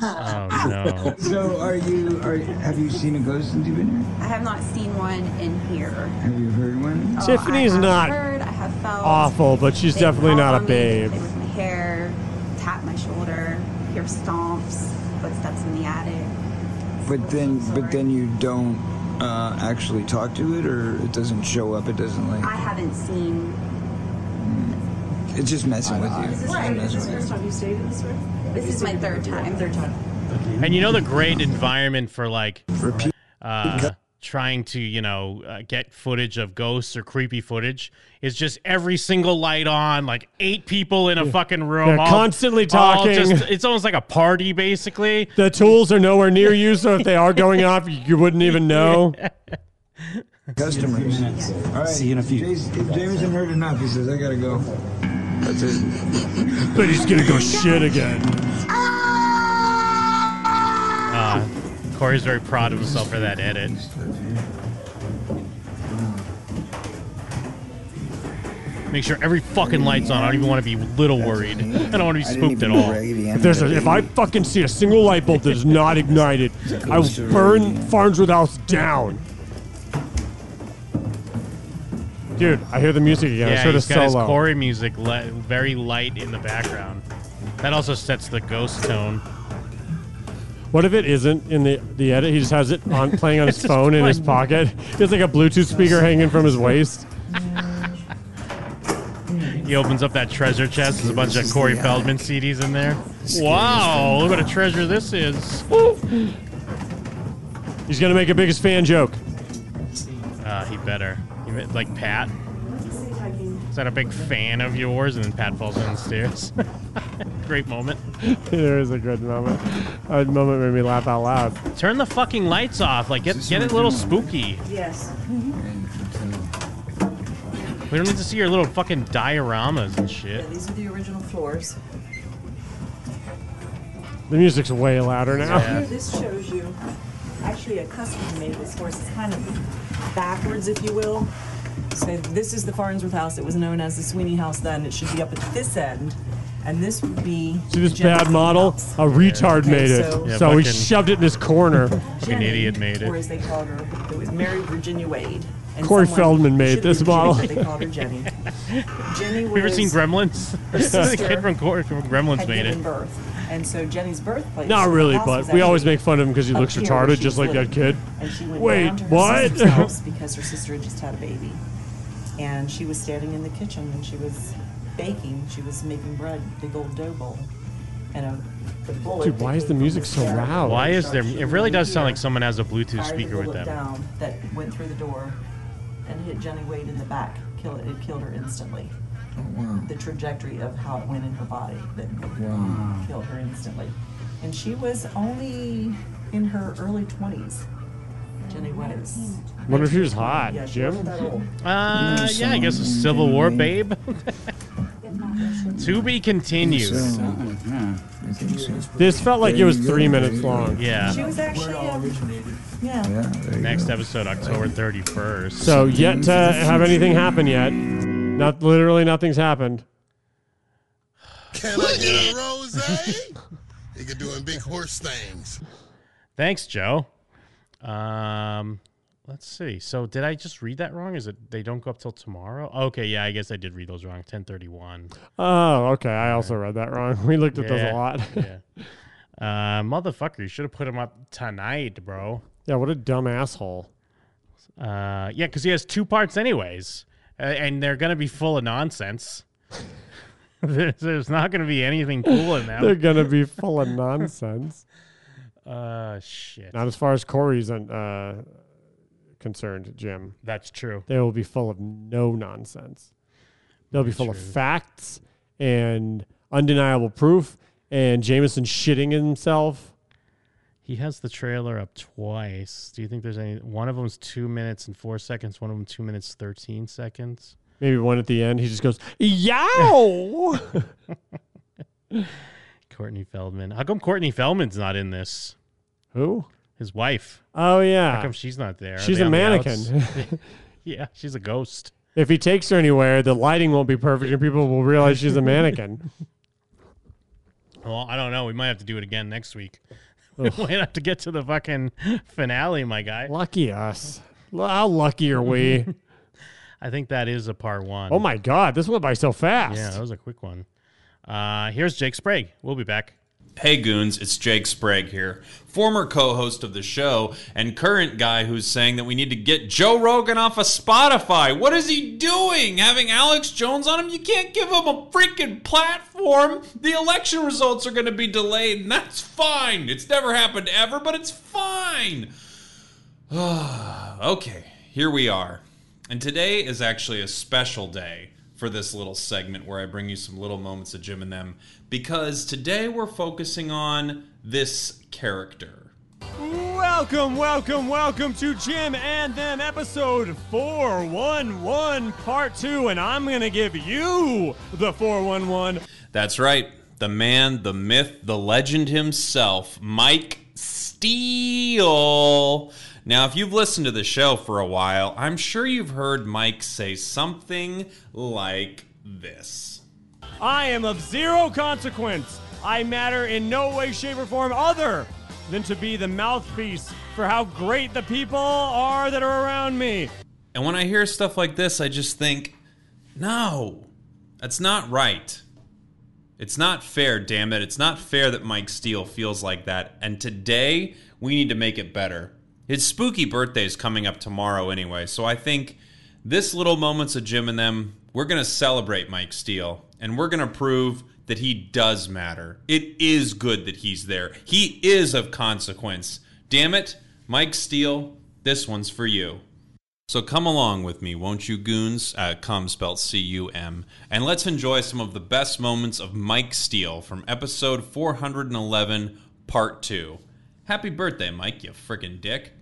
Speaker 4: ah.
Speaker 10: Oh no.
Speaker 1: so are you are have you seen a ghost since you've been here?
Speaker 21: I have not seen one in here.
Speaker 1: Have you heard one?
Speaker 21: Oh,
Speaker 8: Tiffany's
Speaker 21: I have
Speaker 8: not
Speaker 21: heard, I have felt
Speaker 8: awful, but she's
Speaker 21: They
Speaker 8: definitely
Speaker 21: call
Speaker 8: not a
Speaker 21: me,
Speaker 8: babe.
Speaker 21: They with my hair, tap my shoulder, hear stomps, footsteps in the attic.
Speaker 19: But then, but then you don't uh, actually talk to it, or it doesn't show up. It doesn't
Speaker 21: I
Speaker 19: like.
Speaker 21: haven't seen.
Speaker 19: It's just messing with you.
Speaker 21: Is this
Speaker 19: It's
Speaker 21: right?
Speaker 19: messing with
Speaker 21: Is this
Speaker 19: you.
Speaker 21: first time you stayed in this room? This is my third time. Third time.
Speaker 10: And you know the great environment for like uh, trying to you know uh, get footage of ghosts or creepy footage is just every single light on, like eight people in a fucking room,
Speaker 8: Yeah, constantly talking.
Speaker 10: it's almost like a party, basically.
Speaker 8: The tools are nowhere near you, so if they are going off, you wouldn't even know.
Speaker 19: Customers.
Speaker 1: All right. See you in a few. Jason, Jameson heard enough. He says I gotta go. That's it.
Speaker 8: But he's gonna go shit again.
Speaker 10: Uh, Corey's very proud of himself for that edit. Make sure every fucking light's on. I don't even want to be a little worried. I don't want to be spooked at all.
Speaker 8: If, there's a, if I fucking see a single light bulb that is not ignited, I will burn Farnsworth House down. Dude, I hear the music again. I
Speaker 10: Yeah,
Speaker 8: heard a
Speaker 10: he's got his
Speaker 8: solo.
Speaker 10: Corey music li- very light in the background. That also sets the ghost tone.
Speaker 8: What if it isn't in the, the edit? He just has it on playing on his phone in his pocket. He has like a Bluetooth speaker hanging from his waist.
Speaker 10: He opens up that treasure chest. There's a bunch of Corey Feldman CDs in there. Wow, look what a treasure this is.
Speaker 8: He's gonna make a biggest fan joke.
Speaker 10: Uh, he better. He meant- Like Pat. Is that a big fan of yours? And then Pat falls down the stairs. Great moment.
Speaker 8: there is a good moment. A moment made me laugh out loud.
Speaker 10: Turn the fucking lights off. Like, get, get it a little spooky.
Speaker 5: Yes.
Speaker 10: We don't need to see your little fucking dioramas and shit.
Speaker 5: Yeah, these are the original floors.
Speaker 8: The music's way louder now.
Speaker 5: Here, This shows you. Actually, a customer made this for us. It's kind of backwards, if you will. So this is the Farnsworth House. It was known as the Sweeney House then. It should be up at this end, and this would be.
Speaker 8: See this
Speaker 5: the Jenny
Speaker 8: bad model? A retard
Speaker 5: Okay,
Speaker 8: made it.
Speaker 5: so- Yeah,
Speaker 8: so he
Speaker 10: fucking-
Speaker 8: shoved it in this corner.
Speaker 5: Jenny, Or as they called her, it was Mary Virginia Wade, and
Speaker 8: Corey
Speaker 5: someone
Speaker 8: Feldman made
Speaker 5: should have
Speaker 8: this
Speaker 5: been
Speaker 8: model.
Speaker 5: Jenny, but They called her Jenny. Jenny
Speaker 10: Have
Speaker 5: was.
Speaker 10: you ever seen Gremlins?
Speaker 5: her
Speaker 10: the
Speaker 5: sister
Speaker 10: kid from, Cor- from Gremlins
Speaker 5: had
Speaker 10: made
Speaker 5: given
Speaker 10: it.
Speaker 5: Birth. And so Jenny's birthplace.
Speaker 8: Not really,
Speaker 5: house
Speaker 8: but
Speaker 5: was
Speaker 8: we always
Speaker 5: actually
Speaker 8: make fun of him because he
Speaker 5: up
Speaker 8: looks
Speaker 5: here where
Speaker 8: retarded,
Speaker 5: she
Speaker 8: just like
Speaker 5: lived.
Speaker 8: that kid.
Speaker 5: And she went down
Speaker 8: Wait,
Speaker 5: to her
Speaker 8: what?
Speaker 5: sister's house because her sister had just had a baby, and she was standing in the kitchen and she was baking. She was making bread, big old dough bowl, and a. The bullet
Speaker 8: Dude, why is the music so loud?
Speaker 10: Why is there? It really does sound like someone has a Bluetooth
Speaker 5: fired
Speaker 10: speaker
Speaker 5: the
Speaker 10: with
Speaker 5: bullet
Speaker 10: them.
Speaker 5: down that went through the door and hit Jenny Wade in the back. Kill it. It killed her instantly.
Speaker 13: Oh, wow.
Speaker 5: The trajectory of how it went in her body that
Speaker 13: Wow.
Speaker 5: killed her instantly. And she was only in her early 20s. Jenny
Speaker 22: Mm-hmm.
Speaker 5: was.
Speaker 8: Wonder if he was hot,
Speaker 5: Yeah, she
Speaker 8: Jim.
Speaker 5: wasn't that old.
Speaker 10: Uh, yeah, I guess a Civil War babe. to be continued.
Speaker 8: This felt like it was three minutes long.
Speaker 10: Yeah.
Speaker 5: She was actually. Um, yeah.
Speaker 10: Next episode, October 31st.
Speaker 8: So yet to have anything happen yet. Not literally nothing's happened.
Speaker 14: Can I get a rose? Nigga doing big horse things.
Speaker 10: Thanks, Joe. Um, let's see. So did I just read that wrong? Is it they don't go up till tomorrow? Okay, yeah, I guess I did read those wrong. 1031.
Speaker 8: Oh, okay. I also read that wrong. We looked at those a lot.
Speaker 10: yeah. Uh, motherfucker, you should have put him up tonight, bro.
Speaker 8: Yeah, what a dumb asshole.
Speaker 10: Uh, yeah, because he has two parts anyways, uh, and they're gonna be full of nonsense. there's, there's not gonna be anything cool in them.
Speaker 8: They're gonna be full of nonsense.
Speaker 10: Uh, shit.
Speaker 8: Not as far as Corey's uh, concerned, Jim.
Speaker 10: That's true.
Speaker 8: They will be full of no nonsense. They'll be full of facts and undeniable proof and Jameson shitting himself.
Speaker 10: He has the trailer up twice. Do you think there's any? One of them's two minutes and four seconds. One of them two minutes thirteen seconds.
Speaker 8: Maybe one at the end. He just goes, yow.
Speaker 10: Courtney Feldman. How come Courtney Feldman's not in this?
Speaker 8: Who?
Speaker 10: His wife.
Speaker 8: Oh, yeah.
Speaker 10: How come she's not there? Are
Speaker 8: She's
Speaker 10: they
Speaker 8: a
Speaker 10: on the
Speaker 8: mannequin.
Speaker 10: outs? yeah, she's a ghost.
Speaker 8: if he takes her anywhere, the lighting won't be perfect and people will realize she's a mannequin.
Speaker 10: Well, I don't know. We might have to do it again next week. we
Speaker 8: Ugh.
Speaker 10: might have to get to the fucking finale, my guy.
Speaker 8: Lucky us. L- How lucky are we?
Speaker 10: I think that is a part one.
Speaker 8: oh, my God. This went by so fast.
Speaker 10: Yeah, that was a quick one. Uh, here's Jake Sprague. We'll be back.
Speaker 2: Hey goons, it's Jake Sprague here, former co host of the show and current guy who's saying that we need to get Joe Rogan off of Spotify. What is he doing? Having Alex Jones on him? You can't give him a freaking platform. The election results are going to be delayed, and that's fine. It's never happened ever, but it's fine. okay, here we are. And today is actually a special day for this little segment where I bring you some little moments of Jim and them because today we're focusing on this character.
Speaker 7: Welcome, welcome, welcome to Jim and Them episode 411 part 2 and I'm going to give you the 411
Speaker 2: That's right, the man, the myth, the legend himself, Mike Steele. Now, if you've listened to the show for a while, I'm sure you've heard Mike say something like this.
Speaker 7: I am of zero consequence. I matter in no way, shape, or form other than to be the mouthpiece for how great the people are that are around me.
Speaker 2: And when I hear stuff like this, I just think, no, that's not right. It's not fair, damn it. It's not fair that Mike Steele feels like that. And today, we need to make it better. His spooky birthday is coming up tomorrow anyway, so I think this little moments of Jim and them, we're going to celebrate Mike Steele and we're going to prove that he does matter. It is good that he's there. He is of consequence. Damn it, Mike Steele, this one's for you. So come along with me, won't you, goons? Uh, cum spelled C U M, and let's enjoy some of the best moments of Mike Steele from episode 411, part two. Happy birthday, Mike, you frickin' dick.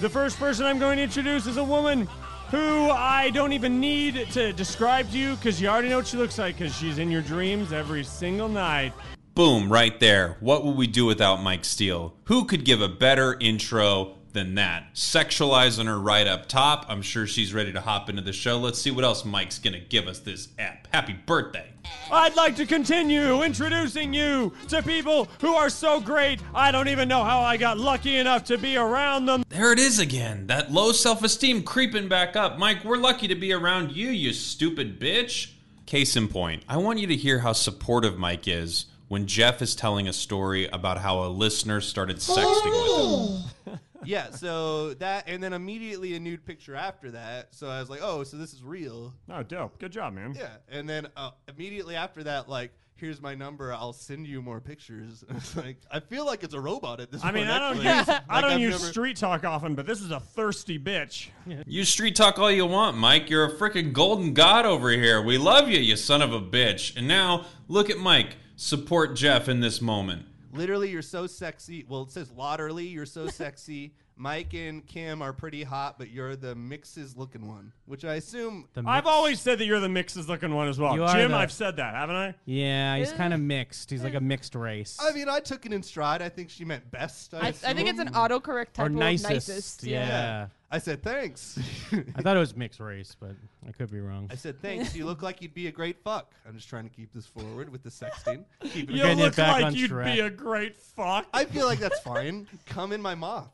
Speaker 7: The first person I'm going to introduce is a woman who I don't even need to describe to you because you already know what she looks like because she's in your dreams every single night.
Speaker 2: Boom, right there. What would we do without Mike Steele? Who could give a better intro than that? Sexualizing her right up top. I'm sure she's ready to hop into the show. Let's see what else Mike's gonna give us this app. Happy birthday.
Speaker 8: I'd like to continue introducing you to people who are so great, I don't even know how I got lucky enough to be around them.
Speaker 2: There it is again. That low self esteem creeping back up. Mike, we're lucky to be around you, you stupid bitch. Case in point, I want you to hear how supportive Mike is when Jeff is telling a story about how a listener started sexting with him.
Speaker 23: yeah, so that, and then immediately a nude picture after that. So I was like, oh, so this is real.
Speaker 8: Oh, dope. Good job, man.
Speaker 23: Yeah, and then uh, immediately after that, like, here's my number. I'll send you more pictures. it's like I feel like it's a robot at this.
Speaker 8: I mean,
Speaker 23: point,
Speaker 8: I don't
Speaker 23: actually.
Speaker 8: use, I
Speaker 23: Like,
Speaker 8: don't
Speaker 23: I've
Speaker 8: use
Speaker 23: never-
Speaker 8: street talk often, but this is a thirsty bitch.
Speaker 2: You street talk all you want, Mike. You're a freaking golden god over here. We love you, you son of a bitch. And now, look at Mike support Jeff in this moment.
Speaker 23: Literally, you're so sexy. Well, it says lotterly, you're so sexy. Mike and Kim are pretty hot, but you're the mixes looking one, which I assume.
Speaker 8: I've always said that you're the mixes looking one as well.
Speaker 23: You are
Speaker 8: Jim,
Speaker 23: the-
Speaker 8: I've said that, haven't I?
Speaker 24: Yeah, he's
Speaker 23: Eh.
Speaker 24: kind of mixed. He's like a mixed race.
Speaker 23: I mean, I took it in stride. I think she meant best.
Speaker 22: I, I think it's an autocorrect type
Speaker 24: Or
Speaker 22: of
Speaker 24: nicest,
Speaker 22: nicest.
Speaker 24: yeah.
Speaker 23: I said thanks.
Speaker 24: I thought it was mixed race, but I could be wrong.
Speaker 23: I said thanks. You look like you'd be a great fuck. I'm just trying to keep this forward with the sexting. Keep it
Speaker 24: You Getting it look back like on you'd be track. a
Speaker 8: great fuck.
Speaker 23: I feel like that's fine. Come in my mouth.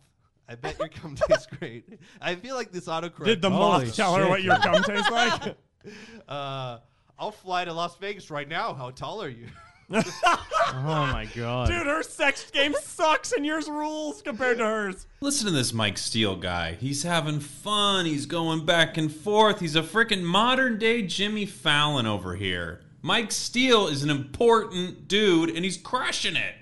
Speaker 23: I bet your cum tastes great. I feel like this autocorrect.
Speaker 8: Did the moth Holy tell her shit. what your cum tastes like?
Speaker 23: Uh, I'll fly to Las Vegas right now. How tall are you?
Speaker 24: oh my god.
Speaker 8: Dude, her sex game sucks and yours rules compared to hers.
Speaker 2: Listen to this Mike Steele guy. He's having fun. He's going back and forth. He's a freaking modern day Jimmy Fallon over here. Mike Steele is an important dude, and he's crushing it.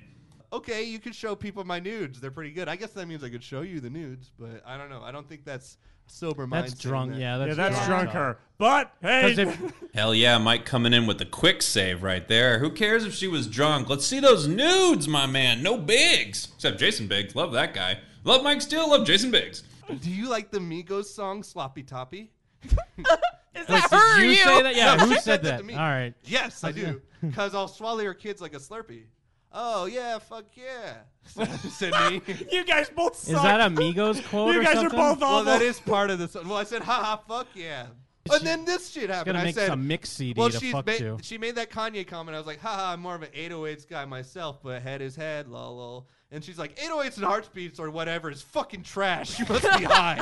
Speaker 23: okay, you could show people my nudes. They're pretty good. I guess that means I could show you the nudes, but I don't know. I don't think that's sober mind.
Speaker 24: That's
Speaker 23: saying
Speaker 24: drunk.
Speaker 23: that.
Speaker 24: Yeah, that's,
Speaker 8: that's
Speaker 24: drunk.
Speaker 8: drunker. But hey,
Speaker 2: Hell yeah, Mike coming in with the quick save right there. Who cares if she was drunk? Let's see those nudes, my man. No bigs. Except Jason Biggs. Love that guy. Love Mike Steele. Love Jason Biggs.
Speaker 23: Do you like the Migos song "Sloppy Toppy"? Is
Speaker 24: Wait, that did her or you you? say that? Yeah, who said that?
Speaker 23: to me.
Speaker 24: All right.
Speaker 23: Yes, I
Speaker 24: I was
Speaker 23: do. Because I'll swallow your kids like a Slurpee. Oh, yeah, fuck yeah. said me.
Speaker 8: you guys both
Speaker 24: Is that a Migos quote? or something?
Speaker 23: Well, that is part of the song. Well, I said, haha, fuck yeah. and then this shit happened.
Speaker 24: gonna
Speaker 23: I
Speaker 24: make
Speaker 23: said,
Speaker 24: some mix CD
Speaker 23: well,
Speaker 24: to
Speaker 23: she's
Speaker 24: fuck
Speaker 23: ma-
Speaker 24: to."
Speaker 23: She made that Kanye comment. I was like, haha, I'm more of an 808s guy myself, but head is head, lol, lol. And she's like, 808s and heartbeats or whatever is fucking trash. You must be high.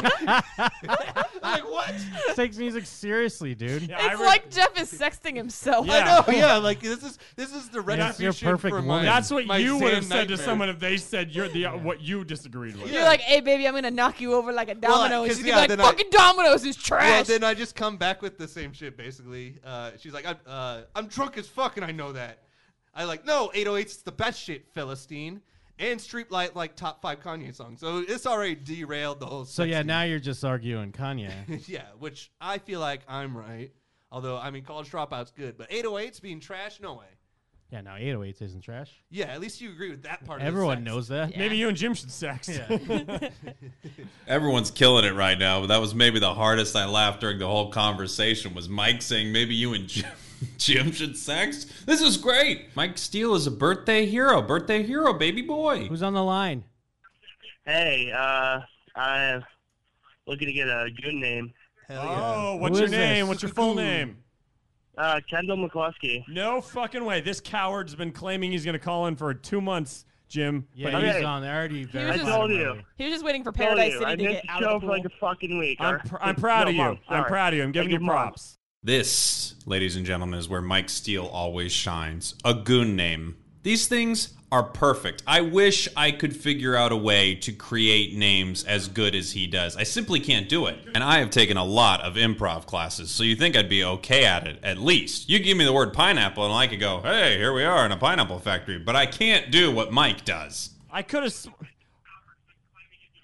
Speaker 23: like, what?
Speaker 24: Takes music seriously, dude.
Speaker 22: It's like Jeff is sexting himself.
Speaker 23: I know, yeah. Like this is this is the retribution for my.
Speaker 8: That's what
Speaker 23: my
Speaker 8: you would have
Speaker 23: Zan
Speaker 8: said to
Speaker 23: nightmare.
Speaker 8: someone if they said you're the uh, what you disagreed with.
Speaker 22: You're like, hey, baby, I'm going to knock you over like a
Speaker 23: Well, I-
Speaker 22: domino. and
Speaker 23: 'cause,
Speaker 22: she's
Speaker 23: yeah,
Speaker 22: going to
Speaker 23: then
Speaker 22: be
Speaker 23: I-
Speaker 22: like, fucking dominoes is
Speaker 23: Well,
Speaker 22: trash.
Speaker 23: then I just come back with the same shit basically. Uh, she's like, I'm, uh, I'm drunk as fuck, and I know that. I like, no, 808's the best shit, Philistine, and Streetlight like top five Kanye songs. So it's already derailed the whole.
Speaker 24: So
Speaker 23: sex
Speaker 24: yeah,
Speaker 23: scene.
Speaker 24: now you're just arguing Kanye.
Speaker 23: yeah, which I feel like I'm right. Although I mean, college dropout's good, but 808's being trash, no way.
Speaker 24: yeah, no, 808s isn't trash.
Speaker 23: Yeah, at least you agree with that part.
Speaker 24: Everyone
Speaker 23: of the sex.
Speaker 24: knows that.
Speaker 8: Maybe you and Jim should sex.
Speaker 2: Everyone's killing it right now, but that was maybe the hardest I laughed during the whole conversation was Mike saying maybe you and Jim, Jim should sex. This is great. Mike Steele is a birthday hero, birthday hero, baby boy.
Speaker 24: Who's on the line?
Speaker 25: Hey, uh, I'm looking to get a good name.
Speaker 8: Oh, what's your name? What's your full name?
Speaker 25: Uh, Kendall McCluskey.
Speaker 8: No fucking way. This coward's been claiming he's going to call in for two months, Jim.
Speaker 24: Yeah,
Speaker 8: but
Speaker 24: he's on. I already
Speaker 25: He was just- I told you.
Speaker 22: he was just waiting for
Speaker 25: I told
Speaker 22: Paradise
Speaker 25: you,
Speaker 22: City
Speaker 25: I
Speaker 22: to
Speaker 25: missed
Speaker 22: get
Speaker 25: the
Speaker 22: out
Speaker 25: show
Speaker 22: of the
Speaker 25: for
Speaker 22: pool.
Speaker 25: like a fucking week.
Speaker 8: I'm,
Speaker 25: or-
Speaker 8: pr- I'm proud
Speaker 25: no,
Speaker 8: of you.
Speaker 25: month,
Speaker 8: I'm
Speaker 25: sorry.
Speaker 8: proud of you. I'm giving
Speaker 25: Like
Speaker 8: you
Speaker 25: a month.
Speaker 8: props.
Speaker 2: This, ladies and gentlemen, is where Mike Steele always shines. A goon name. These things are perfect. I wish I could figure out a way to create names as good as he does. I simply can't do it. And I have taken a lot of improv classes, so you think I'd be okay at it, at least. You give me the word pineapple, and I could go, hey, here we are in a pineapple factory. But I can't do what Mike does.
Speaker 8: I could have. Sw-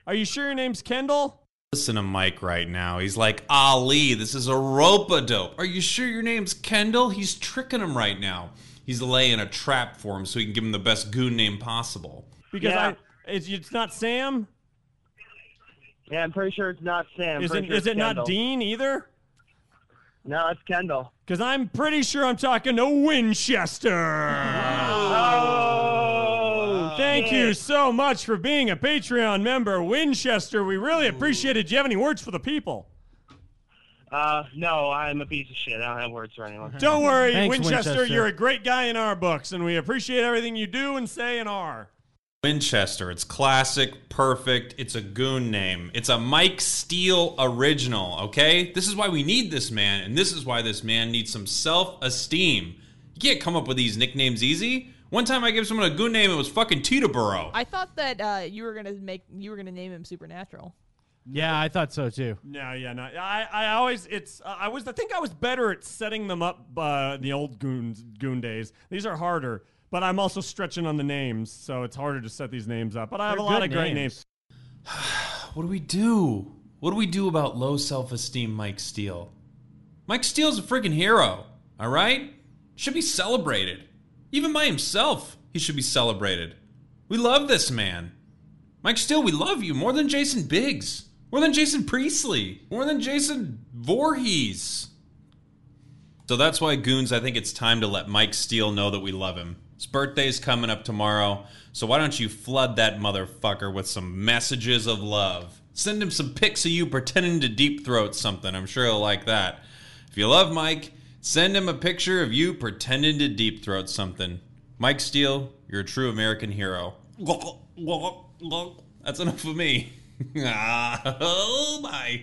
Speaker 8: Are you sure your name's Kendall?
Speaker 2: Listen to Mike right now. He's like, Ali, this is a rope dope. Are you sure your name's Kendall? He's tricking him right now. He's laying a trap for him so he can give him the best goon name possible.
Speaker 8: Because
Speaker 25: Yeah.
Speaker 8: I, it's, it's not Sam.
Speaker 25: Yeah, I'm pretty sure it's not Sam.
Speaker 8: is
Speaker 25: Pretty
Speaker 8: it,
Speaker 25: sure
Speaker 8: is
Speaker 25: it's
Speaker 8: it
Speaker 25: Kendall.
Speaker 8: not Dean either?
Speaker 25: No, it's Kendall.
Speaker 8: Because I'm pretty sure I'm talking to Winchester. Thank you so much for being a Patreon member, Winchester. We really appreciate it. Do you have any words for the people?
Speaker 25: Uh, no, I'm a piece of shit. I don't have words for anyone.
Speaker 8: Don't worry, Winchester, You're a great guy in our books, and we appreciate everything you do and say and are.
Speaker 2: Winchester. It's classic, perfect. It's a goon name. It's a Mike Steele original, okay? This is why we need this man, and this is why this man needs some self esteem. You can't come up with these nicknames easy. One time I gave someone a goon name, it was fucking Teterboro.
Speaker 22: I thought that uh, you were gonna make you were gonna name him Supernatural.
Speaker 24: Yeah, I thought so too.
Speaker 8: No, yeah, no. I, I always it's uh, I was I think I was better at setting them up uh, the old goons goon days. These are harder, but I'm also stretching on the names, so it's harder to set these names up. But I have
Speaker 2: They're
Speaker 8: a lot
Speaker 2: good
Speaker 8: of great
Speaker 2: names.
Speaker 8: names.
Speaker 2: What do we do? What do we do about low self esteem Mike Steele? Mike Steele's a freaking hero, all right? Should be celebrated. Even by himself, he should be celebrated. We love this man. Mike Steele, we love you more than Jason Biggs, more than Jason Priestley, more than Jason Voorhees. So that's why, goons, I think it's time to let Mike Steele know that we love him. His birthday's coming up tomorrow, so why don't you flood that motherfucker with some messages of love? Send him some pics of you pretending to deep throat something. I'm sure he'll like that. If you love Mike, send him a picture of you pretending to deep throat something. Mike Steele, you're a true American hero. That's enough for me. Ah, oh my.